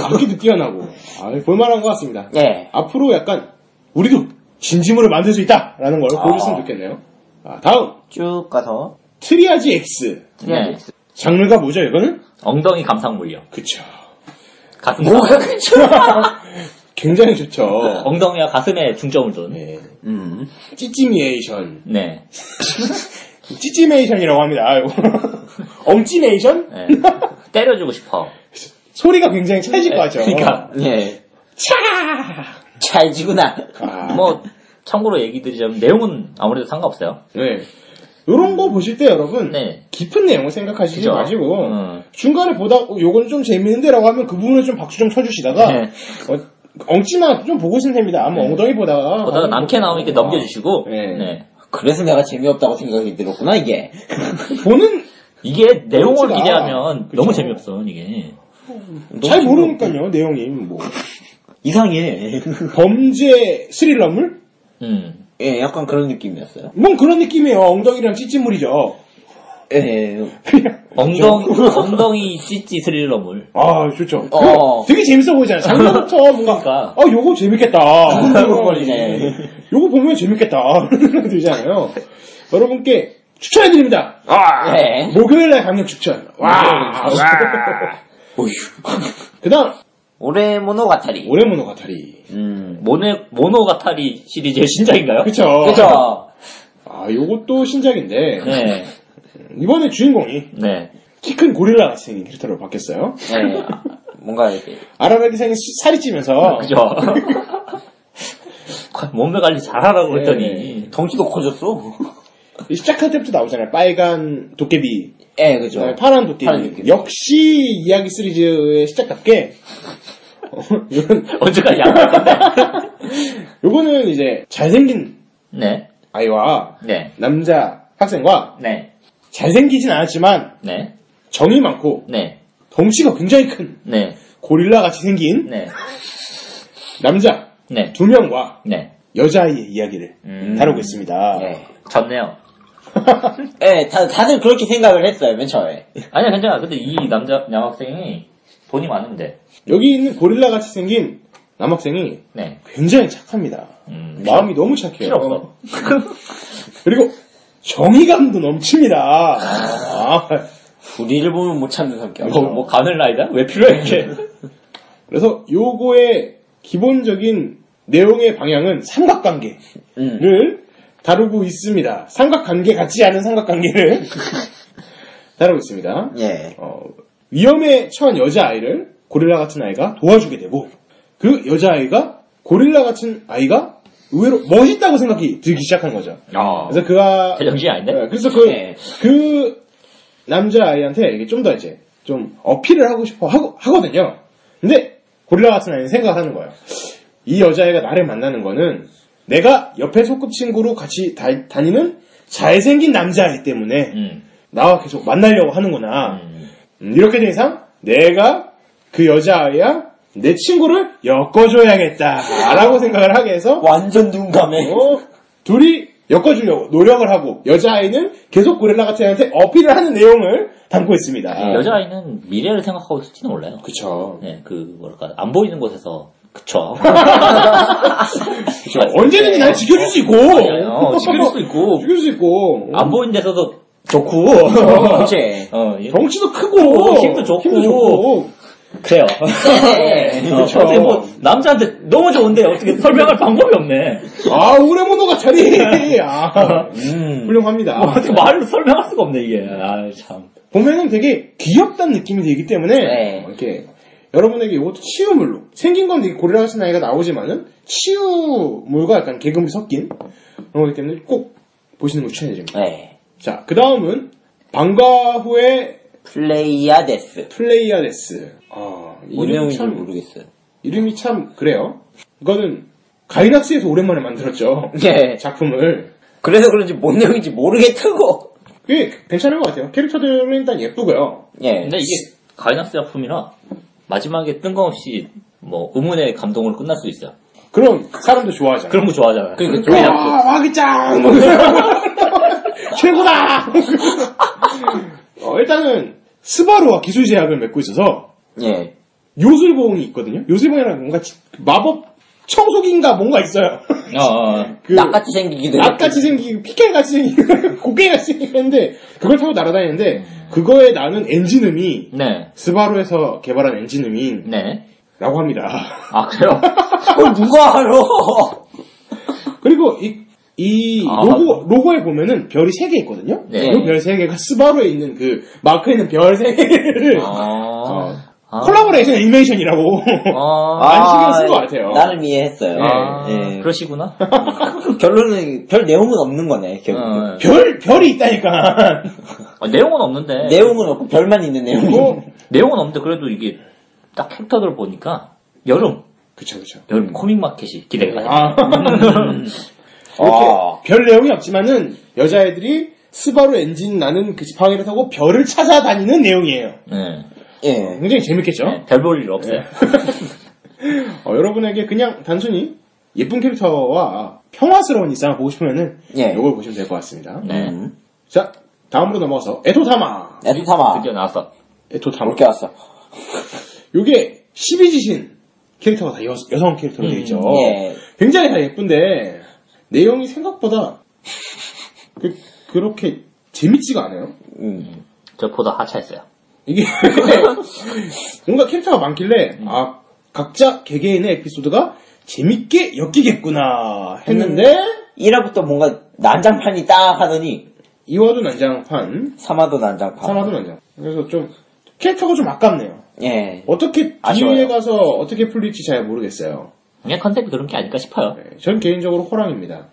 S1: 악기도 뛰어나고. 아, 볼만한 것 같습니다.
S3: 예.
S1: 앞으로 약간 우리도 진심으로 만들 수 있다라는 걸 보여줬으면 좋겠네요. 아, 다음
S3: 쭉 가서. 예.
S1: 트리아지 X
S2: 네.
S1: 장르가 뭐죠 이거는?
S2: 엉덩이 감상물이요.
S1: 그쵸.
S2: 가슴.
S3: 뭐가 그쵸?
S1: 굉장히 좋죠.
S2: *laughs* 엉덩이와 가슴에 중점을 둔. 네.
S1: 네.
S3: 음.
S1: 찌찌미에이션, *laughs* 찌찌메이션이라고 합니다. 아이고. *laughs* 엉찌메이션?
S2: 네. 때려주고
S3: *laughs*
S2: 싶어.
S1: 소리가 굉장히 찰질 것 같죠.
S2: 그러니까 아.
S3: 예.
S1: 차!
S3: 잘 지구나.
S1: 아,
S2: 뭐 참고로 얘기 드리자면 내용은 아무래도 상관없어요.
S1: 네. 요런 거 보실 때 여러분
S2: 네.
S1: 깊은 내용을 생각하시지
S2: 그죠?
S1: 마시고
S2: 음.
S1: 중간에 보다 어, 요건 좀 재밌는데라고 하면 그 부분을 좀 박수 좀 쳐주시다가
S3: 아,
S2: 네.
S1: 어, 엉치나 좀 보고 있으면 됩니다. 아무 엉덩이 보다가
S3: 어.
S2: 보다가 남캐 나오면 이렇게 넘겨주시고
S1: 네.
S3: 예.
S2: 네.
S3: 그래서 내가 재미없다고 생각이 들었구나, 이게. *laughs*
S1: 보는
S2: 이게 내용을
S1: 그렇지가.
S2: 기대하면
S1: 그쵸.
S2: 너무 재미없어 이게. 예.
S1: 잘 모르니까요 내용이 뭐
S3: 이상해.
S1: 범죄 스릴러물
S2: 음.
S3: 예, 약간 그런 느낌이었어요.
S1: 뭔 그런 느낌이에요. 엉덩이랑 찌찌물이죠.
S3: 예.
S2: 엉덩이
S3: *laughs*
S2: 엉덩이 찌찌 스릴러물.
S1: 아 좋죠.
S3: 어.
S1: 그거 되게 재밌어 보이잖아요. 장면부터 뭔가
S2: *laughs* 그러니까.
S1: 아 요거 재밌겠다.
S3: 예. 걸리네.
S1: 요거 보면 재밌겠다. *laughs* 이런 들잖아요. 여러분께 추천해드립니다.
S3: 예.
S1: 목요일날 강력 추천. 와. *laughs* 그다음
S3: 올해 뭐, 모노가타리.
S1: 올해 모노가타리.
S3: 음.
S2: 예. 모네 모노가타리 시리즈의 신작인가요?
S1: 그쵸.
S3: 그쵸.
S1: 아, 요것도 신작인데
S3: 예.
S2: 네.
S1: 이번에 주인공이
S2: 네.
S1: 키 큰 고릴라 같은 캐릭터로 바뀌었어요.
S3: 예. 아, 뭔가 이렇게.
S1: 아라베기 생이 수- 살이 찌면서
S2: 아,
S3: *laughs*
S2: 그죠. 몸매 관리 잘하라고 했더니
S3: 예. 덩치도 커졌어.
S1: 시작할 때부터 나오잖아요. 빨간 도깨비,
S3: 예, 그죠.
S1: 그다음에
S2: 네.
S1: 어, 파란 도깨비.
S3: 파란 도깨비.
S1: 역시 이야기 시리즈의 시작답게 어, 요건-
S2: *laughs* 언제까지 안 봤는데.
S1: *laughs* 요거는 이제 잘생긴
S2: 네.
S1: 아이와
S2: 네.
S1: 남자 학생과
S2: 네.
S1: 잘생기진 않았지만
S2: 네.
S1: 정이 많고
S2: 네.
S1: 덩치가 굉장히 큰
S2: 네.
S1: 고릴라 같이 생긴
S2: 네.
S1: 남자
S2: 네.
S1: 두 명과
S2: 네.
S1: 여자아이의 이야기를
S2: 음.
S1: 다루고 있습니다.
S3: 예.
S2: 졌네요.
S3: 예, 다, 다들 그렇게 생각을 했어요, 맨 처음에.
S2: 아니야, 괜찮아. 근데 이 남자, 남학생이 돈이 많은데.
S1: *laughs* 여기 있는 고릴라 같이 생긴 남학생이
S2: 네.
S1: 굉장히 착합니다.
S2: 음.
S1: 마음이 너무 착해요.
S2: 필요 없어.
S1: *laughs* 그리고 정의감도 넘칩니다. 아,
S3: 우리를 보면 못 참는 성격.
S1: 어.
S2: 뭐, 가늘 나이다? 왜 필요해, 이게?
S1: 그래서 요거의 기본적인 내용의 방향은 삼각관계를
S3: 음.
S1: 다루고 있습니다. 삼각관계 같지 않은 삼각관계를 *laughs* 다루고 있습니다.
S3: 예.
S1: 어, 위험에 처한 여자아이를 고릴라 같은 아이가 도와주게 되고 그 여자아이가 고릴라 같은 아이가 의외로 멋있다고 생각이 들기 시작한 거죠.
S2: 아.
S1: 그래서 그가
S2: 제정신이 아닌데?
S1: 네, 그래서 그,
S3: 네.
S1: 그 남자아이한테 이게 좀 더 이제 좀 어필을 하고 싶어 하고, 하거든요. 근데 고릴라 같은 아이는 생각하는 거예요. 이 여자애가 나를 만나는 거는 내가 옆에 소꿉친구로 같이 다, 다니는 잘생긴 남자아이 때문에
S2: 음.
S1: 나와 계속 만나려고 하는구나.
S2: 음.
S1: 음, 이렇게 된 이상 내가 그 여자아이야 내 친구를 엮어줘야겠다라고 생각을 하게 해서
S3: 완전 눈감해.
S1: 어, 둘이 엮어주려고 노력을 하고 여자아이는 계속 고릴라 같은 애한테 어필을 하는 내용을 담고 있습니다.
S2: 음. 여자아이는 미래를 생각하고 있을지는 몰라요.
S1: 그쵸.
S2: 네, 그, 뭐랄까, 안 보이는 곳에서. *laughs* 그쵸.
S1: 그쵸. 언제든지 날 지켜줄 수 있고.
S2: 어, 지킬 수도 있고. 아,
S1: 지킬 수 있고. 뭐.
S2: 안 보이는 데서도
S3: 좋고. 그치.
S2: 어, 예.
S1: *laughs* 덩치도 크고.
S2: 어, 힘도 좋고.
S1: 힘도 좋고.
S2: *laughs* 그래요.
S3: 예.
S2: 어,
S1: 그쵸.
S2: 어떻게 뭐 남자한테 너무 좋은데 어떻게 설명할 방법이 없네.
S1: 아, 우레모노가
S2: *laughs*
S1: 자리. 아,
S3: 음.
S1: 훌륭합니다.
S2: 뭐 어떻게 말로 설명할 수가 없네 이게. 아 참.
S1: 보면은 되게 귀엽다는 느낌이 들기 때문에
S3: 네.
S1: 어, 이렇게 여러분에게 이것도 치유물로 생긴 건 되게 고릴라 같은 아이가 나오지만은 치유물과 약간 개그물이 섞인 그런 거기 때문에 꼭 보시는 걸 추천해드립니다.
S3: 예.
S1: 자, 그 다음은 방과 후의
S3: 플레이아데스.
S1: 플레이아데스. 아,
S3: 뭔
S1: 이름
S3: 내용인지
S1: 참
S3: 모르겠어요.
S1: 이름이 참 그래요. 이거는 가이락스에서 오랜만에 만들었죠. *laughs*
S3: 예.
S1: 작품을.
S3: 그래서 그런지 뭔 내용인지 모르겠다고.
S1: 꽤 괜찮은 것 같아요. 캐릭터들은 일단 예쁘고요.
S3: 예.
S2: 근데 이게 가이나스 작품이라 마지막에 뜬금없이 뭐 의문의 감동으로 끝날 수 있어요.
S1: 그럼 사람도 좋아하잖아.
S2: 그런 거 좋아하잖아요.
S3: 그러니까
S1: 와,
S3: 좋아요.
S1: 와기짱! *laughs* 최고다! 어, 일단은, 스바루와 기술 제약을 맺고 있어서,
S3: 예.
S1: 요술봉이 있거든요? 요술봉이라는 뭔가 지- 그 마법 청소기인가 뭔가 있어요. *laughs*
S2: 어, 어, 어.
S1: 그,
S3: 낯같이 생기기도 했고.
S1: 낫같이 생기고, 피켈같이 *laughs* 생기고, 고개같이 생기는데, 그걸 타고 날아다니는데, 그거에 나는 엔진음이,
S2: 네,
S1: 스바루에서 개발한 엔진음인,
S2: 네.
S1: 라고 합니다.
S2: 아 그래요?
S3: 그걸 누가 알아?
S1: 그리고 이, 이
S2: 아,
S1: 로고, 로고에 보면은 별이 3개 있거든요?
S2: 네.
S1: 그별 3개가 스바루에 있는 그 마크에 있는 별 3개를
S2: 아, 아.
S1: 콜라보레이션 애니메이션이라고.
S2: 아,
S1: 많이 신경 쓴것 같아요.
S3: 나름 이해했어요.
S2: 아,
S3: 예.
S2: 그러시구나.
S3: 결론은 별 내용은 없는 거네. 결
S2: 어,
S1: *laughs* 별, 별이 있다니까.
S2: 어, 내용은
S1: 네.
S2: 없는데
S3: 내용은 없고 별만 있는 내용이.
S1: 뭐,
S2: 내용은 없는데 그래도 이게 딱 캐릭터들 보니까 여름
S1: 그쵸, 그쵸.
S2: 여름 코믹 마켓이 기대가 돼요.
S1: 아, 이렇게
S3: 아.
S1: 별 내용이 없지만은 여자애들이 스바루 엔진 나는 그 지팡이를 타고 별을 찾아다니는 내용이에요.
S2: 네.
S3: 예.
S1: 굉장히 재밌겠죠?
S2: 네, 별 볼 일 없어요. *laughs*
S1: 어, 여러분에게 그냥 단순히 예쁜 캐릭터와 평화스러운 일상을 보고 싶으면은
S3: 예.
S1: 이걸 보시면 될 것 같습니다.
S2: 네.
S3: 음.
S1: 자, 다음으로 넘어가서 에토타마.
S3: 애타마.
S2: 드디어 나왔어.
S1: 에토타마.
S3: 그렇게 왔어.
S1: 요게 12지신 캐릭터가 다 여, 여성 캐릭터로 되어 있죠.
S3: 예.
S1: 굉장히 다 예쁜데 내용이 생각보다 그, 그렇게 재밌지가 않아요.
S3: 음.
S2: 저보다 하차했어요.
S1: 이게 *laughs* 뭔가 캐릭터가 많길래
S3: 음.
S1: 아 각자 개개인의 에피소드가 재밌게 엮이겠구나 했는데
S3: 일화부터 뭔가 난장판이 딱 하더니
S1: 이화도 난장판,
S3: 삼화도 난장판.
S1: 삼화도 난장. 그래서 좀 캐릭터가 좀 아깝네요.
S3: 예.
S1: 어떻게 뒤에
S3: 아쉬워요.
S1: 가서 어떻게 풀릴지 잘 모르겠어요.
S2: 그냥 컨셉이 그런 게 아닐까 싶어요.
S1: 네, 전 개인적으로 호랑입니다.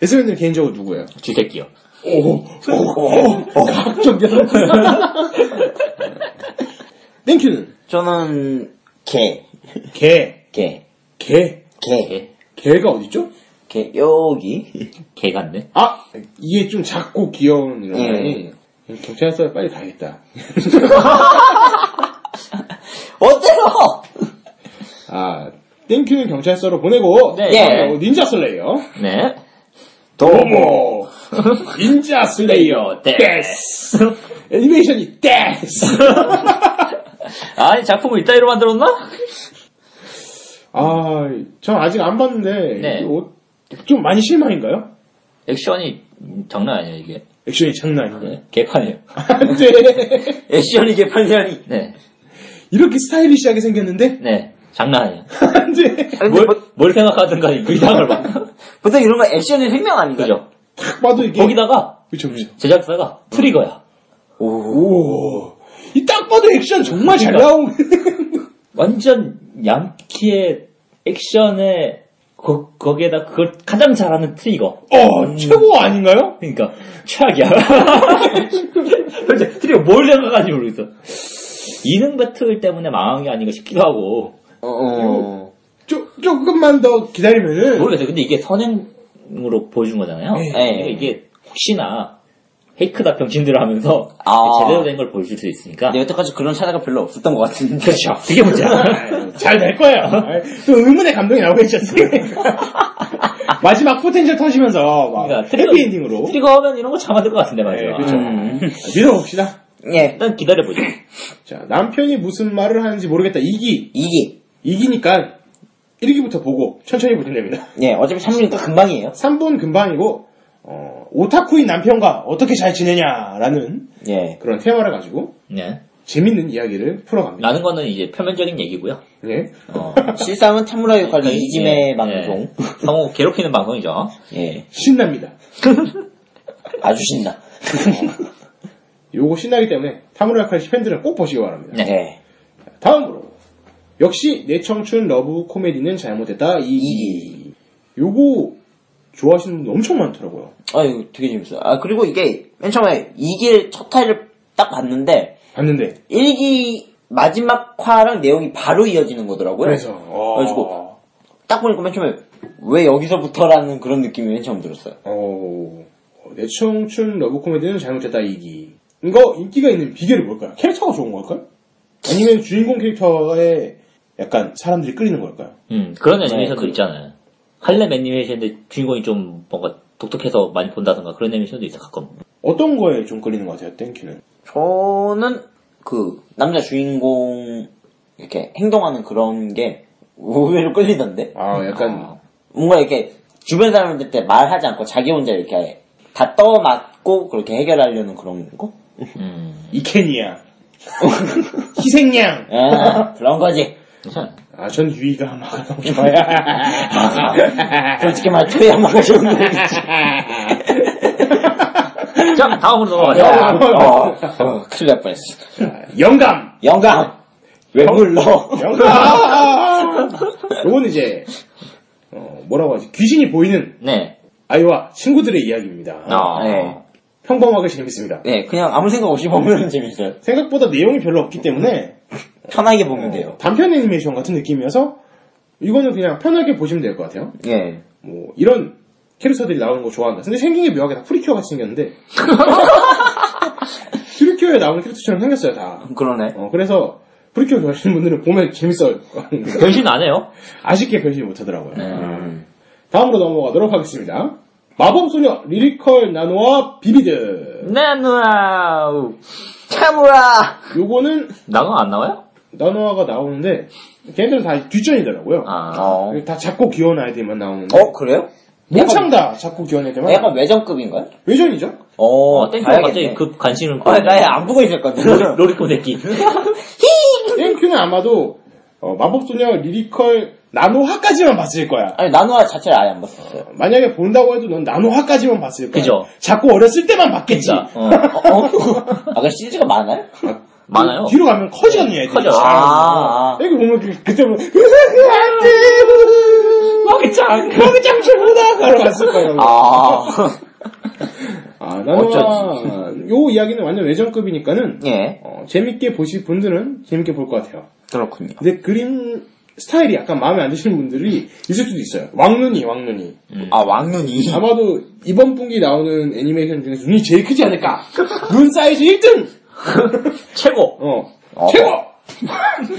S1: 예스맨님 개인적으로 누구예요?
S2: 쥐새끼요.
S1: 오, 각종 *laughs* 땡큐는
S3: 저는 개.
S1: 개,
S3: 개.
S1: 개,
S3: 개.
S2: 개,
S1: 개가 어디죠?
S3: 개. 여기.
S2: 개 같네.
S1: 아, 이게 좀 작고 귀여운 이런 애. 경찰서 빨리 가야겠다.
S3: 어때요?
S1: 아, 땡큐는 경찰서로 보내고
S2: 네.
S1: 어, 닌자 슬레이어.
S2: 네.
S1: 도모 닌자 슬레이어 데스 애니메이션이 데스
S2: 아니, 작품을 이따위로 만들었나?
S1: 아, 전 아직 안 봤는데
S2: 네.
S1: 이게 어- 좀 많이 실망인가요?
S2: 액션이 음, 장난 아니에요, 이게.
S1: 액션이 장난 아니네.
S2: 네, 개판이에요.
S1: *laughs* 안돼.
S3: *laughs* 액션이 개판이라니.
S2: 네.
S1: 이렇게 스타일리시하게 생겼는데 *laughs*
S2: 네. 장난 아니에요.
S1: 안돼.
S3: 근데
S2: 뭘,
S3: 보,
S2: 뭘 생각하든가 그 이상을 봐.
S3: *laughs* 보통 이런 네. 거 액션의 생명 아닌가요?
S2: 그죠?
S1: 딱 봐도 이게
S2: 거기다가
S1: 그쵸 그쵸.
S2: 제작사가 트리거야.
S3: 오.
S1: 오. 이 딱 봐도 액션 정말 잘
S2: 그러니까.
S1: 나온. *laughs*
S2: 완전 양키의 액션에 거, 거기에다 그걸 가장 잘하는 트리거.
S1: 어
S2: 음.
S1: 최고 아닌가요?
S2: 그러니까 최악이야. *laughs* 도대체 트리거 뭘 생각하는지 모르겠어. 이능 배틀 때문에 망한 게 아닌가 싶기도 하고
S3: 어, 어.
S1: 조, 조금만 더 기다리면은
S2: 모르겠어요. 근데 이게 선행으로 보여준 거잖아요.
S1: 네.
S2: 그러니까 이게 혹시나 헤이크다 병신들을 하면서
S3: 아.
S2: 제대로 된 걸 보여줄 수 있으니까
S3: 근데 네, 여태까지 그런 사례가 별로 없었던 것 같은데.
S2: 그렇죠. 그게 문제야.
S1: 잘 될 거예요. 아이, 또 의문의 감동이 나오겠죠.
S2: *laughs*
S1: 마지막 포텐셜 터지면서 막
S2: 그러니까 트리거-
S1: 해피엔딩으로
S2: 트리거 하면 이런 거 잘 만들 것 같은데
S1: 네,
S2: 맞아요.
S1: 그렇죠.
S3: 음.
S1: 믿어봅시다.
S3: *laughs* 예.
S2: 일단 기다려보죠.
S1: 자, 남편이 무슨 말을 하는지 모르겠다. 2기.
S3: 이기.
S1: 2기니까 1기부터 보고 천천히 보시면 됩니다. *laughs*
S3: 예, 어차피 3루니까 금방이에요.
S1: 3분 금방이고, 어, 오타쿠인 남편과 어떻게 잘 지내냐라는
S3: 예.
S1: 그런 테마를 가지고
S2: 네.
S1: 재밌는 이야기를 풀어갑니다.
S2: 라는 거는 이제 표면적인 얘기고요.
S1: 예.
S2: 어.
S3: 실상은 타무라 역할이
S2: 그러니까
S3: 이지메
S2: 이제,
S3: 방송.
S2: 예, 성우 괴롭히는 방송이죠.
S3: 예.
S1: 신납니다.
S3: 아주 신나.
S1: 요거 신나기 때문에 타무라 카시 팬들은 꼭 보시기 바랍니다.
S3: 예.
S1: 다음으로. 역시 내 청춘 러브 코미디는 잘못됐다. 2기. 요거 좋아하시는 분들 엄청 많더라고요.
S3: 아유, 되게 재밌어요. 아, 그리고 이게, 맨 처음에 2기를 첫 타를 딱 봤는데,
S1: 봤는데,
S3: 1기 마지막 화랑 내용이 바로 이어지는 거더라고요.
S1: 그래서
S3: 그래가지고. 딱 보니까 맨 처음에 왜 여기서부터라는 그런 느낌이 맨 처음 들었어요.
S1: 어, 내 청춘 러브 코미디는 잘못했다 이기. 이거 인기가 있는 비결이 뭘까요? 캐릭터가 좋은 걸까요? 아니면 주인공 캐릭터에 약간 사람들이 끌리는 걸까요?
S2: *laughs* 음, 그런
S3: 네,
S2: 애니메이션도
S3: 그-
S2: 있잖아요. 할렘 애니메이션인데 주인공이 좀 뭔가 독특해서 많이 본다던가 그런 애니메이션도 있어, 가끔.
S1: 어떤 거에 좀 끌리는 것 같아요, 땡큐는?
S3: 저는 그 남자 주인공 이렇게 행동하는 그런 게 의외로 끌리던데.
S1: 아, 약간
S3: 뭔가 이렇게 주변 사람들한테 말하지 않고 자기 혼자 이렇게 다 떠맡고 그렇게 해결하려는 그런 거?
S2: 음,
S1: 이케니아. *laughs* 희생양. *laughs*
S3: 아, 그런 거지.
S2: 괜찮아.
S1: 아, 전 유이가 아마 너무 *laughs* 좋아요.
S3: 솔직히 말해 토야 막아주는 거지.
S2: 자, 다음으로
S1: 아,
S3: 야,
S2: 넘어가자.
S3: 어, 어, 큰일 날 뻔했어.
S1: *laughs* 영감.
S3: 영감! 왜 불러?
S1: 아, 영감. 아. 이건 이제 어, 뭐라고 하지? 귀신이 보이는
S2: 네.
S1: 아이와 친구들의 이야기입니다.
S2: 아,
S3: 네.
S1: 평범하게 재밌습니다.
S3: 네, 그냥 아무 생각 없이 보면 *laughs* 재밌어요.
S1: 생각보다 내용이 별로 없기 때문에
S3: 편하게 보면 돼요.
S1: 단편 애니메이션 같은 느낌이어서 이거는 그냥 편하게 보시면 될 것 같아요.
S3: 예.
S1: 뭐 이런 캐릭터들이 나오는 거 좋아한다. 근데 생긴 게 묘하게 다 프리큐어 같이
S2: *laughs*
S1: 생겼는데 프리큐어에 나오는 캐릭터처럼 생겼어요 다.
S3: 그러네.
S1: 어, 그래서 프리큐어 좋아하시는 분들은 보면 재밌어요.
S2: 변신 안 해요?
S1: 아쉽게 변신 못하더라고요.
S2: 네.
S3: 음.
S1: 다음으로 넘어가도록 하겠습니다. 마법소녀 리리컬 나노와 비비드.
S2: 네, 누나.
S3: 참으라!
S1: 요거는
S2: 나가 안 나와요?
S1: 나노아가 나오는데 걔네들은 다 뒷전이더라고요.
S2: 아.
S3: 어.
S1: 다 작고 귀여운 아이들만 나오는데
S3: 어, 그래요?
S1: 모창 다 작고 귀여운 애들만
S3: 약간 외전급인가요?
S1: 외전이죠?
S3: 어,
S2: 어, 땡큐
S3: 봐야겠네. 뭐,
S2: 갑자기 급 관심을
S3: 어, 나안 보고 있었거든.
S2: 로리- 로리코 새끼.
S1: 땡큐는 아마도 어, 마법소녀 리리컬 나노화까지만 봤을 거야.
S3: 아니, 나노아 자체를 아예 안 봤었어요.
S1: 만약에 본다고 해도 넌 나노화까지만 봤을 거야.
S2: 그죠.
S1: 작고 어렸을 때만 봤겠지.
S2: 그러니까, 어.
S3: 어? 아, 그 CG가 많아요?
S2: 많아요.
S1: 뒤로 가면 커지거든요, 애들이.
S2: 커져.
S1: 자,
S3: 아,
S1: 어. 여기 보면 그- 그때 보면 으흐흐
S2: 먹이장.
S1: 장출보다 가러 갔을 거야.
S3: 아.
S1: 아, 나노화 요 이야기는 완전 외전급이니까는
S3: 예.
S1: 어, 재밌게 보실 분들은 재밌게 볼 것 같아요.
S3: 그렇군요.
S1: 근데 그림 스타일이 약간 마음에 안 드시는 분들이 있을 수도 있어요. 왕눈이, 왕눈이.
S3: 아, 왕눈이.
S1: 아마도 이번 분기 나오는 애니메이션 중에서 눈이 제일 크지 않을까? 눈 사이즈 1등!
S2: *laughs* 최고.
S1: 어.
S3: 어.
S1: 최고!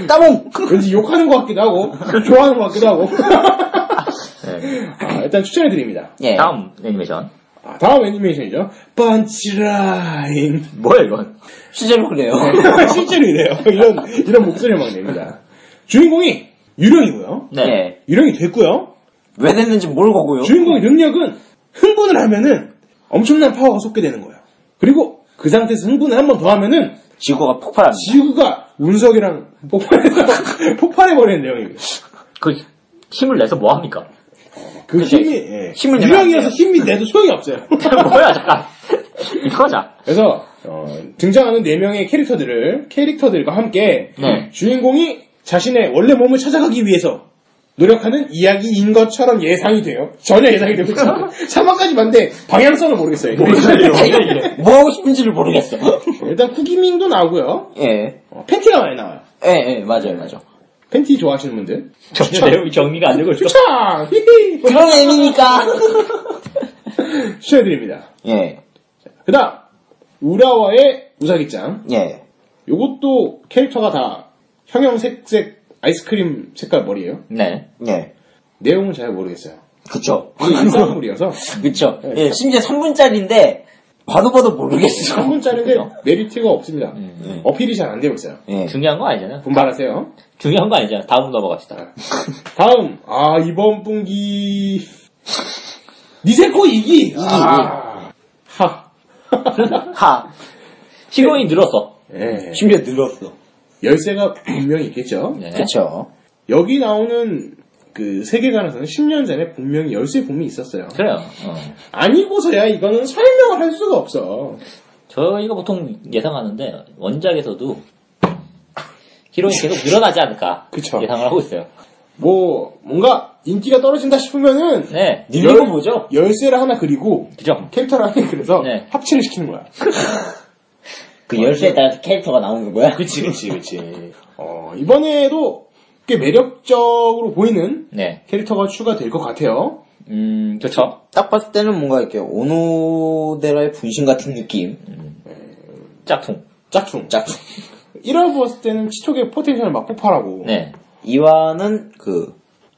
S3: 따봉!
S1: 왠지 욕하는 것 같기도 하고, 좋아하는 것 같기도 하고. *laughs*
S2: 네.
S1: 아, 일단 추천해드립니다.
S3: 예.
S2: 다음 애니메이션.
S1: 아, 다음 애니메이션이죠. 펀치라인.
S2: 뭐야, 이건?
S3: 실제로 *laughs* 그래요.
S1: *laughs* 실제로 이래요. *laughs* 이런, 이런 목소리를 막 냅니다. 주인공이 유령이고요.
S2: 네.
S3: 예.
S1: 유령이 됐고요.
S3: 왜 됐는지 모르고요.
S1: 주인공의 능력은 흥분을 하면은 엄청난 파워가 솟게 되는 거예요. 그리고 그 상태에서 흥분을 한 번 더 하면은
S3: 지구가 폭발합니다.
S1: 지구가 운석이랑 폭발해서 *laughs* 폭발해버리는 내용입니다.
S2: 그 힘을 내서 뭐 합니까? *laughs*
S1: 그
S3: 그치.
S1: 힘이 예.
S3: 힘을 내면
S1: 유령이어서 힘이 내도 소용이 없어요.
S2: 뭐야, 잠깐. 이거자.
S1: 그래서 어, 등장하는 네 명의 캐릭터들을 캐릭터들과 함께
S2: 네.
S1: 주인공이 자신의 원래 몸을 찾아가기 위해서 노력하는 이야기인 것처럼 예상이 돼요. 전혀 예상이 되고 *laughs* 사막까지 봤는데 방향성을 모르겠어요.
S3: 뭐 하고 싶은지를 모르겠어.
S1: *laughs* 일단 쿠기밍도 나오고요.
S3: *laughs* 예.
S1: 어, 팬티가 많이 나와요.
S3: 예, 예, 맞아요, 맞아요.
S1: 팬티 좋아하시는 분들 네.
S2: 전혀 내용이 정리가 안
S1: *laughs*
S2: 되고 있어.
S1: 추천! 히히!
S3: 그런 *laughs* 의미니까.
S1: 추천해드립니다.
S3: 예,
S1: 그 다음 우라와의 우사기짱
S3: 예.
S1: 요것도 캐릭터가 다 형형색색 아이스크림 색깔 머리예요.
S2: 네.
S3: 예.
S1: 내용은 잘 모르겠어요.
S3: 그쵸.
S1: 이게 일상물이어서
S3: 그쵸. 예, 심지어 3분짜리인데, 봐도 봐도 모르겠어.
S1: 3분짜리인데 그 메리트가 없습니다. 네, 어필이 잘 안 되고 있어요.
S3: 예.
S2: 중요한 거 아니잖아.
S1: 분발하세요.
S2: 중요한 거 아니잖아. 다음으로 넘어갑시다.
S1: 다음 아 이번 분기 니세코 이기 이기 아. 하 *laughs*
S3: 하.
S2: 히로인 늘었어.
S1: 예.
S3: 심지어 늘었어.
S1: 열쇠가 분명히 있겠죠.
S2: 네.
S3: 그쵸.
S1: 여기 나오는 그 세계관에서는 10년 전에 분명히 열쇠 붐이 있었어요.
S2: 그래요. 어.
S1: 아니고서야 이거는 설명을 할 수가 없어.
S2: 저희가 보통 예상하는데 원작에서도 히로인 계속 늘어나지 않을까
S1: 그쵸.
S2: 예상을 하고 있어요.
S1: 뭐 뭔가 인기가 떨어진다 싶으면은
S2: 네,
S3: 늘리고
S1: 열-
S3: 뭐죠?
S1: 열쇠를 하나 그리고
S2: 그죠?
S1: 캐릭터를 하나 그래서
S2: 네.
S1: 합체를 시키는 거야.
S3: 그 열쇠에 따라서 캐릭터가 나오는 거야?
S1: 그치, 그치,
S3: *laughs*
S1: 그치. 어, 이번에도 꽤 매력적으로 보이는
S2: 네.
S1: 캐릭터가 추가될 것 같아요.
S2: 음, 그쵸.
S3: 딱 봤을 때는 뭔가 이렇게 오노데라의 분신 같은 느낌.
S2: 짝퉁.
S1: 짝퉁. 짝퉁. 1화 보았을 때는 치촉의 포텐셜을 막 폭발하고.
S2: 네.
S3: 이와는 그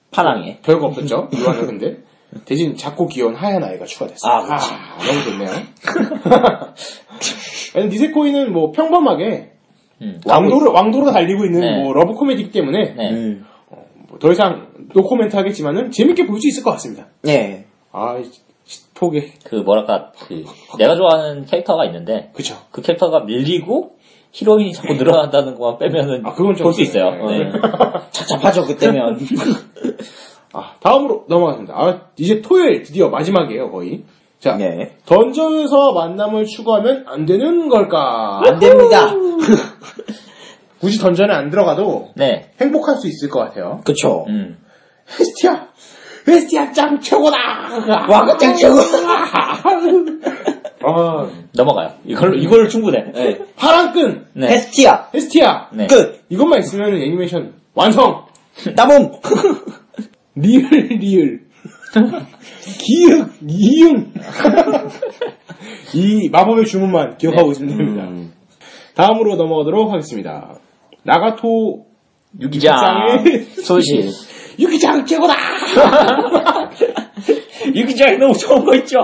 S3: 파랑의
S1: 별거 없었죠, 이화는 근데. 대신 작고 귀여운 하얀 아이가 추가됐어요.
S3: 아, 그치.
S1: 너무 좋네요. *laughs* 아니, 니세코이는 뭐 평범하게
S2: 음.
S1: 왕도로, 왕도로 달리고 있는
S2: 네.
S1: 뭐 러브 코미디이기 때문에
S2: 네.
S3: 음.
S1: 뭐더 이상 노코멘트 하겠지만은 재밌게 볼 수 있을 것 같습니다.
S3: 예.
S1: 아, 시폭에.
S2: 그, 뭐랄까, 그, 내가 좋아하는 캐릭터가 있는데,
S1: 그쵸.
S2: 그 캐릭터가 밀리고, 히로인이
S3: *laughs*
S2: 자꾸 늘어난다는 것만 빼면은,
S1: 아, 그건 좀
S2: 볼 수 있어요.
S1: 그러네.
S2: 네.
S3: 착잡하죠 그때면.
S1: 아, 다음으로 넘어가겠습니다. 아, 이제 토요일 드디어 마지막이에요, 거의. 자,
S3: *laughs* 네.
S1: 던전에서 만남을 추구하면 안 되는 걸까?
S3: 안 됩니다.
S1: 굳이 던전에 안 들어가도
S2: 네.
S1: 행복할 수 있을 것 같아요.
S3: 그쵸.
S2: 음.
S1: 헤스티아! 헤스티아 짱 최고다!
S3: 와, 그짱 최고다! *laughs*
S1: 아,
S2: 넘어가요. 이걸로,
S3: 음.
S2: 이걸로 충분해.
S3: 네.
S1: 파란끈!
S2: 네.
S3: 헤스티아
S1: 헤스티아!
S2: 네.
S3: 끝.
S1: 이것만 있으면 애니메이션 완성!
S3: 따봉.
S1: 리을, 리을. 기역, 이응! 이 마법의 주문만 기억하고
S2: 네.
S1: 있으면 됩니다.
S2: 음.
S1: 다음으로 넘어가도록 하겠습니다. 나가토
S2: 유기장.
S1: 유기장의
S2: *laughs* 소실.
S1: 유기장 최고다!
S2: *laughs* 유기장이 너무 좋은 거 있죠?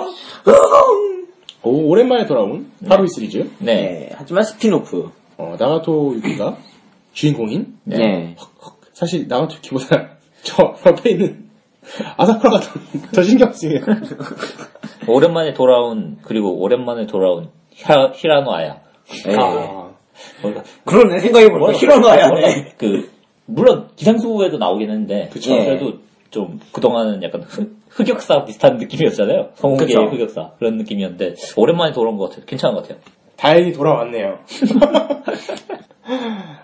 S1: 오, 오랜만에 돌아온 하루이 시리즈.
S2: 네.
S3: 네. 하지만 스피노프.
S1: 어, 나가토 유기가 주인공인?
S2: 네.
S3: 네.
S1: 사실 나가토 유기보다 *laughs* 저 옆에 있는 아사쿠라가 더, 더 신경 쓰여요.
S2: 오랜만에 돌아온, 그리고 오랜만에 돌아온, 히라, 히라노 아야.
S3: 네.
S1: 아,
S3: 그러네 생각해보니까 뭐, 어, 히로노야. 네.
S2: 뭐랄까, 그, 물론 기상수에도 나오긴 했는데, 예.
S1: 그쵸.
S2: 그래도 좀 그동안은 약간 흑, 흑역사 비슷한 느낌이었잖아요. 성공계의
S3: 그쵸.
S2: 흑역사. 그런 느낌이었는데, 오랜만에 돌아온 것 같아요. 괜찮은 것 같아요.
S1: 다행히 돌아왔네요. *laughs*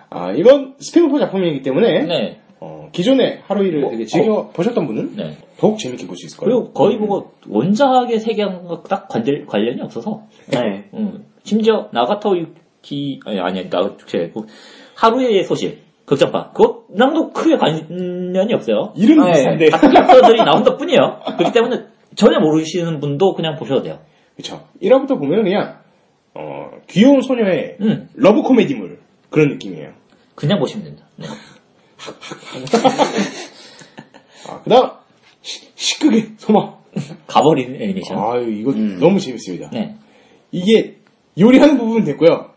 S1: 아, 이건 스피노프 작품이기 때문에
S2: 네. 뭐,
S1: 어, 기존에 하루이를 되게 즐겨 보셨던 분은
S2: 네.
S1: 더욱 재밌게 볼 수 있을 거예요.
S2: 그리고 거의 뭐, 원작의 세계랑 딱 관절, 관련이 없어서,
S3: 네.
S2: 음, 심지어 나가타 유키 아니 아니 나가 제고 하루의 소실 극장판 그것랑도 크게 관련이 없어요.
S1: 이름
S3: 네.
S1: 비슷한데.
S2: 다 캐릭터들이 나온다 뿐이에요. 그렇기 때문에 전혀 모르시는 분도 그냥 보셔도 돼요.
S1: 그쵸. 1화부터 보면 그냥, 어, 귀여운 소녀의
S2: 음,
S1: 러브 코미디물. 그런 느낌이에요.
S2: 그냥 보시면 됩니다. 네.
S1: 아, 그 다음, 시크게 소마.
S2: 가버리는 애니메이션.
S1: 아유, 이거 너무 재밌습니다.
S2: 음. 네.
S1: 이게, 요리하는 부분 됐고요.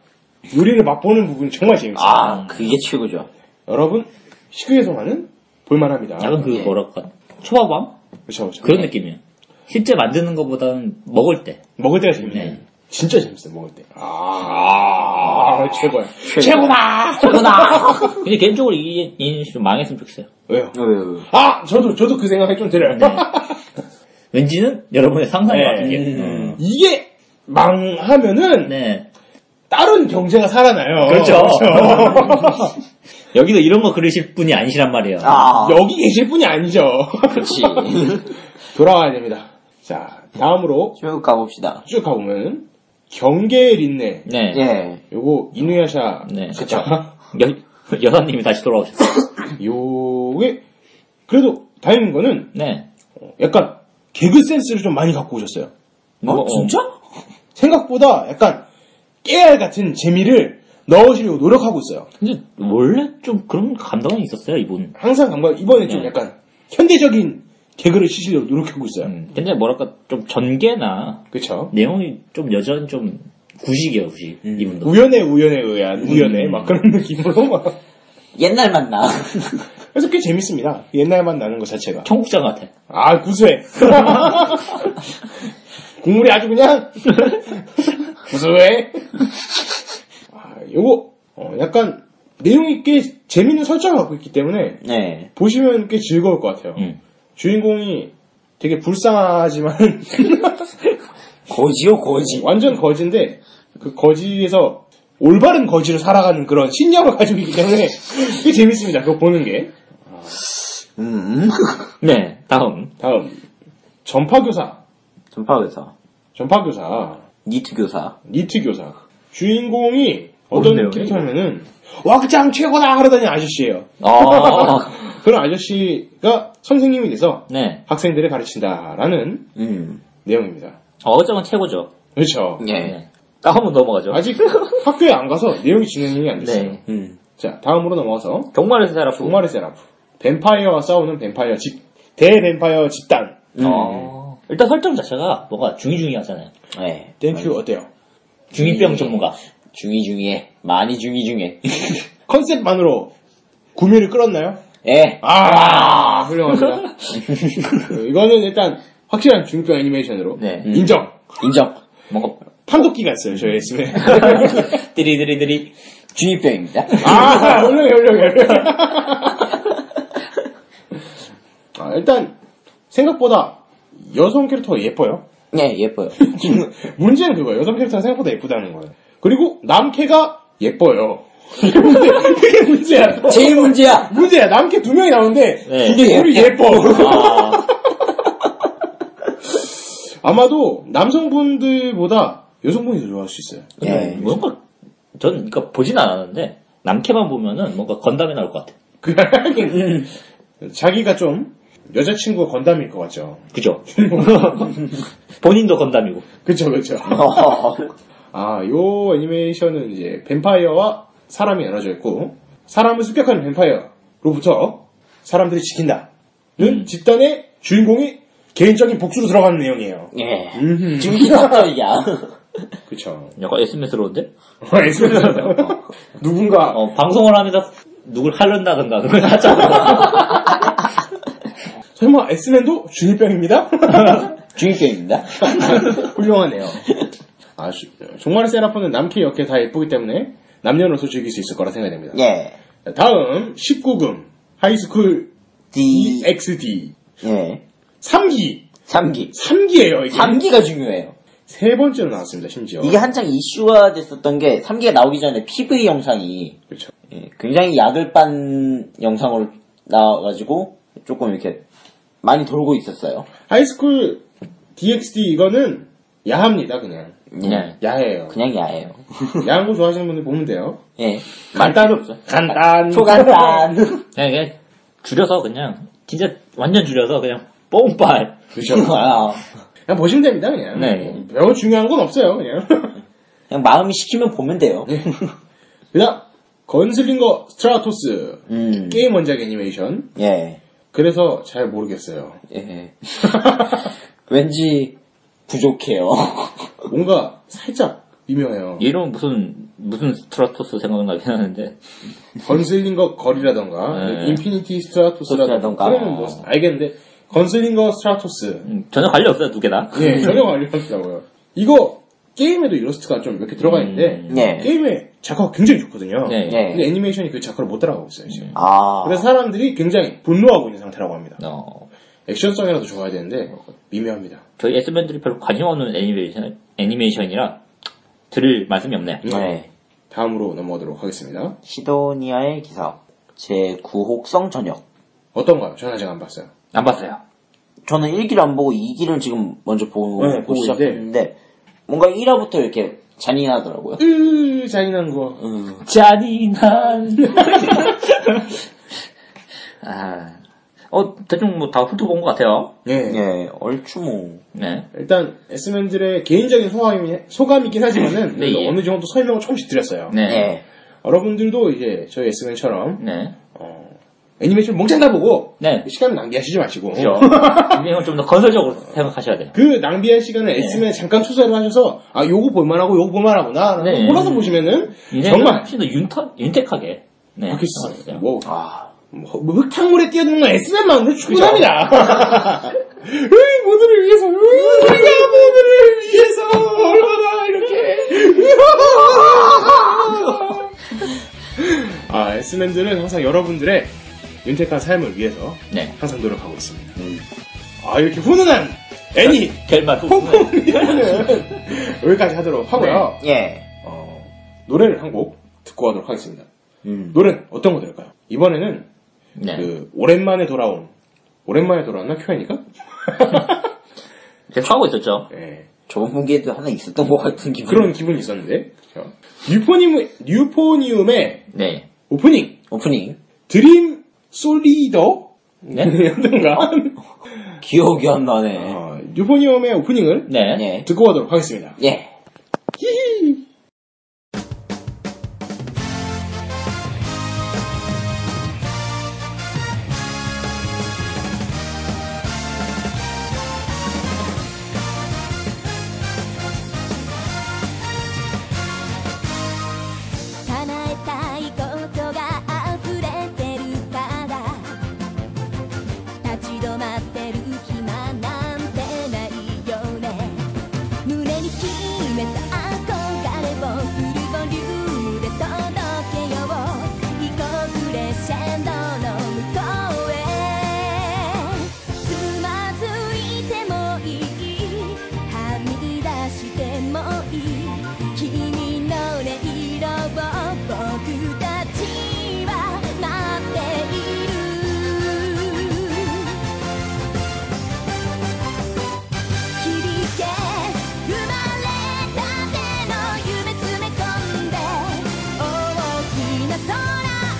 S1: 요리를 맛보는 부분 정말 재밌어요.
S3: 아 그게 최고죠.
S1: 여러분, 시크게 소마는 볼만합니다.
S2: 약간 그
S3: 네.
S2: 뭐랄까 초밥왕
S1: 그쵸, 그쵸.
S2: 그런 느낌이에요. 실제 만드는 것보다는 먹을 때.
S1: 먹을 때가 재밌네.
S2: 네.
S1: 진짜 재밌어요, 먹을 때. 아, 최고야.
S3: 아,
S1: 최고다!
S3: 최고다.
S2: *laughs* 근데 개인적으로 이 애니메이션 좀 망했으면 좋겠어요.
S1: 왜요?
S3: 음.
S1: 아! 저도, 저도 그 생각이 좀 *laughs* 들어요.
S2: 왠지는 여러분의 상상이
S1: 네.
S2: 바뀌게.
S3: 음.
S1: 이게, 망하면은,
S2: 네.
S1: 다른 경제가 살아나요.
S2: 그렇죠. 여기서 이런 거 그러실 분이 아니시란 말이에요.
S3: 아.
S1: *laughs* 여기 계실 분이 아니죠.
S3: 그렇지.
S1: *laughs* 돌아와야 됩니다. 자, 다음으로
S3: 쭉 가봅시다.
S1: 쭉 가보면 경계 린네.
S2: 네.
S3: 예.
S1: 요거 이누야샤.
S2: 네.
S1: 그쵸.
S2: 여, 여사님이 다시 돌아오셨어요.
S1: 요게 그래도 다행인 거는
S2: 네.
S3: 어,
S1: 약간 개그 센스를 좀 많이 갖고 오셨어요.
S2: 뭐, 어.
S1: 생각보다 약간 깨알 같은 재미를 넣으시려고 노력하고 있어요.
S2: 근데 원래 좀 그런 감당이 있었어요, 이분.
S1: 항상 감각 이번에 좀
S2: 네.
S1: 약간 현대적인 개그를 치시려고 노력하고 있어요.
S2: 음, 근데 뭐랄까 좀 전개나
S1: 그쵸?
S2: 내용이 좀 여전히 좀 구식이에요, 구식.
S3: 음.
S2: 이분도.
S1: 우연에 우연에 의한
S2: 음.
S1: 우연에 막 그런 *laughs* 느낌으로 막
S3: 옛날 만나. *laughs*
S1: 그래서 꽤 재밌습니다. 옛날만 나는 것 자체가.
S2: 청국장 같아.
S1: 아, 구수해. *laughs* 국물이 아주 그냥 *laughs* 구수해. 아, 요거 어, 약간 내용이 꽤 재밌는 설정을 갖고 있기 때문에
S3: 네.
S1: 보시면 꽤 즐거울 것 같아요.
S2: 음.
S1: 주인공이 되게 불쌍하지만 *laughs*
S3: 거지요 거지.
S1: 완전 거지인데 그 거지에서 올바른 거지로 살아가는 그런 신념을 가지고 있기 때문에 꽤 재밌습니다. 그거 보는 게.
S3: 음.
S2: 네, 다음.
S1: 다음 전파교사
S3: 전파교사.
S1: 전파교사
S3: 니트 교사.
S1: 니트 교사. 주인공이
S2: 뭔데요,
S1: 어떤 캐릭터냐면은 왁장 최고다 그러다니 아저씨예요.
S2: 아,
S1: 그런 아저씨가 선생님이 돼서
S2: *laughs* 네.
S1: 학생들을 가르친다라는
S3: 음.
S1: 내용입니다.
S2: 어정은 최고죠. 네.
S1: 그렇죠.
S3: 예.
S2: 다음은 넘어가죠.
S1: 아직 학교에 안 가서 내용이 진행이 안 됐어요.
S2: 네.
S3: 음.
S1: 자, 다음으로 넘어와서
S2: 정말의 세라프.
S1: 종말의 세라프. 뱀파이어와 싸우는 뱀파이어 집, 대뱀파이어 집단.
S3: 음.
S2: 어. 일단 설정 자체가 뭐가 중이중이하잖아요.
S3: 예.
S1: 땡큐 어때요?
S2: 중이병 전문가.
S3: 중이중이해. 많이 중이중해.
S1: 컨셉만으로 구매를 끌었나요?
S3: 예.
S1: 아, 훌륭합니다. 그, 이거는 일단 확실한 중병 애니메이션으로
S2: 네.
S1: 인정.
S3: 인정. *laughs*
S2: 뭔가
S1: 판독기가 있어요 저희 SM에.
S3: 드리드리드리. 중이병입니다.
S1: 아, 훌륭해, 훌륭해, 훌륭해. 아, 일단 생각보다 여성 캐릭터가 예뻐요.
S3: 예, 예뻐요. *laughs*
S1: 문제는 그거예요. 여성 캐릭터가 생각보다 예쁘다는 거예요. 그리고 남캐가 예뻐요. *laughs* 그게 문제, 그게 문제야.
S3: 제일 문제야!
S1: 문제야. 남캐 두 명이 나오는데
S2: 네.
S1: 이게 우리 예뻐.
S2: 아,
S1: *laughs* 아마도 남성분들보다 여성분이 더 좋아할 수 있어요. *laughs*
S3: 예.
S2: 뭔가 전 그러니까 보진 않았는데 남캐만 보면은 뭔가 건담이 나올 것 같아.
S1: 그 자기가 좀 여자친구가 건담일 것 같죠.
S2: 그죠? *laughs* 본인도 건담이고.
S1: 그쵸, 그쵸.
S3: 어.
S1: 아, 요 애니메이션은 이제 뱀파이어와 사람이 나눠져 있고, 사람을 습격하는 뱀파이어로부터 사람들이 지킨다. 는 집단의 주인공이 개인적인 복수로 들어가는 내용이에요.
S3: *laughs* 예.
S1: 음흠. *laughs*
S3: 중이병이야.
S1: 그쵸. *laughs*
S2: 약간 SMS러운데?
S1: 누군가,
S2: 어, 방송을 하면서 누굴 칼른다든가 그걸 하잖아.
S1: 설마 에스맨도 중이병입니다?
S3: 중이병입니다.
S1: *laughs* 훌륭하네요. 아, 주- 정말 세라폰은 남캐 여캐 다 예쁘기 때문에 남녀노소 즐길 수 있을 거라 생각됩니다.
S3: *laughs* 예.
S1: 다음 19금 하이스쿨 E
S3: D.
S1: EXD
S3: 예.
S1: 3기
S3: 3기.
S1: 3기예요 이게
S3: 3기가 중요해요.
S1: 세 번째로 나왔습니다 심지어
S3: 이게 한창 이슈화 됐었던 게 3기가 나오기 전에 PV 영상이
S1: 그렇죠
S3: 예, 굉장히 약을 빤 영상으로 나와가지고 조금 이렇게 많이 돌고 있었어요.
S1: 하이스쿨 DXD 이거는 야합니다 그냥 네.
S3: 예.
S1: 야해요
S3: 그냥 야해요.
S1: 야한 거 좋아하시는 분들 보면 돼요
S3: 예.
S1: 간단 없죠 간단
S3: 초간단.
S2: *laughs* 그냥, 그냥 줄여서 그냥 진짜 완전 줄여서 그냥 뽕빨.
S1: *laughs* 그렇죠
S3: 아,
S1: 그냥 보시면 됩니다 그냥
S2: 네.
S1: 별로 중요한 건 없어요 그냥 *laughs*
S3: 그냥 마음이 시키면 보면 돼요.
S1: 네. 그다음 건슬링거 스트라토스
S3: 음.
S1: 게임 원작 애니메이션
S3: 예.
S1: 그래서 잘 모르겠어요 *laughs*
S3: 예. 왠지
S1: *laughs*
S3: 부족해요.
S1: 뭔가 살짝 미묘해요
S2: 이런 무슨 무슨 스트라토스 생각나긴 하는데
S1: 건슬링거 거리라던가
S2: 네.
S1: 인피니티 스트라토스라던가
S3: 스트라던가.
S1: 그러면 뭐 알겠는데 건슬링거 스트라토스
S2: 음, 전혀 관련 없어요 두 개 다. *laughs*
S1: 예 *laughs* 전혀 관련없더라고요 이거 게임에도 일러스트가 좀 몇 개 들어가 있는데
S2: 음,
S3: 네.
S1: 게임의 작화가 굉장히 좋거든요
S2: 네. 음.
S3: 예.
S1: 근데 애니메이션이 그 작화를 못 따라가고 있어요 지금
S3: 아.
S1: 그래서 사람들이 굉장히 분노하고 있는 상태라고 합니다
S2: 어,
S1: 액션성이라도 좋아야 되는데 미묘합니다
S2: 저희 S맨들이 별로 관심 없는 애니메이션 애니메이션이라 드릴 말씀이 없네요.
S3: 네.
S1: 음. 다음으로 넘어가도록 하겠습니다
S3: 시도니아의 기사. 제 9혹성 저녁.
S1: 어떤가요? 저는 아직 안 봤어요
S2: 안 봤어요.
S3: 저는 1기를 안 보고 2기를 지금 먼저 보고
S1: 네, 보고
S3: 시작했는데, 뭔가 1화부터 이렇게 잔인하더라고요.
S1: 으 잔인한 거 음.
S2: 음. 잔인한. *laughs* 아, 어 대충 뭐 다 훑어본 것 같아요.
S1: 예.
S3: 예, 얼추 뭐.
S2: 네.
S1: 일단 에스맨들의 개인적인 소감이, 소감이긴 하지만은
S2: 네,
S1: 그래도
S2: 예.
S1: 어느 정도 설명을 조금씩 드렸어요
S2: 네.
S3: 예.
S1: 여러분들도 이제 저희 SMN처럼
S2: 네.
S1: 애니메이션 몽창 다 보고
S2: 네.
S1: 시간을 낭비하시지 마시고
S2: 그죠. 진행을 좀 더 건설적으로 생각하셔야 돼요.
S1: 그 낭비할 시간을 SMN에 잠깐 투자를 하셔서 아 요거 볼만하고 요거 볼만하구나 라고
S2: 네.
S1: 골라서 보시면은
S2: 인생은
S1: 정말
S2: 훨씬 더 윤터, 윤택하게. 네.
S1: 네, 바뀌었어요
S2: 생각하세요.
S1: 뭐,
S3: 아,
S1: 뭐, 뭐 흙탕물에 뛰어드는 건 SMN만으로 충분합니다 *laughs* 으이 모두를 위해서 으이 내가 모두를 위해서 얼마나 이렇게 *laughs* 아 SMN들은 항상 여러분들의 윤택한 삶을 위해서
S2: 네.
S1: 항상 노력하고 있습니다. 아 이렇게 훈훈한 애니
S2: 결말
S1: 뽕뽕
S2: 후에.
S1: 네. 여기까지 하도록 하고요.
S3: 예.
S1: 어, 노래를 한 곡 듣고 가도록 하겠습니다.
S3: 음.
S1: 노래 어떤 거 들을까요? 이번에는
S2: 네.
S1: 그 오랜만에 돌아온 오랜만에 돌아왔나 큐엔이가?
S2: 계속 하고 네, 있었죠.
S1: 예
S3: 저번 분기에도 하나 있었던 것 같은 기분.
S1: 음. 그런 예. 기분이 있었는데 그렇죠. 뉴포니움, 뉴포니움의
S3: 네.
S1: 오프닝
S3: 오프닝.
S1: 드림 솔리더 였던가
S3: 기억이 안 나네.
S1: 어, 뉴포니움의 오프닝을
S2: 네.
S3: 예.
S1: 듣고 가도록 하겠습니다.
S3: 예.
S4: 叶えたいことが溢れてるから立ち止まってる暇なんてないよね胸に決めた憧れをフルボリュームで届けよう異国レッシェンドの向こうへつまずいてもいいはみ出してもいい君の音色を僕たちは待っている響け生まれたての夢詰め込んで大きな空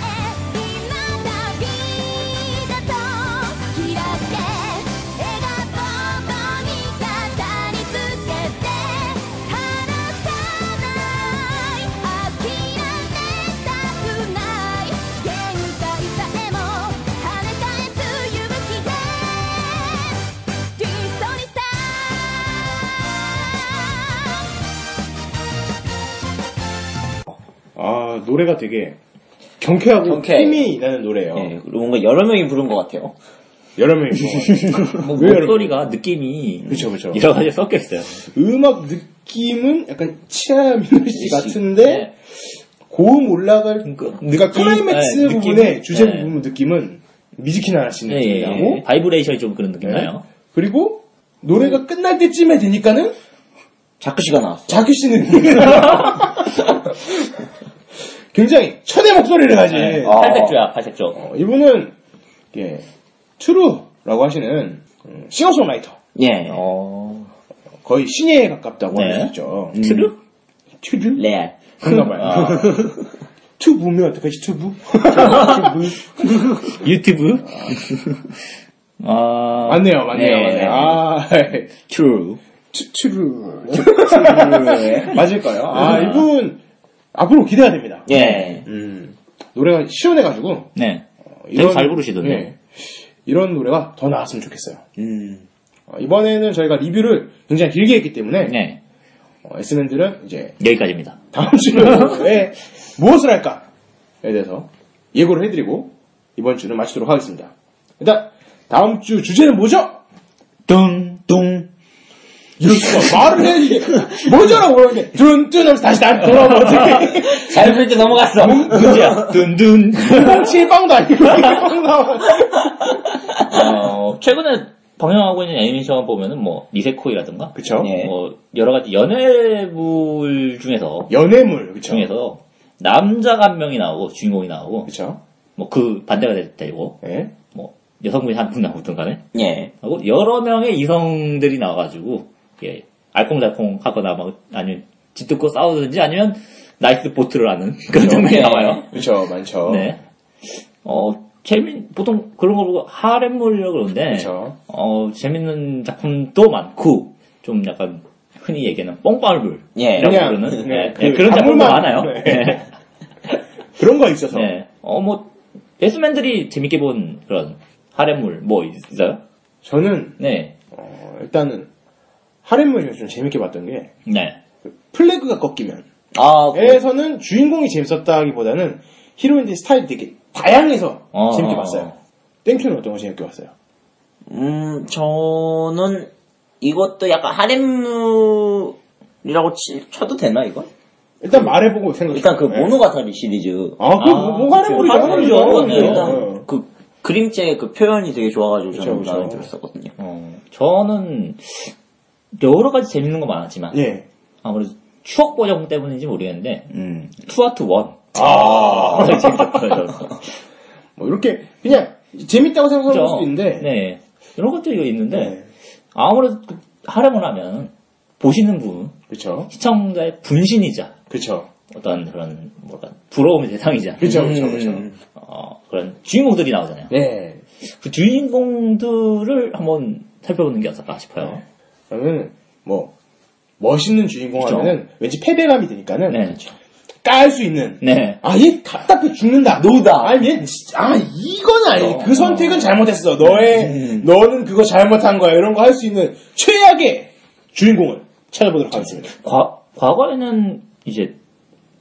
S4: へ今旅だと開け笑顔も味方につけて離さない諦めたくない限界さえも跳ね返す勇気で理想にさ
S1: 아 노래가 되게 경쾌하고
S3: 경쾌.
S1: 힘이 나는 노래예요.
S3: 예. 그리고 뭔가 여러 명이 부른 것 같아요.
S1: 여러 명이
S2: 뭐
S1: 왜 여러
S2: 목소리가 느낌이
S1: 그쵸, 그쵸.
S2: 여러 가지 섞여 있어요.
S1: 음악 느낌은 약간 치아 미노씨 같은데
S2: 네.
S1: 고음 올라갈
S2: 그러니까
S1: 그러니까
S2: 느낌,
S1: 클라이맥스
S2: 네, 느낌은-
S1: 부분의 주제
S2: 네.
S1: 부분 느낌은 미즈키나 씨
S2: 예,
S1: 느낌이
S2: 예,
S1: 나고
S2: 예. 바이브레이션이 좀 그런 느낌
S1: 네.
S2: 나요.
S1: 그리고 노래가 끝날 때쯤에 되니까는
S3: 자크씨가 나왔어.
S1: 자규 씨는 *laughs* 굉장히 천의 목소리를 하지.
S2: 네.
S1: 아.
S2: 팔색조야, 팔색조.
S1: 어, 이분은 예, 트루라고 하시는 음, 싱어송라이터
S3: 예.
S2: 어.
S1: 거의 신예에 가깝다고 할
S2: 네.
S1: 수 있죠.
S3: 음.
S2: 트루? 네.
S1: 트루?
S3: 레알.
S1: 그런가봐요.
S2: 아.
S1: *laughs* 투부면 어떡하지 투부?
S2: *laughs* 유튜브? 아.
S1: 맞네요, 맞네요,
S3: 네.
S1: 맞네요. 아, *laughs*
S3: 트루.
S1: 투- 투루. *laughs* 맞을 거예요. 아, 이분 앞으로 기대가 됩니다.
S3: 예.
S1: 음, 노래가 시원해가지고
S2: 네.
S1: 어,
S2: 되게 잘 부르시던데.
S1: 예, 이런 노래가 더 나왔으면 좋겠어요.
S3: 음.
S1: 어, 이번에는 저희가 리뷰를 굉장히 길게 했기 때문에
S2: 네.
S1: 어, S맨들은 이제
S2: 여기까지입니다.
S1: 다음 주에 무엇을 할까에 대해서 예고를 해드리고 이번 주는 마치도록 하겠습니다. 일단 다음 주 주제는 뭐죠?
S2: 뚱, 뚱.
S1: 이럴 수가 말을 해 이게 뭐죠라고 물어보는데 둔둔 하면서 다시 나한테 돌아오면
S2: *laughs*
S1: 어떡해 *laughs*
S3: 잘 부를 때 넘어갔어.
S2: 누구야? 둔, 둔.
S1: 공공치의 빵도 아니고 빵 나와
S2: 어, 최근에 방영하고 있는 애니메이션 보면은 뭐, 니세코이라든가.
S1: 그쵸
S3: 예.
S2: 뭐, 여러 가지 연애물 중에서,
S1: 연애물 그쵸
S2: 중에서, 남자가 한 명이 나오고, 주인공이 나오고,
S1: 그쵸
S2: 뭐, 그 반대가 되- 되고,
S1: 예
S2: 뭐, 여성분이 한 분 나오든 간에,
S3: 예.
S2: 하고, 여러 명의 이성들이 나와가지고, 예, 알콩달콩 하거나, 막, 아니면, 짓듣고 싸우든지, 아니면, 나이스 보트를 하는 *laughs* 그런 장면이
S3: 예.
S2: 나와요.
S1: 그쵸 많죠
S2: 네. 어, 재미, 보통 그런 거 보고 하렘물이라고 그러는데,
S1: 그쵸.
S2: 어, 재밌는 작품도 많고, 좀 약간, 흔히 얘기하는 뽕빨물.
S3: 예.
S2: 이라고
S1: 그냥,
S2: 부르는.
S1: 네,
S2: 네,
S1: 그
S2: 네, 그런 작품도
S1: 단물만-
S2: 많아요.
S1: 네. 그런 거 있어서
S2: 네. 어, 뭐, 예스맨들이 재밌게 본 그런 하렘물, 뭐 있어요?
S1: 저는
S2: 네.
S1: 어, 일단은 하렘물을 좀 재밌게 봤던 게
S2: 네.
S1: 플래그가 꺾이면
S3: 아, 그,
S1: 에서는 주인공이 재밌었다기보다는 히로인들의 스타일이 되게 다양해서
S2: 어.
S1: 재밌게 봤어요 땡큐는 어떤 거 재밌게 봤어요?
S3: 음, 저는 이것도 약간 하렘물이라고 치- 쳐도 되나, 이거?
S1: 일단 말해보고 생각해
S3: 일단 그
S1: 네.
S3: 모노가타리 시리즈. 아,
S1: 아, 그거 뭐, 뭐 하는 거죠?
S3: 하렘물이죠.
S1: 하는 거죠. 어.
S3: 일단 그 그림체의 그 표현이 되게 좋아가지고 저는
S1: 그쵸,
S3: 마음에
S1: 그쵸.
S3: 들었었거든요.
S2: 어, 저는, 여러 가지 재밌는 거 많았지만,
S1: 예.
S2: 아무래도 추억 보정 때문인지 모르겠는데,
S3: 음.
S2: 투아트 원.
S1: 아.
S2: 네, 재밌었어요, 저는.
S1: *laughs* 뭐, 이렇게, 그냥, 재밌다고 생각할 수도 있는데.
S2: 네. 이런 것들이 있는데,
S1: 네.
S2: 아무래도 그 하렘을 하면, 보시는 분,
S1: 그쵸.
S2: 시청자의 분신이자
S1: 그쵸.
S2: 어떤 그런 뭐랄까 부러움의 대상이자
S1: 그렇죠, 그쵸, 그쵸, 그쵸.
S3: 음.
S2: 어, 그런 주인공들이 나오잖아요.
S3: 네.
S2: 그 주인공들을 한번 살펴보는 게 어떨까 싶어요.
S1: 그러면, 뭐, 멋있는 주인공
S2: 그쵸.
S1: 하면은 왠지 패배감이 드니까는
S2: 네.
S1: 깔 수 있는.
S2: 네.
S1: 아, 얘 답답해 죽는다.
S3: 노다.
S1: 아니, 얘, 진짜- 아, 이건 아니.
S2: 어.
S1: 그 선택은 잘못했어. 너의, 너는 그거 잘못한 거야. 이런 거 할 수 있는 최악의 주인공을 찾아보도록 하겠습니다.
S2: 과, 과거에는 이제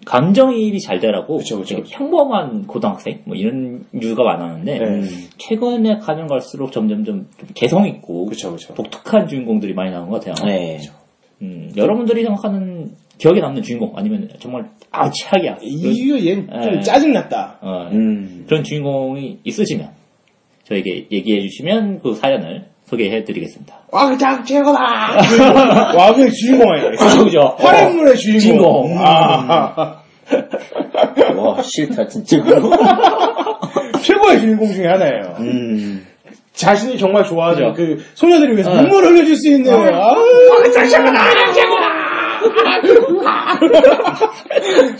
S2: 감정이입이 잘 되라고
S1: 그렇죠, 그쵸, 그쵸,
S2: 되게
S1: 그쵸.
S2: 평범한 고등학생 뭐 이런 류가 많았는데
S1: 네.
S2: 음, 최근에 가면 갈수록 점점점 좀 개성 있고
S1: 그쵸, 그쵸.
S2: 독특한 주인공들이 많이 나온 것 같아요.
S3: 네.
S2: 음, 여러분들이 생각하는 기억에 남는 주인공 아니면 정말 아 최악이야 그런,
S1: 이거 얘는 좀
S2: 네.
S1: 짜증났다.
S2: 어,
S3: 음.
S2: 그런 주인공이 있으시면 저에게 얘기해 주시면 그 사연을 소개해 드리겠습니다.
S1: 와, 장 최고다! 와, 그냥 주인공 아니야.
S2: 그죠?
S1: 화랑물의 주인공.
S2: 주인공.
S1: 음. 아,
S3: 와, 싫다, 진짜.
S1: *laughs* 최고의 주인공 중에 하나예요.
S3: 음.
S1: 자신이 정말 좋아하는
S2: 그죠? 어.
S1: 그 소녀들을 위해서 눈물을 흘려줄 수 있는. 아, 장 최고다! 최고다!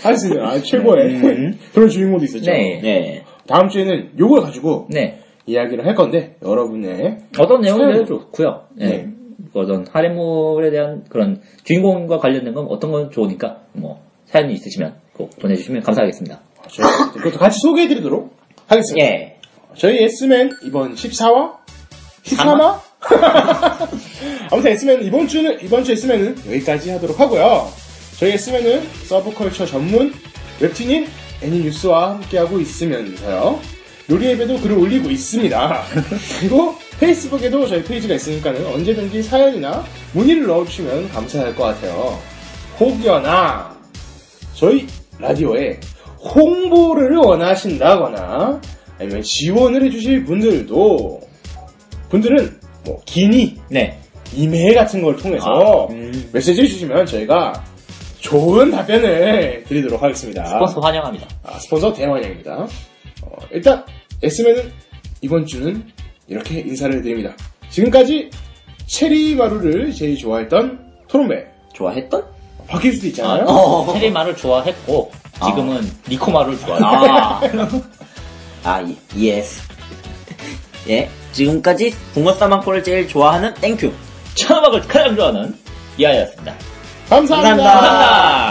S1: 할수 있는, 아, 최고의
S3: 음.
S1: *laughs* 그런 주인공도 있었죠.
S2: 네.
S3: 네.
S1: 다음 주에는 요걸 가지고
S2: 네.
S1: 이야기를 할 건데, 여러분의
S2: 어떤 내용이
S1: 사연이죠.
S2: 도 좋고요. 네.
S1: 네.
S2: 그 어떤 하렘물에 대한 그런 주인공과 관련된 건 어떤 건 좋으니까 뭐 사연이 있으시면 꼭 보내주시면 감사하겠습니다.
S1: 저희 그것도 같이 소개해드리도록 하겠습니다.
S3: 예.
S1: 저희 S맨 이번 14화? 13화? *laughs* 아무튼 S맨 이번 주는 이번 주 S맨은 여기까지 하도록 하고요. 저희 S맨은 서브컬처 전문 웹툰인 애니뉴스와 함께하고 있으면서요. 요리앱에도 글을 올리고 있습니다. 그리고 페이스북에도 저희 페이지가 있으니까는 언제든지 사연이나 문의를 넣어주시면 감사할 것 같아요. 혹여나 저희 라디오에 홍보를 원하신다거나 아니면 지원을 해주실 분들도 분들은 뭐 기니
S2: 네.
S1: 이메일 같은 걸 통해서
S3: 음.
S1: 메시지를 주시면 저희가 좋은 답변을 드리도록 하겠습니다.
S2: 스폰서 환영합니다.
S1: 아, 스폰서 대환영입니다. 어, 일단 S맨은 이번 주는 이렇게 인사를 드립니다. 지금까지 체리 마루를 제일 좋아했던 토론배
S3: 좋아했던?
S1: 바뀔 수도 있잖아요.
S3: 어.
S2: 체리마를 좋아했고 지금은 니코마를 좋아해요. *laughs*
S3: 아. 아, 예. 예스. 예. 지금까지 붕어 싸만코를 제일 좋아하는 땡큐.
S2: 처음악을 가장 좋아하는 이하였습니다.
S1: 감사합니다.
S3: 감사합니다.
S2: 감사합니다.